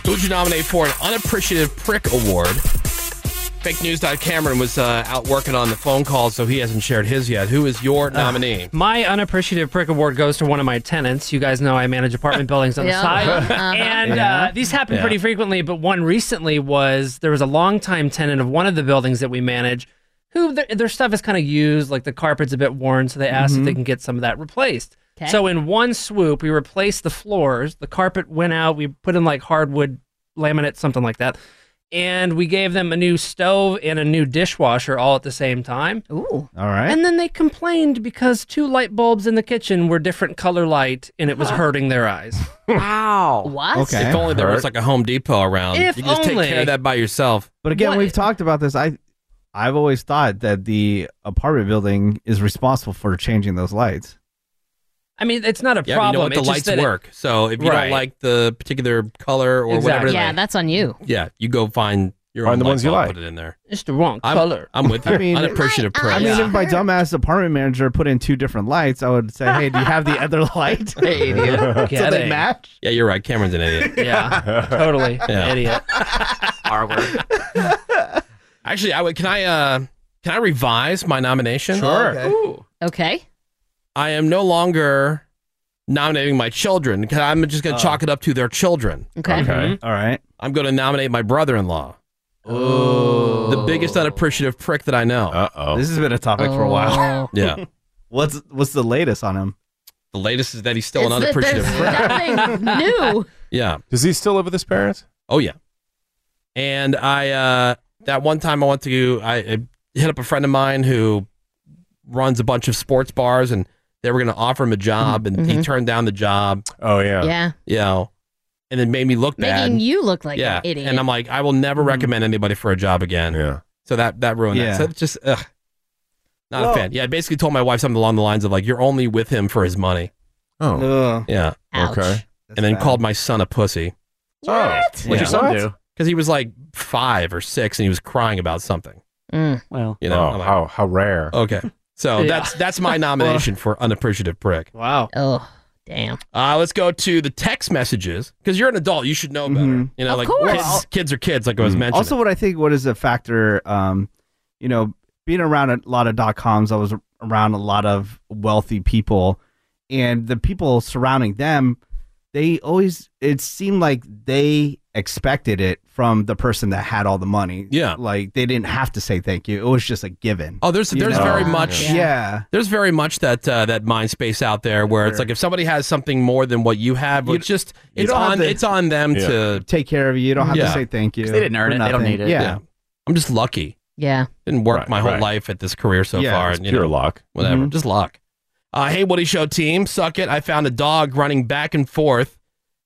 Who would you nominate for an unappreciative prick award? Fake news. Cameron was uh, out working on the phone call, so he hasn't shared his yet. Who is
Ah.
your nominee?
My unappreciative prick award goes to one of my tenants. You guys know I
<laughs>
manage apartment buildings on
Yeah.
the side,
Uh-huh.
and
Yeah.
uh, these happen
Yeah.
pretty frequently. But one recently was there was a longtime tenant of one of the buildings that we manage, who their, their stuff is kind of used, like the carpet's a bit worn, so they asked if they
Mhm.
can get some of that replaced.
'Kay.
So in one swoop, we replaced the floors. The carpet went out. We put in like hardwood laminate, something like that. And we gave them a new stove and a new dishwasher all at the same time.
Ooh.
All right.
And then they complained because two light bulbs in the kitchen were different color light and it was hurting their
<laughs>
eyes.
Wow.
What?
If only there was
Hurt.
like a Home Depot around.
If
you could just
only.
take care of that by yourself.
But again, we've talked about this. I, I've always thought that the apartment building is responsible for changing those lights.
I mean, it's not a
Yeah, but you know
problem.
what? The
it's just
lights
that it-
work. so if you don't
Right.
like the particular color or whatever,
Exactly.
they-
Yeah, that's on you.
yeah, you go find your
Find
own
the
light
ones you
bulb,
like.
Put it in there.
It's the wrong
I'm-
color.
I'm with you.
<laughs> I mean-
Unappreciative prick.
I mean, if my dumbass apartment manager put in two different lights, I would say, "Hey, do you have the other <laughs> light?"
Hey,
<laughs> so they match.
Yeah, you're right. Cameron's an idiot. <laughs>
Yeah, totally. Idiot.
R word. <laughs> Actually, I would. Can I? uh Can I revise my nomination?
Sure. Okay.
Ooh.
Okay.
I am no longer nominating my children. 'cause I'm just
Oh.
going to chalk it up to their children.
Okay. Okay. Mhm.
All right.
I'm going to nominate my brother-in-law.
<laughs>
Oh. The biggest unappreciative prick that I know. Uh
oh.
This has been a topic for a while.
<laughs> yeah.
<laughs> What's what's the latest on him?
The latest is that he's still an
It's that there's
unappreciative prick.
Nothing new.
<laughs> Yeah.
Does he still live with his parents?
Oh yeah. And I uh that one time I went to I, I hit up a friend of mine who runs a bunch of sports bars and they were going to offer him a job and he
Mhm.
turned down the job.
Oh yeah.
Yeah.
You know, and it made me look bad.
Making you look like
yeah.
an idiot.
And I'm like I will never recommend anybody for a job again.
Mm-hmm. Yeah.
So that that ruined
Yeah.
that. So it's just ugh. Not
Well-
a fan. Yeah, I basically told my wife something along the lines of like you're only with him for his money.
Oh.
Yeah.
Ouch. Okay.
and then called my son a pussy.
What?
Yeah.
What'd your son do?
because he was like five or six and he was crying about something.
Mm.
Well,
You know,
Oh,
I'm like-
how how rare.
Okay, so
<laughs>
Yeah.
that's that's my nomination for unappreciative prick.
Wow.
Oh, damn.
Uh, let's go to the text messages because you're an adult, you should know better. You know, like
course.
Kids, kids are kids, like I was mentioning.
Mm-hmm. Also, what I think what is a factor, um, you know, being around a lot of dot coms, I was around a lot of wealthy people, and the people surrounding them, they always it seemed like they expected it from the person that had all the money.
Yeah.
like they didn't have to say thank you; it was just a given.
Oh, there's
you
there's
know?
very much
yeah.
There's very much that uh, that mind space out there where it's
Sure.
like if somebody has something more than what you have, it's just
you
it's
don't have
on
to-
it's on them
Yeah.
to
take care of you. You don't have
Yeah.
to say thank you.
'Cause they didn't earn
for
it. They don't
nothing.
need it.
Yeah.
Yeah. I'm just lucky.
Yeah.
Didn't work
Right,
my whole
right.
life at this career so
Yeah,
far.
it's
and, you
pure
know,
luck.
Whatever,
Mhm.
just luck. Uh, hey, Woody Show team, suck it! I found a dog running back and forth,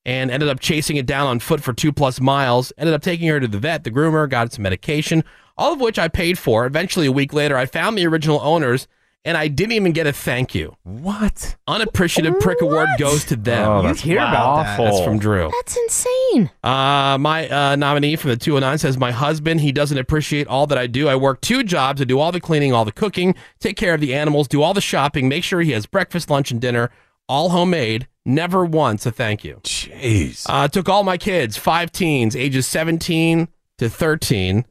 and ended up chasing it down on foot for two plus miles. Ended up taking her to the vet, the groomer, got some medication, all of which I paid for. Eventually, a week later, I found the original owners, and I didn't even get a thank you.
What?
Unappreciative prick award goes to them.
Oh, You that's hear about that.
That's from Drew.
That's insane.
Uh, my uh, nominee from the 209 says, My husband, he doesn't appreciate all that I do. I work two jobs. I do all the cleaning, all the cooking, take care of the animals, do all the shopping, make sure he has breakfast, lunch, and dinner, all homemade. Never once a thank you.
Jeez.
Uh, took all my kids, five teens, ages 17 to 13,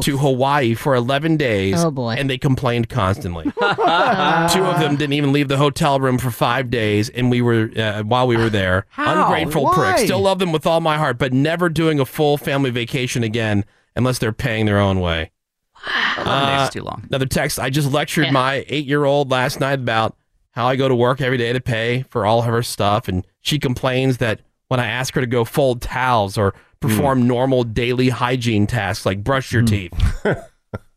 to Hawaii for 11 days.
Oh, boy.
And they complained constantly. Two of
Ah.
them didn't even leave the hotel room for five days, and we were uh, while we were there.
How?
Ungrateful
Why?
pricks. Still love them with all my heart, but never doing a full family vacation again unless they're paying their own way.
days
Uh,
is too long.
Another text. I just lectured my eight-year-old last night about how I go to work every day to pay for all of her stuff, and she complains that when I ask her to go fold towels or perform
Hmm.
normal daily hygiene tasks like brush
<laughs>
your teeth,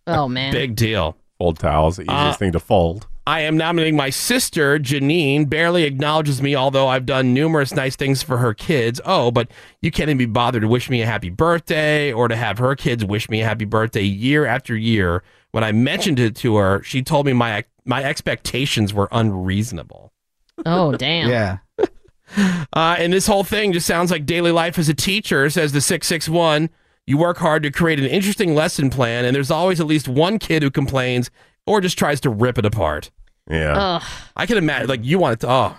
Oh, man.
big deal.
Fold towels, the easiest
Uh,
thing to fold.
I am nominating my sister, Janine. Barely acknowledges me, although I've done numerous nice things for her kids. Oh, but you can't even be bothered to wish me a happy birthday or to have her kids wish me a happy birthday year after year. When I mentioned it to her, she told me my my expectations were unreasonable.
Oh, damn.
Yeah.
<laughs> Uh, and this whole thing just sounds like daily life as a teacher, says the 661. You work hard to create an interesting lesson plan, and there's always at least one kid who complains or just tries to rip it apart.
Yeah.
Ugh.
I can imagine, like, you want it to, oh.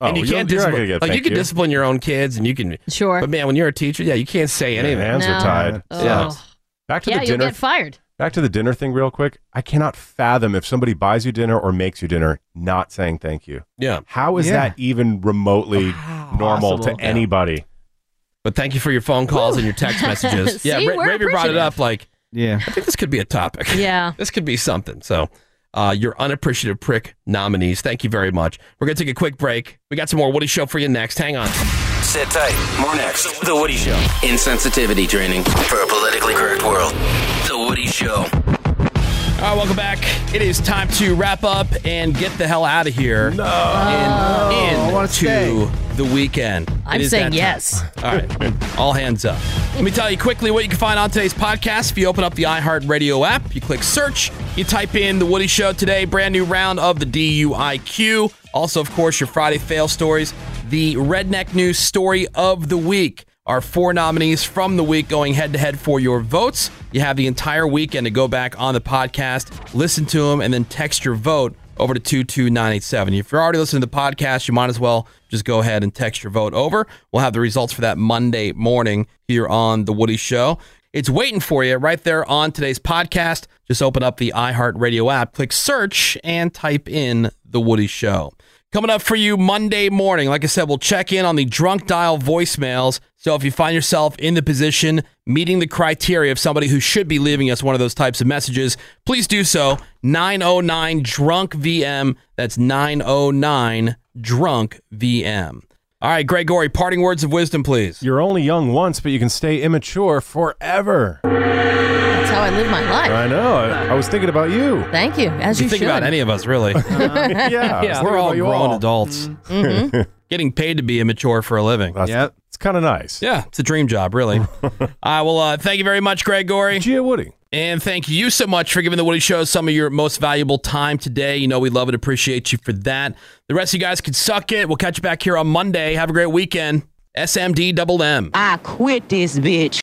and
Oh,
you
you're-
can't
you're not
discipline,
gonna get
like, you
thank
can
you.
discipline your own kids, and you can,
sure.
But man, when you're a teacher, yeah, you can't say anything.
hands are No. tied.
Oh.
Yeah. Back to
yeah,
the
you'll
dinner.
get fired.
Back to the dinner thing, real quick. I cannot fathom if somebody buys you dinner or makes you dinner not saying thank you.
Yeah.
How is
Yeah. Oh,
that even remotely normal
Possible.
to
Yeah.
anybody?
But thank you for your phone calls and your
<laughs>
text messages. yeah,
See,
Ra-
we're
Ravi brought it
appreciative.
up. Like,
yeah,
I think this could be a topic. <laughs>
Yeah.
this could be something. So, uh, your unappreciative prick nominees. Thank you very much. We're gonna take a quick break. We got some more Woody Show for you next. Hang on.
Sit tight. More next. The Woody Show. Insensitivity training for a politically correct world. The Woody Show.
All right, welcome back. It is time to wrap up and get the hell out of here. No, in,
No, I wanna
into the weekend.
Oh. I'm
It is
saying
that time. All
yes.
<laughs>
right, all hands up. Let me tell you quickly what you can find on today's podcast. If you open up the iHeartRadio app, you click search, you type in The Woody Show today, brand new round of the DUIQ. Also, of course, your Friday fail stories, the Redneck News Story of the Week. Our four nominees from the week going head to head for your votes. You have the entire weekend to go back on the podcast, listen to them, and then text your vote over to 22987. If you're already listening to the podcast, you might as well just go ahead and text your vote over. We'll have the results for that Monday morning here on The Woody Show. It's waiting for you right there on today's podcast. Just open up the iHeartRadio app, click search, and type in The Woody Show. Coming up for you Monday morning, like I said, we'll check in on the drunk dial voicemails. So if you find yourself in the position meeting the criteria of somebody who should be leaving us one of those types of messages, please do so. 909 drunk VM. That's 909 drunk VM. All right, Gregory, parting words of wisdom, please.
You're only young once, but you can stay immature forever.
That's how I live my life.
I know. I, I was thinking about you.
Thank you. As you,
you think
should.
about any of us, really. <laughs>
<laughs> yeah,
Yeah.
We're all
you
grown
all.
adults.
Mhm.
<laughs> Getting paid to be immature for a living.
yep. It's kind of nice.
Yeah, it's a dream job,
<laughs>
really. I will uh, thank you very much, Greg Gorey.
Gia Woody.
And thank you so much for giving the Woody Show some of your most valuable time today. You know, we love and appreciate you for that. The rest of you guys can suck it. We'll catch you back here on Monday. Have a great weekend. SMD double M.
I quit this bitch.